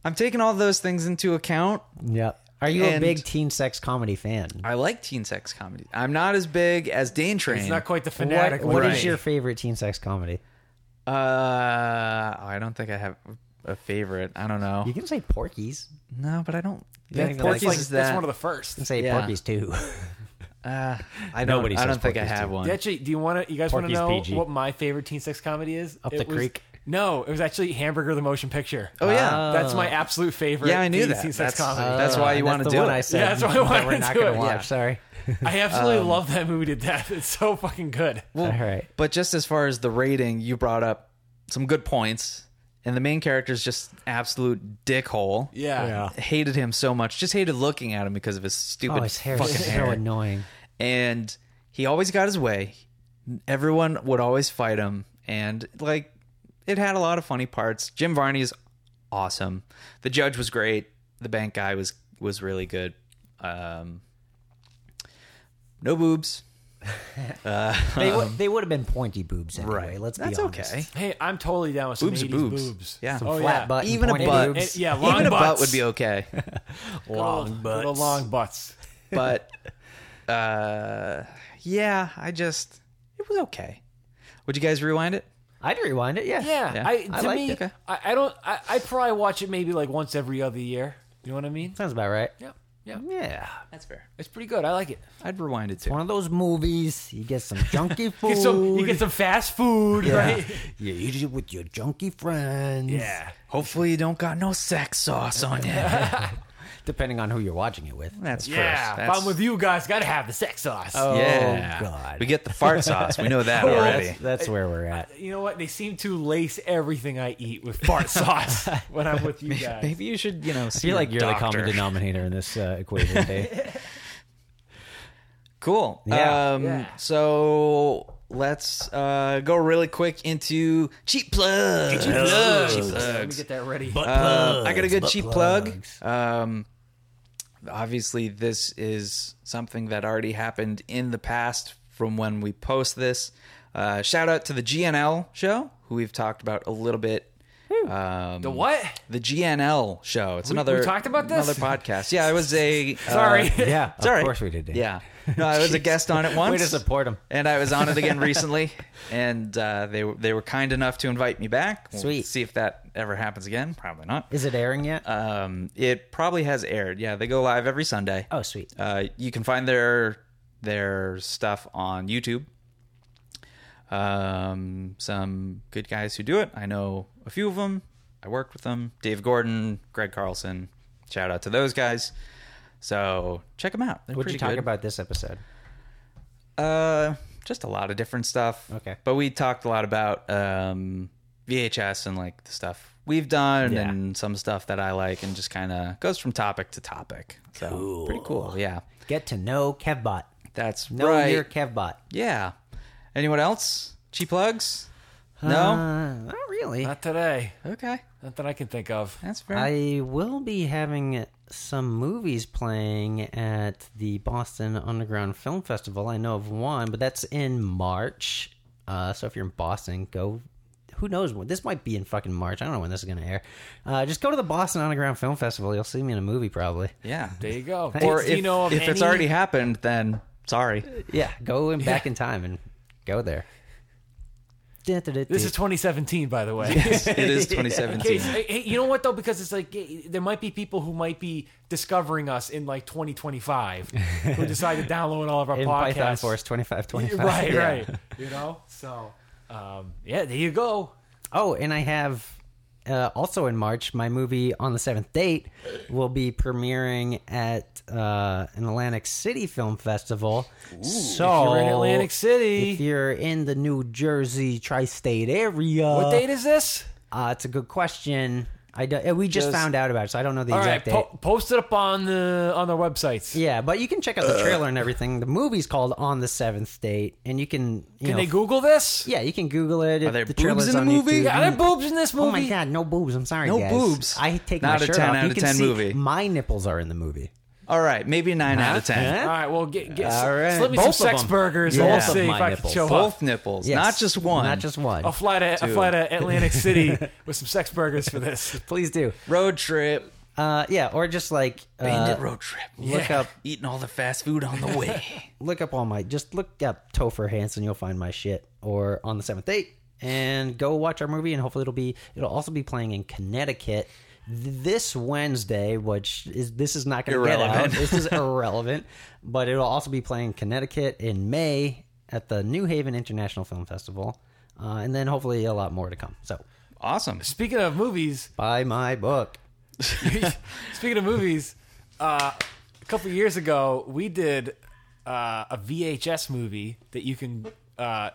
[SPEAKER 1] I'm taking all those things into account.
[SPEAKER 6] yep. Are you a
[SPEAKER 1] And-
[SPEAKER 6] big teen sex comedy fan?
[SPEAKER 1] I like teen sex comedy. I'm not as big as Dane Train.
[SPEAKER 5] It's not quite the
[SPEAKER 6] What,
[SPEAKER 5] fanatic.
[SPEAKER 6] what
[SPEAKER 5] one.
[SPEAKER 1] Right.
[SPEAKER 6] is your favorite teen sex comedy?
[SPEAKER 1] uh, I don't think I have a favorite. I don't know.
[SPEAKER 6] You can say Porky's.
[SPEAKER 1] No, but I don't.
[SPEAKER 6] don't
[SPEAKER 1] think
[SPEAKER 6] even like
[SPEAKER 1] Porky's
[SPEAKER 5] Like,
[SPEAKER 1] is
[SPEAKER 5] that's
[SPEAKER 1] that.
[SPEAKER 5] one of the
[SPEAKER 6] You can
[SPEAKER 5] first.
[SPEAKER 6] say
[SPEAKER 1] Yeah.
[SPEAKER 6] Porky's too.
[SPEAKER 1] I don't.
[SPEAKER 6] Nobody
[SPEAKER 1] I
[SPEAKER 6] says
[SPEAKER 1] don't think I
[SPEAKER 6] Porky's
[SPEAKER 1] have
[SPEAKER 6] too.
[SPEAKER 1] one.
[SPEAKER 5] Actually, do you want to? You guys want to
[SPEAKER 6] Porky's
[SPEAKER 5] know
[SPEAKER 6] PG.
[SPEAKER 5] what my favorite teen sex comedy is?
[SPEAKER 6] Up
[SPEAKER 5] It
[SPEAKER 6] the
[SPEAKER 5] was-
[SPEAKER 6] creek.
[SPEAKER 5] No, it was actually Hamburger the Motion Picture. Uh,
[SPEAKER 1] Oh yeah.
[SPEAKER 5] that's my absolute favorite.
[SPEAKER 1] Yeah, I knew
[SPEAKER 5] teen,
[SPEAKER 1] that.
[SPEAKER 5] Teen sex
[SPEAKER 1] That's,
[SPEAKER 5] comedy.
[SPEAKER 1] that's why you
[SPEAKER 6] Uh, That's
[SPEAKER 1] want to
[SPEAKER 6] the
[SPEAKER 1] do
[SPEAKER 6] one
[SPEAKER 1] it.
[SPEAKER 6] I said.
[SPEAKER 5] Yeah, that's why I
[SPEAKER 6] that
[SPEAKER 5] wanted
[SPEAKER 6] We're not
[SPEAKER 5] to
[SPEAKER 6] gonna
[SPEAKER 5] do it.
[SPEAKER 6] watch.
[SPEAKER 5] Yeah.
[SPEAKER 6] Sorry.
[SPEAKER 1] uh,
[SPEAKER 5] I absolutely
[SPEAKER 1] um,
[SPEAKER 5] love that movie to death. It's so fucking good.
[SPEAKER 1] Well,
[SPEAKER 6] All right.
[SPEAKER 1] But just as far as the rating, you brought up some good points, and the main character is just absolute dickhole.
[SPEAKER 5] Yeah.
[SPEAKER 1] Hated him so much. Just hated looking at him because of his
[SPEAKER 6] Oh,
[SPEAKER 1] stupid
[SPEAKER 6] his hair
[SPEAKER 1] fucking
[SPEAKER 6] is so
[SPEAKER 1] hair.
[SPEAKER 6] annoying.
[SPEAKER 1] and he always got his way. Everyone would always fight him, and like it had a lot of funny parts. Jim Varney is awesome. The judge was great. The bank guy was was really good. Um, No boobs.
[SPEAKER 6] They, would they would have been pointy boobs anyway. Let's
[SPEAKER 1] That's
[SPEAKER 6] be honest.
[SPEAKER 1] okay.
[SPEAKER 5] Hey, I'm totally down with some
[SPEAKER 1] Boobs are
[SPEAKER 5] 80s
[SPEAKER 1] boobs.
[SPEAKER 5] boobs. Oh,
[SPEAKER 1] Yeah.
[SPEAKER 5] Some
[SPEAKER 1] Some
[SPEAKER 6] Flat butt,
[SPEAKER 1] Even a
[SPEAKER 6] pointy
[SPEAKER 1] butt.
[SPEAKER 5] And-
[SPEAKER 6] boobs.
[SPEAKER 5] yeah, long
[SPEAKER 1] Even a butt
[SPEAKER 5] butts.
[SPEAKER 1] would be okay.
[SPEAKER 5] long butts. Little long butts.
[SPEAKER 1] but uh, yeah, I just it was okay. Would you guys rewind it?
[SPEAKER 6] I'd rewind it. Yeah.
[SPEAKER 5] Yeah,
[SPEAKER 1] Yeah,
[SPEAKER 5] I,
[SPEAKER 1] I
[SPEAKER 5] to
[SPEAKER 1] liked
[SPEAKER 5] me,
[SPEAKER 1] it. Okay.
[SPEAKER 5] I, I don't. I, I probably watch it maybe like once every other year. You know what I mean?
[SPEAKER 6] Sounds about right.
[SPEAKER 5] Yeah, yeah.
[SPEAKER 6] Yeah.
[SPEAKER 1] That's fair.
[SPEAKER 5] It's pretty good. I like it.
[SPEAKER 1] I'd rewind it too.
[SPEAKER 6] One of those movies, you get some junky food.
[SPEAKER 5] Get some, you get some fast food, right?
[SPEAKER 6] You eat it with your junky friends.
[SPEAKER 5] Yeah.
[SPEAKER 1] Hopefully, you don't got no sex sauce on you.
[SPEAKER 6] Depending on who you're watching it with.
[SPEAKER 1] That's
[SPEAKER 5] Yeah,
[SPEAKER 1] first.
[SPEAKER 5] if
[SPEAKER 1] That's,
[SPEAKER 5] I'm with you guys. Got to have the sex sauce.
[SPEAKER 1] Yeah.
[SPEAKER 6] Oh, God.
[SPEAKER 1] We get the fart sauce. We know that already.
[SPEAKER 6] That's, that's where we're at.
[SPEAKER 5] You know what? They seem to lace everything I eat with fart sauce when I'm with you guys.
[SPEAKER 1] Maybe you should, you know, see
[SPEAKER 6] I feel like
[SPEAKER 1] your
[SPEAKER 6] you're the common
[SPEAKER 1] doctor.
[SPEAKER 6] denominator in this uh, equation, Dave.
[SPEAKER 1] Cool.
[SPEAKER 6] Yeah.
[SPEAKER 1] Um,
[SPEAKER 5] Yeah.
[SPEAKER 1] So let's uh, go really quick into cheap plugs. Cheap plugs.
[SPEAKER 5] Let me get that ready.
[SPEAKER 1] Uh, I got a good cheap plug. Um, obviously, this is something that already happened in the past from when we post this. Uh, shout out to the GNL show, who we've talked about a little bit. Um,
[SPEAKER 5] the what?
[SPEAKER 1] the GNL show. It's another
[SPEAKER 5] we talked about this?
[SPEAKER 1] another podcast. Yeah, it was a
[SPEAKER 5] Sorry.
[SPEAKER 1] uh,
[SPEAKER 6] Yeah,
[SPEAKER 1] it's all
[SPEAKER 6] of
[SPEAKER 1] right.
[SPEAKER 6] course we did. Dave.
[SPEAKER 1] Yeah, no, I was a guest on it once.
[SPEAKER 6] Way to support him.
[SPEAKER 1] And I was on it again recently, and uh, they were- they were kind enough to invite me back. We'll
[SPEAKER 6] Sweet.
[SPEAKER 1] See if that ever happens again. Probably not.
[SPEAKER 6] Is it airing yet?
[SPEAKER 1] Um, it probably has aired. Yeah, they go live every Sunday.
[SPEAKER 6] oh, sweet.
[SPEAKER 1] Uh, you can find their their stuff on YouTube. Um, some good guys who do it. I know a few of them. I worked with them. Dave Gordon, Greg Carlson. Shout out to those guys. So check them out. They're
[SPEAKER 6] What'd
[SPEAKER 1] pretty
[SPEAKER 6] you talk
[SPEAKER 1] good.
[SPEAKER 6] about this episode?
[SPEAKER 1] Uh, just a lot of different stuff.
[SPEAKER 6] Okay.
[SPEAKER 1] But we talked a lot about um, VHS and like the stuff we've done
[SPEAKER 6] Yeah.
[SPEAKER 1] and some stuff that I like and just kind of goes from topic to topic. So pretty cool. Yeah.
[SPEAKER 6] Get to know Kevbot.
[SPEAKER 1] That's
[SPEAKER 6] Know
[SPEAKER 1] right.
[SPEAKER 6] your Kevbot.
[SPEAKER 1] Yeah. Anyone else? Cheap plugs? No.
[SPEAKER 6] Uh, not really.
[SPEAKER 5] Not today.
[SPEAKER 1] okay.
[SPEAKER 5] Not that I can think of.
[SPEAKER 1] That's fair.
[SPEAKER 6] I will be having some movies playing at the Boston Underground Film Festival. I know of one, but that's in March. Uh, so if you're in Boston, go. Who knows when this might be in fucking March? I don't know when this is gonna air. Uh, just go to the Boston Underground Film Festival. You'll see me in a movie probably.
[SPEAKER 1] yeah.
[SPEAKER 5] There you go.
[SPEAKER 1] Or
[SPEAKER 5] Do
[SPEAKER 1] if,
[SPEAKER 5] you know of
[SPEAKER 1] if it's
[SPEAKER 5] any-
[SPEAKER 1] already happened, then sorry.
[SPEAKER 6] Yeah, go in back in time and go there.
[SPEAKER 5] This is 2017, by the way.
[SPEAKER 1] it is
[SPEAKER 5] Hey,
[SPEAKER 1] 2017.
[SPEAKER 5] hey, hey, you know what though? Because it's like eh, there might be people who might be discovering us in like 2025 who decide to download all of our
[SPEAKER 6] in
[SPEAKER 5] podcasts.
[SPEAKER 6] Python Force twenty five twenty five.
[SPEAKER 5] Right, right. You know, so um, yeah, there you go.
[SPEAKER 6] Oh, and I have uh, also in March my movie on the seventh date will be premiering at uh, an Atlantic City Film Festival. So
[SPEAKER 5] You're in Atlantic
[SPEAKER 6] If
[SPEAKER 5] City.
[SPEAKER 6] you're in the New Jersey tri-state area,
[SPEAKER 5] What date is this?
[SPEAKER 6] Uh, it's a good question. I don't, we just,
[SPEAKER 1] Just-
[SPEAKER 6] found out about it, so I don't know the
[SPEAKER 5] All right,
[SPEAKER 6] exact date.
[SPEAKER 5] po- post it up on the on their websites.
[SPEAKER 6] yeah, but you can check out the trailer and everything. The movie's called On the Seventh Date, and you can you
[SPEAKER 5] Can
[SPEAKER 6] know,
[SPEAKER 5] they Google this?
[SPEAKER 6] Yeah, you can Google it. If
[SPEAKER 1] there
[SPEAKER 6] the
[SPEAKER 1] boobs
[SPEAKER 6] trailer's
[SPEAKER 1] in the
[SPEAKER 6] on
[SPEAKER 1] movie?
[SPEAKER 6] YouTube,
[SPEAKER 5] Are
[SPEAKER 6] you-
[SPEAKER 5] there boobs in this movie?
[SPEAKER 6] Oh my god, no boobs. I'm sorry,
[SPEAKER 1] No
[SPEAKER 6] guys.
[SPEAKER 1] boobs.
[SPEAKER 6] I take
[SPEAKER 1] Not
[SPEAKER 6] my
[SPEAKER 1] a
[SPEAKER 6] shirt
[SPEAKER 1] 10
[SPEAKER 6] off.
[SPEAKER 1] out
[SPEAKER 6] you
[SPEAKER 1] of
[SPEAKER 6] can
[SPEAKER 1] 10
[SPEAKER 6] see
[SPEAKER 1] movie.
[SPEAKER 6] My nipples are in the movie.
[SPEAKER 1] All right. Maybe 9 out of 10.
[SPEAKER 5] All right, well, get, get
[SPEAKER 6] All right.
[SPEAKER 5] slip me
[SPEAKER 6] Both
[SPEAKER 5] some
[SPEAKER 6] of
[SPEAKER 5] sex
[SPEAKER 6] them.
[SPEAKER 5] burgers.
[SPEAKER 6] Yeah.
[SPEAKER 5] and We'll
[SPEAKER 6] Both of
[SPEAKER 5] see if
[SPEAKER 6] my
[SPEAKER 5] I can
[SPEAKER 6] nipples.
[SPEAKER 5] show up.
[SPEAKER 1] Both nipples,
[SPEAKER 6] Yes.
[SPEAKER 1] not just one.
[SPEAKER 6] Not just one.
[SPEAKER 5] I'll fly to I'll fly to Atlantic City with some sex burgers for this.
[SPEAKER 6] Please do.
[SPEAKER 1] road trip.
[SPEAKER 6] Uh, yeah, or just like uh,
[SPEAKER 1] Bandit road trip.
[SPEAKER 6] look up
[SPEAKER 1] Eating all the fast food on the way.
[SPEAKER 6] look up all my just look up Topher Hansen, you'll find my shit. Or on the seventh date. And go watch our movie and hopefully it'll be it'll also be playing in Connecticut th- this Wednesday, which is this is not gonna get out.
[SPEAKER 1] Irrelevant.
[SPEAKER 6] This is irrelevant. But it'll also be playing in Connecticut in May at the New Haven International Film Festival. Uh, and then hopefully a lot more to come. So
[SPEAKER 1] awesome.
[SPEAKER 5] Speaking of movies,
[SPEAKER 6] buy my book.
[SPEAKER 5] speaking of movies, uh, a couple years ago we did uh, a VHS movie that you can. Uh,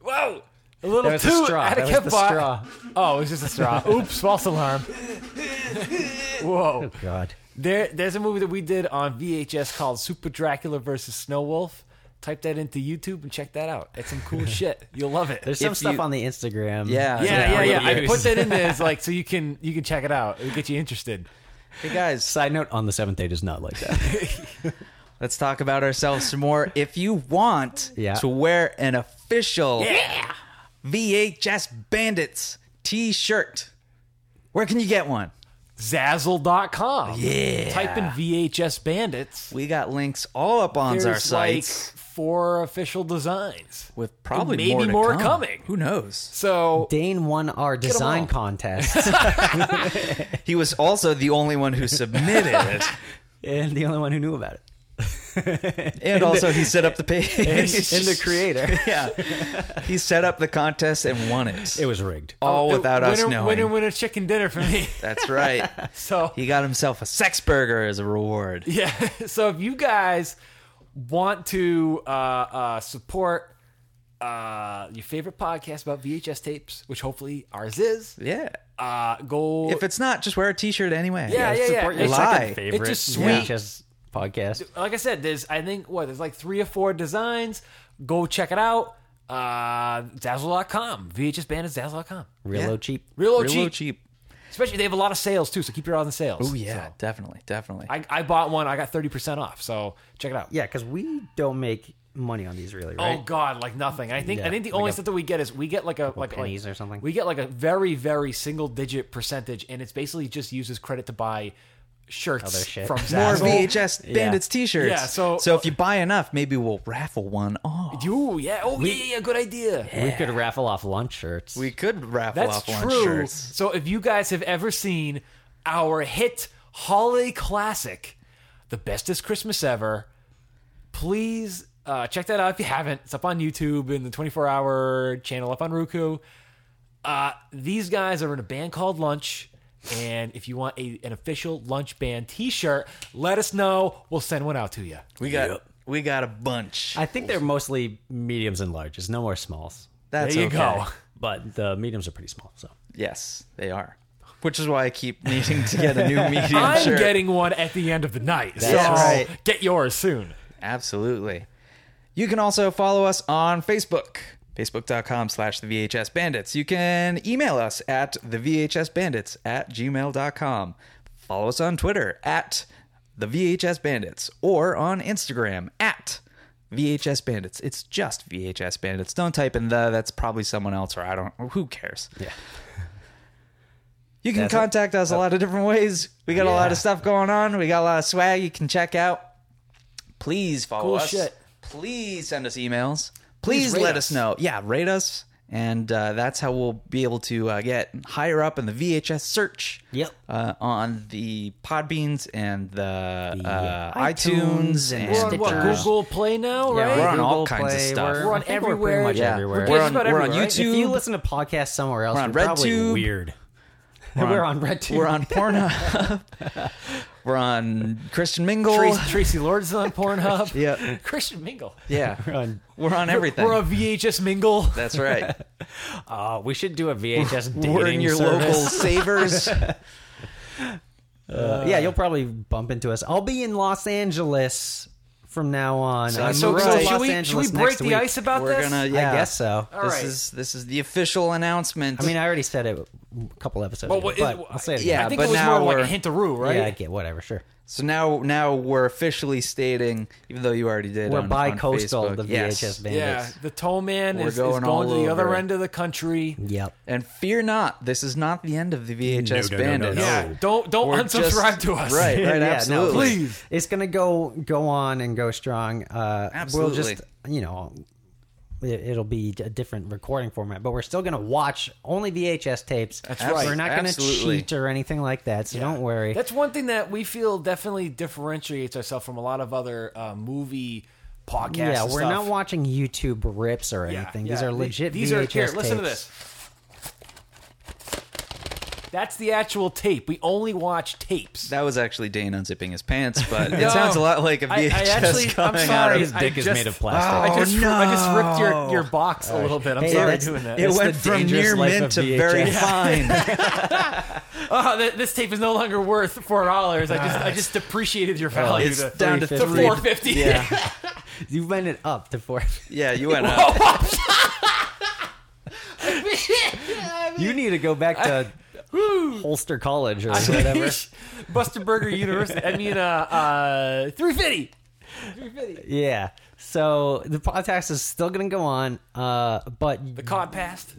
[SPEAKER 5] whoa. A little
[SPEAKER 6] was a
[SPEAKER 5] too
[SPEAKER 6] straw.
[SPEAKER 5] out of
[SPEAKER 6] That was the
[SPEAKER 5] Kevbot.
[SPEAKER 6] straw.
[SPEAKER 5] Oh, it was just a straw. Oops, false alarm. Whoa.
[SPEAKER 6] God.
[SPEAKER 5] There, there's a movie that we did on VHS called Super Dracula versus Snow Wolf. Type that into YouTube and check that out. It's some cool shit. You'll love it.
[SPEAKER 6] There's some
[SPEAKER 1] If
[SPEAKER 6] stuff
[SPEAKER 1] you-
[SPEAKER 6] on the Instagram.
[SPEAKER 1] Yeah,
[SPEAKER 5] yeah, yeah,
[SPEAKER 1] what
[SPEAKER 5] yeah.
[SPEAKER 1] do you
[SPEAKER 5] I
[SPEAKER 1] use?
[SPEAKER 5] put that in there as like so you can you can check it out. It'll get you interested.
[SPEAKER 1] Hey guys,
[SPEAKER 6] Side note on the seventh date is not like that.
[SPEAKER 1] Let's talk about ourselves some more. If you want
[SPEAKER 6] Yeah.
[SPEAKER 1] to wear an official VHS Bandits t shirt, where can you get one?
[SPEAKER 5] Zazzle.com. Yeah. Type in VHS Bandits.
[SPEAKER 1] We got links all up on our
[SPEAKER 5] There's like
[SPEAKER 1] sites
[SPEAKER 5] four official designs.
[SPEAKER 1] with probably more,
[SPEAKER 5] maybe
[SPEAKER 1] to
[SPEAKER 5] more
[SPEAKER 1] come.
[SPEAKER 5] coming.
[SPEAKER 1] Who knows?
[SPEAKER 5] So
[SPEAKER 6] Dane won our design
[SPEAKER 5] all.
[SPEAKER 6] contest,
[SPEAKER 1] He was also the only one who submitted,
[SPEAKER 6] and the only one who knew about it,
[SPEAKER 1] and also he set up the page.
[SPEAKER 6] and, and the creator.
[SPEAKER 1] yeah, he set up the contest and won it.
[SPEAKER 7] It was rigged.
[SPEAKER 6] Oh,
[SPEAKER 1] all Oh, without
[SPEAKER 5] uh, winner,
[SPEAKER 1] us knowing.
[SPEAKER 5] Winner, winner, chicken dinner for me.
[SPEAKER 1] That's right.
[SPEAKER 5] So
[SPEAKER 1] He got himself a sex burger as a reward.
[SPEAKER 5] Yeah. So if you guys want to uh, uh, support uh, your favorite podcast about VHS tapes, which hopefully ours is,
[SPEAKER 1] Yeah.
[SPEAKER 5] uh, go.
[SPEAKER 1] If it's not, just wear a T-shirt anyway.
[SPEAKER 5] yeah, yeah, yeah.
[SPEAKER 7] Support your
[SPEAKER 5] It's
[SPEAKER 1] Lie.
[SPEAKER 5] like,
[SPEAKER 7] second favorite
[SPEAKER 5] it's just sweet.
[SPEAKER 6] VHS podcast.
[SPEAKER 5] like I said, there's I think what there's like three or four designs. Go check it out. Uh, Dazzle.com. VHS band is Dazzle.com.
[SPEAKER 6] Real
[SPEAKER 1] Yeah.
[SPEAKER 6] low cheap.
[SPEAKER 5] Real low
[SPEAKER 1] Real
[SPEAKER 5] cheap.
[SPEAKER 1] cheap. cheap.
[SPEAKER 5] Especially they have a lot of sales too, so keep your eye on the sales.
[SPEAKER 1] Oh yeah, definitely, definitely.
[SPEAKER 5] I, I bought one. I got thirty percent off. So check it out.
[SPEAKER 6] Yeah, because we don't make money on these really, right?
[SPEAKER 5] Oh God, like nothing. I think I
[SPEAKER 6] Yeah,
[SPEAKER 5] think the
[SPEAKER 6] like
[SPEAKER 5] only
[SPEAKER 6] a-
[SPEAKER 5] stuff that we get is we get like a like
[SPEAKER 6] pennies
[SPEAKER 5] like-
[SPEAKER 6] or something.
[SPEAKER 5] We get like a very very single digit percentage, and it's basically just used as credit to buy shirts
[SPEAKER 6] Other shit.
[SPEAKER 5] from
[SPEAKER 1] More
[SPEAKER 5] Zazzle.
[SPEAKER 1] VHS Bandits T-shirts.
[SPEAKER 5] Yeah, so-
[SPEAKER 1] so uh, if you buy enough, maybe we'll raffle one off.
[SPEAKER 5] You yeah oh yeah, yeah yeah good idea.
[SPEAKER 6] We could raffle off lunch shirts.
[SPEAKER 1] We could raffle
[SPEAKER 5] That's
[SPEAKER 1] off one
[SPEAKER 5] true.
[SPEAKER 1] shirts.
[SPEAKER 5] So if you guys have ever seen our hit holiday classic, the bestest Christmas ever, please uh, check that out if you haven't. It's up on YouTube in the 24 hour channel up on Roku. Uh, these guys are in a band called Lunch. And if you want a, an official Lunch Band t shirt, let us know. We'll send one out to you.
[SPEAKER 1] We got we got a bunch.
[SPEAKER 7] I think they're mostly mediums and larges, no more smalls.
[SPEAKER 1] That's
[SPEAKER 5] there you
[SPEAKER 1] okay.
[SPEAKER 5] go.
[SPEAKER 7] But the mediums are pretty small. So
[SPEAKER 1] Yes, they are. Which is why I keep needing to get a new medium
[SPEAKER 5] I'm
[SPEAKER 1] shirt.
[SPEAKER 5] getting one at the end of the night. so
[SPEAKER 1] right.
[SPEAKER 5] get yours soon.
[SPEAKER 1] Absolutely. You can also follow us on Facebook, facebook.com slash the VHS Bandits. You can email us at the VHS Bandits at gmail.com. Follow us on Twitter at the VHS Bandits or on Instagram at VHS Bandits. It's just VHS Bandits. Don't type in the, that's probably someone else or I don't, who cares? Yeah. You can contact us a lot of different ways. We got a lot of stuff going on. We got a lot of swag you can check out please follow
[SPEAKER 5] Cool
[SPEAKER 1] us.
[SPEAKER 5] shit.
[SPEAKER 1] Please send us emails. Please,
[SPEAKER 5] rate
[SPEAKER 1] let
[SPEAKER 5] us.
[SPEAKER 1] us. know. Yeah, rate us, and uh, that's how we'll be able to uh, get higher up in the VHS search.
[SPEAKER 6] Yep.
[SPEAKER 1] Uh, on the Podbeans and the,
[SPEAKER 6] The,
[SPEAKER 1] uh,
[SPEAKER 6] uh, iTunes
[SPEAKER 1] iTunes and, uh,
[SPEAKER 6] and
[SPEAKER 5] We're on what,
[SPEAKER 6] Stitcher.
[SPEAKER 5] Google Play now,
[SPEAKER 1] Yeah,
[SPEAKER 5] right?
[SPEAKER 1] we're on all
[SPEAKER 6] Google
[SPEAKER 1] kinds of
[SPEAKER 6] Play,
[SPEAKER 1] stuff.
[SPEAKER 6] We're,
[SPEAKER 5] We're on
[SPEAKER 6] I think we're pretty
[SPEAKER 5] everywhere.
[SPEAKER 6] much
[SPEAKER 5] Yeah.
[SPEAKER 6] everywhere.
[SPEAKER 1] We're
[SPEAKER 5] just
[SPEAKER 1] on,
[SPEAKER 5] about
[SPEAKER 1] we're on
[SPEAKER 5] everywhere, right?
[SPEAKER 1] YouTube.
[SPEAKER 6] If you listen to podcasts somewhere else,
[SPEAKER 1] We're on
[SPEAKER 6] you're probably
[SPEAKER 1] RedTube.
[SPEAKER 6] Weird.
[SPEAKER 1] We're on-
[SPEAKER 6] We're on RedTube.
[SPEAKER 1] We're on Pornhub. we're on Christian Mingle.
[SPEAKER 5] Tracy, Tracy Lords is on
[SPEAKER 1] Oh.
[SPEAKER 5] Pornhub.
[SPEAKER 1] Yeah.
[SPEAKER 5] Christian Mingle.
[SPEAKER 1] Yeah, we're on, everything.
[SPEAKER 5] We're a VHS Mingle.
[SPEAKER 1] that's right.
[SPEAKER 7] uh, we should do a VHS dating
[SPEAKER 1] We're in your
[SPEAKER 7] service.
[SPEAKER 1] local Savers.
[SPEAKER 6] Uh, yeah, you'll probably bump into us. I'll be in Los Angeles from now on. I'm
[SPEAKER 5] So,
[SPEAKER 1] Right.
[SPEAKER 5] so should,
[SPEAKER 6] moving to Los
[SPEAKER 5] we, should we
[SPEAKER 6] Angeles
[SPEAKER 5] break
[SPEAKER 6] next
[SPEAKER 5] the
[SPEAKER 6] week.
[SPEAKER 5] ice about
[SPEAKER 1] We're
[SPEAKER 5] this?
[SPEAKER 1] gonna. Yeah,
[SPEAKER 6] I guess so.
[SPEAKER 5] All
[SPEAKER 1] this
[SPEAKER 5] right.
[SPEAKER 1] is this is the official announcement.
[SPEAKER 6] I mean, I already said it a couple episodes
[SPEAKER 5] Well,
[SPEAKER 6] ago,
[SPEAKER 5] what-
[SPEAKER 6] but I'll say it
[SPEAKER 1] yeah,
[SPEAKER 5] I
[SPEAKER 6] again.
[SPEAKER 5] think
[SPEAKER 1] but
[SPEAKER 5] it was
[SPEAKER 1] now
[SPEAKER 5] more like a
[SPEAKER 1] we're-
[SPEAKER 5] hint of rue, right?
[SPEAKER 6] Yeah, I get whatever, sure.
[SPEAKER 1] So now, now we're officially stating, even though you already did,
[SPEAKER 6] We're
[SPEAKER 1] on, on
[SPEAKER 6] bi-coastal,
[SPEAKER 1] Facebook,
[SPEAKER 6] the
[SPEAKER 1] yes.
[SPEAKER 6] VHS
[SPEAKER 5] Yeah,
[SPEAKER 6] bandits.
[SPEAKER 5] the toe man
[SPEAKER 1] We're
[SPEAKER 5] is is
[SPEAKER 1] going
[SPEAKER 5] going,
[SPEAKER 1] all
[SPEAKER 5] to the other
[SPEAKER 1] over.
[SPEAKER 5] end of the country.
[SPEAKER 6] Yep.
[SPEAKER 1] And fear not, this is not the end of the VHS
[SPEAKER 4] No, no, no,
[SPEAKER 1] Bandits.
[SPEAKER 4] no, no.
[SPEAKER 5] Yeah, don't don't
[SPEAKER 1] We're
[SPEAKER 5] unsubscribe
[SPEAKER 1] just-
[SPEAKER 5] to us.
[SPEAKER 1] Right, right,
[SPEAKER 6] Yeah, no,
[SPEAKER 1] absolutely.
[SPEAKER 5] Please.
[SPEAKER 6] It's gonna go go on and go strong. Uh,
[SPEAKER 1] Absolutely.
[SPEAKER 6] We'll just you know, it, it'll be a different recording format, but we're still gonna watch only VHS tapes. That's
[SPEAKER 1] right.
[SPEAKER 6] We're not gonna
[SPEAKER 1] Absolutely.
[SPEAKER 6] cheat or anything like that, so don't worry.
[SPEAKER 5] That's one thing that we feel definitely differentiates ourselves from a lot of other uh, movie podcasts.
[SPEAKER 6] yeah,
[SPEAKER 5] and
[SPEAKER 6] we're
[SPEAKER 5] stuff.
[SPEAKER 6] not watching YouTube rips or
[SPEAKER 5] Yeah,
[SPEAKER 6] anything. These
[SPEAKER 5] yeah.
[SPEAKER 6] are legit.
[SPEAKER 5] These
[SPEAKER 6] VHS
[SPEAKER 5] are here.
[SPEAKER 6] Tapes.
[SPEAKER 5] Listen to this. That's the actual tape. We only watch tapes.
[SPEAKER 1] That was actually Dane unzipping his pants, but
[SPEAKER 5] No.
[SPEAKER 1] it sounds a lot like a
[SPEAKER 5] I- I
[SPEAKER 1] VHS
[SPEAKER 5] actually- I'm
[SPEAKER 1] coming
[SPEAKER 5] sorry.
[SPEAKER 1] out
[SPEAKER 7] His
[SPEAKER 1] of.
[SPEAKER 5] I
[SPEAKER 7] dick is
[SPEAKER 5] just-
[SPEAKER 7] made of plastic.
[SPEAKER 5] I
[SPEAKER 1] Oh,
[SPEAKER 5] just I just
[SPEAKER 1] no.
[SPEAKER 5] ripped your, your box a little bit. I'm
[SPEAKER 6] Hey,
[SPEAKER 5] sorry
[SPEAKER 6] that's-
[SPEAKER 5] doing that.
[SPEAKER 1] It
[SPEAKER 6] It's
[SPEAKER 1] went
[SPEAKER 6] the
[SPEAKER 1] from
[SPEAKER 6] dangerous
[SPEAKER 1] near
[SPEAKER 6] life
[SPEAKER 1] mint
[SPEAKER 6] of
[SPEAKER 1] to very
[SPEAKER 6] VHS.
[SPEAKER 1] fine.
[SPEAKER 5] Oh, th- this tape is no longer worth four dollars. I just I just depreciated your value
[SPEAKER 1] Oh, it's
[SPEAKER 5] to,
[SPEAKER 1] down to
[SPEAKER 5] to
[SPEAKER 1] three.
[SPEAKER 5] four fifty.
[SPEAKER 1] Yeah,
[SPEAKER 6] You went it up to four.
[SPEAKER 1] yeah, you went up.
[SPEAKER 6] you need to go back to Holster College or whatever.
[SPEAKER 5] Buster Burger University. I mean, uh, uh, three fifty.
[SPEAKER 6] Yeah. So the podcast is still going to go on, uh, but
[SPEAKER 5] The cod passed.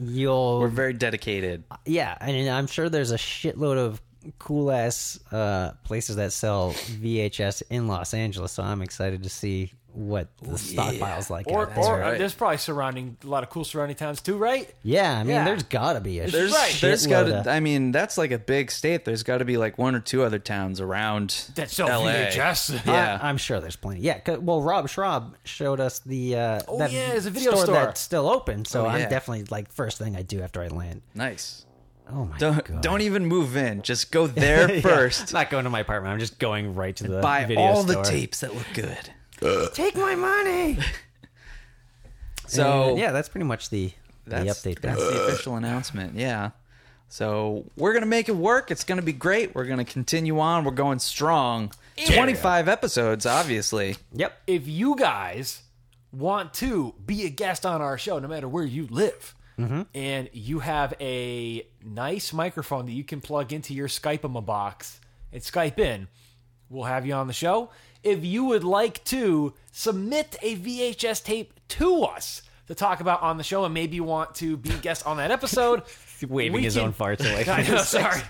[SPEAKER 6] you'll
[SPEAKER 1] We're very dedicated.
[SPEAKER 6] yeah, and I'm sure there's a shitload of cool ass uh, places that sell VHS in Los Angeles. So I'm excited to see what the stockpile's like.
[SPEAKER 5] Or,
[SPEAKER 6] out there.
[SPEAKER 5] or uh, there's probably surrounding a lot of cool surrounding towns too, right?
[SPEAKER 6] yeah, I mean,
[SPEAKER 5] Yeah.
[SPEAKER 6] there's gotta be a
[SPEAKER 1] There's
[SPEAKER 5] Right.
[SPEAKER 1] there's
[SPEAKER 6] shitload
[SPEAKER 1] got
[SPEAKER 6] of-
[SPEAKER 1] to I mean that's like a big state. There's got to be like one or two other towns around
[SPEAKER 5] That sell
[SPEAKER 1] LA.
[SPEAKER 5] VHS.
[SPEAKER 1] Yeah.
[SPEAKER 6] I, am sure there's plenty. Yeah, 'cause- well, Rob Schraub showed us the uh,
[SPEAKER 5] Oh,
[SPEAKER 6] that
[SPEAKER 5] yeah, there's a video store.
[SPEAKER 6] that's still open. So
[SPEAKER 1] Oh, yeah.
[SPEAKER 6] I'm definitely like first thing I do after I land.
[SPEAKER 1] nice.
[SPEAKER 6] Oh my
[SPEAKER 1] Don't
[SPEAKER 6] god!
[SPEAKER 1] don't even move in. Just go there first.
[SPEAKER 7] I'm not going to my apartment. I'm just going right to the
[SPEAKER 1] Buy
[SPEAKER 7] video
[SPEAKER 1] all the
[SPEAKER 7] store.
[SPEAKER 1] tapes that look good.
[SPEAKER 6] take my money.
[SPEAKER 1] So
[SPEAKER 6] And, yeah, that's pretty much the
[SPEAKER 1] that's
[SPEAKER 6] the update. There.
[SPEAKER 1] That's the official announcement. Yeah. So we're gonna make it work. It's gonna be great. We're gonna continue on. We're going strong. Twenty five episodes, obviously.
[SPEAKER 6] Yep.
[SPEAKER 5] if you guys want to be a guest on our show, no matter where you live, and you have a nice microphone that you can plug into your Skype box and Skype in, we'll have you on the show. If you would like to submit a VHS tape to us to talk about on the show, and maybe you want to be a guest on that episode,
[SPEAKER 7] Waving
[SPEAKER 5] we
[SPEAKER 7] his
[SPEAKER 5] can-
[SPEAKER 7] own farts away.
[SPEAKER 5] I
[SPEAKER 7] from
[SPEAKER 5] know,
[SPEAKER 7] us.
[SPEAKER 5] sorry.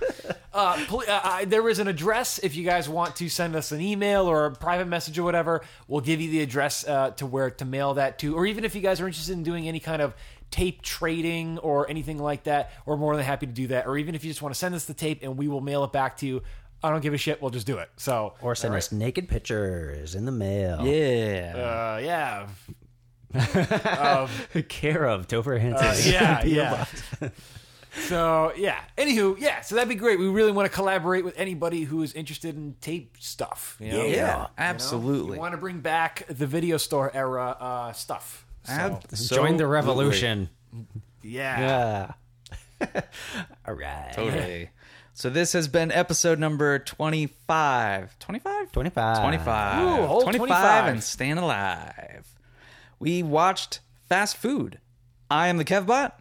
[SPEAKER 5] Uh, pl- uh, I, there is an address if you guys want to send us an email or a private message or whatever. We'll give you the address uh, to where to mail that to, or even if you guys are interested in doing any kind of tape trading or anything like that, we're more than happy to do that. Or even if you just want to send us the tape and we will mail it back to you. I don't give a shit. We'll just do it. So,
[SPEAKER 6] Or send us naked pictures in the mail.
[SPEAKER 1] Yeah.
[SPEAKER 5] uh, yeah,
[SPEAKER 7] Care of Topher Hansen.
[SPEAKER 5] Uh, yeah, yeah. so yeah. Anywho, yeah. So that'd be great. We really want to collaborate with anybody who is interested in tape stuff. You know?
[SPEAKER 1] Yeah,
[SPEAKER 5] You know?
[SPEAKER 1] absolutely.
[SPEAKER 5] You want to bring back the video store era uh, stuff. So,
[SPEAKER 7] Join the revolution.
[SPEAKER 5] yeah.
[SPEAKER 6] Yeah. All right.
[SPEAKER 1] Totally. So this has been episode number 25. 25?
[SPEAKER 6] 25.
[SPEAKER 1] 25.
[SPEAKER 5] Ooh, whole 25.
[SPEAKER 1] and staying alive. We watched Fast Food. I am the Kevbot.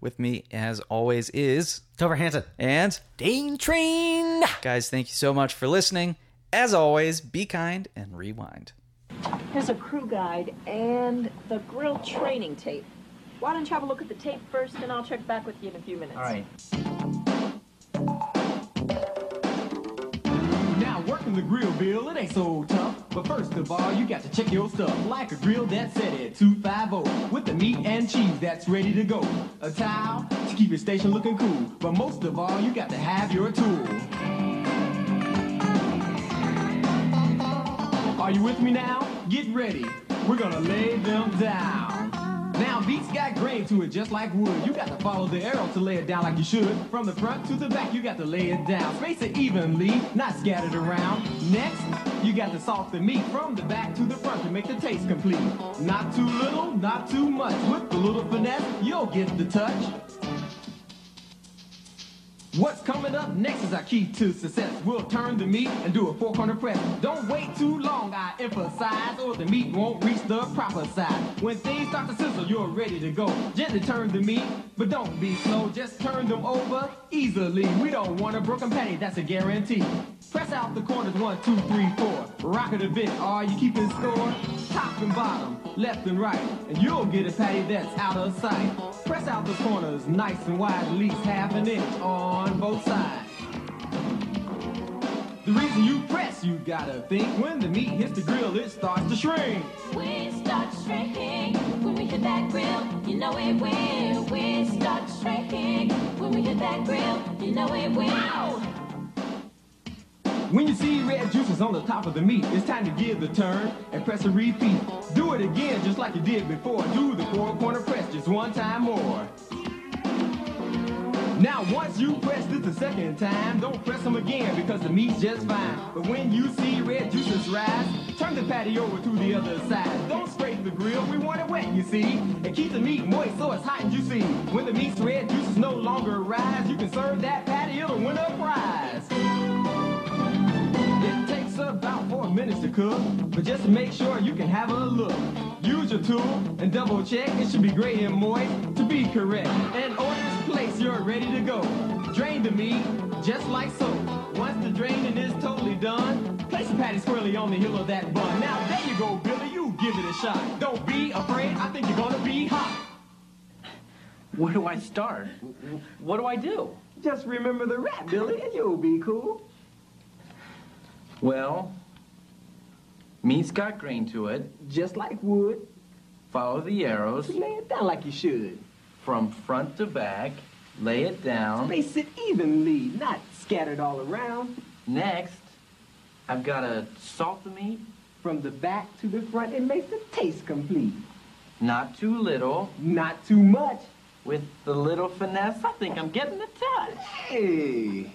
[SPEAKER 1] With me, as always, is.
[SPEAKER 6] Topher Hansen.
[SPEAKER 1] And,
[SPEAKER 5] Dane Train.
[SPEAKER 1] guys, thank you so much for listening. As always, be kind and rewind.
[SPEAKER 9] Here's a crew guide and the grill training tape. Why don't you have a look at the tape first, and I'll check back with you in a few minutes. All right.
[SPEAKER 10] Now working the grill, Bill, it ain't so tough. But first of all, you got to check your stuff. Like a grill that's set at 250 with the meat and cheese that's ready to go. A towel to keep your station looking cool. But most of all, you got to have your tool. Are you with me now? Get ready. We're gonna lay them down. Now, beats got grain to it just like wood. You got to follow the arrow to lay it down like you should. From the front to the back, you got to lay it down. Space it evenly, not scattered around. Next, you got to salt the meat from the back to the front to make the taste complete. Not too little, not too much. With a little finesse, you'll get the touch. What's coming up next is our key to success. We'll turn the meat and do a four corner press. Don't wait too long, I emphasize, or the meat won't reach the proper size. When things start to sizzle, you're ready to go. Gently turn the meat, but don't be slow. Just turn them over easily. We don't want a broken patty, that's a guarantee. Press out the corners, one, two, three, four. Rock it a bit, are you keeping score? Top and bottom, left and right, and you'll get a patty that's out of sight. Press out the corners, nice and wide, at least half an inch on both sides. The reason you press, you gotta think. When the meat hits the grill, it starts to shrink.
[SPEAKER 9] We start shrinking when we hit that grill. You know it will. We start shrinking when we hit that grill. You know it will.
[SPEAKER 10] When you see red juices on the top of the meat, it's time to give the turn and press a repeat. Do it again just like you did before. Do the four corner press just one time more. Now once you press this the second time, don't press them again because the meat's just fine. But when you see red juices rise, turn the patty over to the other side. Don't scrape the grill, we want it wet, you see. And keep the meat moist so it's hot and juicy. When the meat's red juices no longer rise, you can serve that patty, it'll win a prize. It takes about four minutes to cook, but just make sure you can have a look. Use your tool and double check. It should be gray and moist to be correct. And order is placed, you're ready to go. Drain the meat just like so. Once the drain and it's totally done. Place the patty squarely on the heel of that bun. Now there you go, Billy, you give it a shot. Don't be afraid, I think you're gonna be hot.
[SPEAKER 11] Where do I start? W- What do I do?
[SPEAKER 10] Just remember the rap, Billy, and you'll be cool.
[SPEAKER 11] Well, meat's got grain to it.
[SPEAKER 10] Just like wood,
[SPEAKER 11] Follow the arrows
[SPEAKER 10] lay it down like you should.
[SPEAKER 11] from front to back. Lay it down.
[SPEAKER 10] Space it evenly, not scattered all around.
[SPEAKER 11] Next, I've got to salt the meat,
[SPEAKER 10] From the back to the front, it makes the taste complete.
[SPEAKER 11] not too little.
[SPEAKER 10] Not too much.
[SPEAKER 11] With the little finesse, I think I'm getting the touch.
[SPEAKER 10] Hey,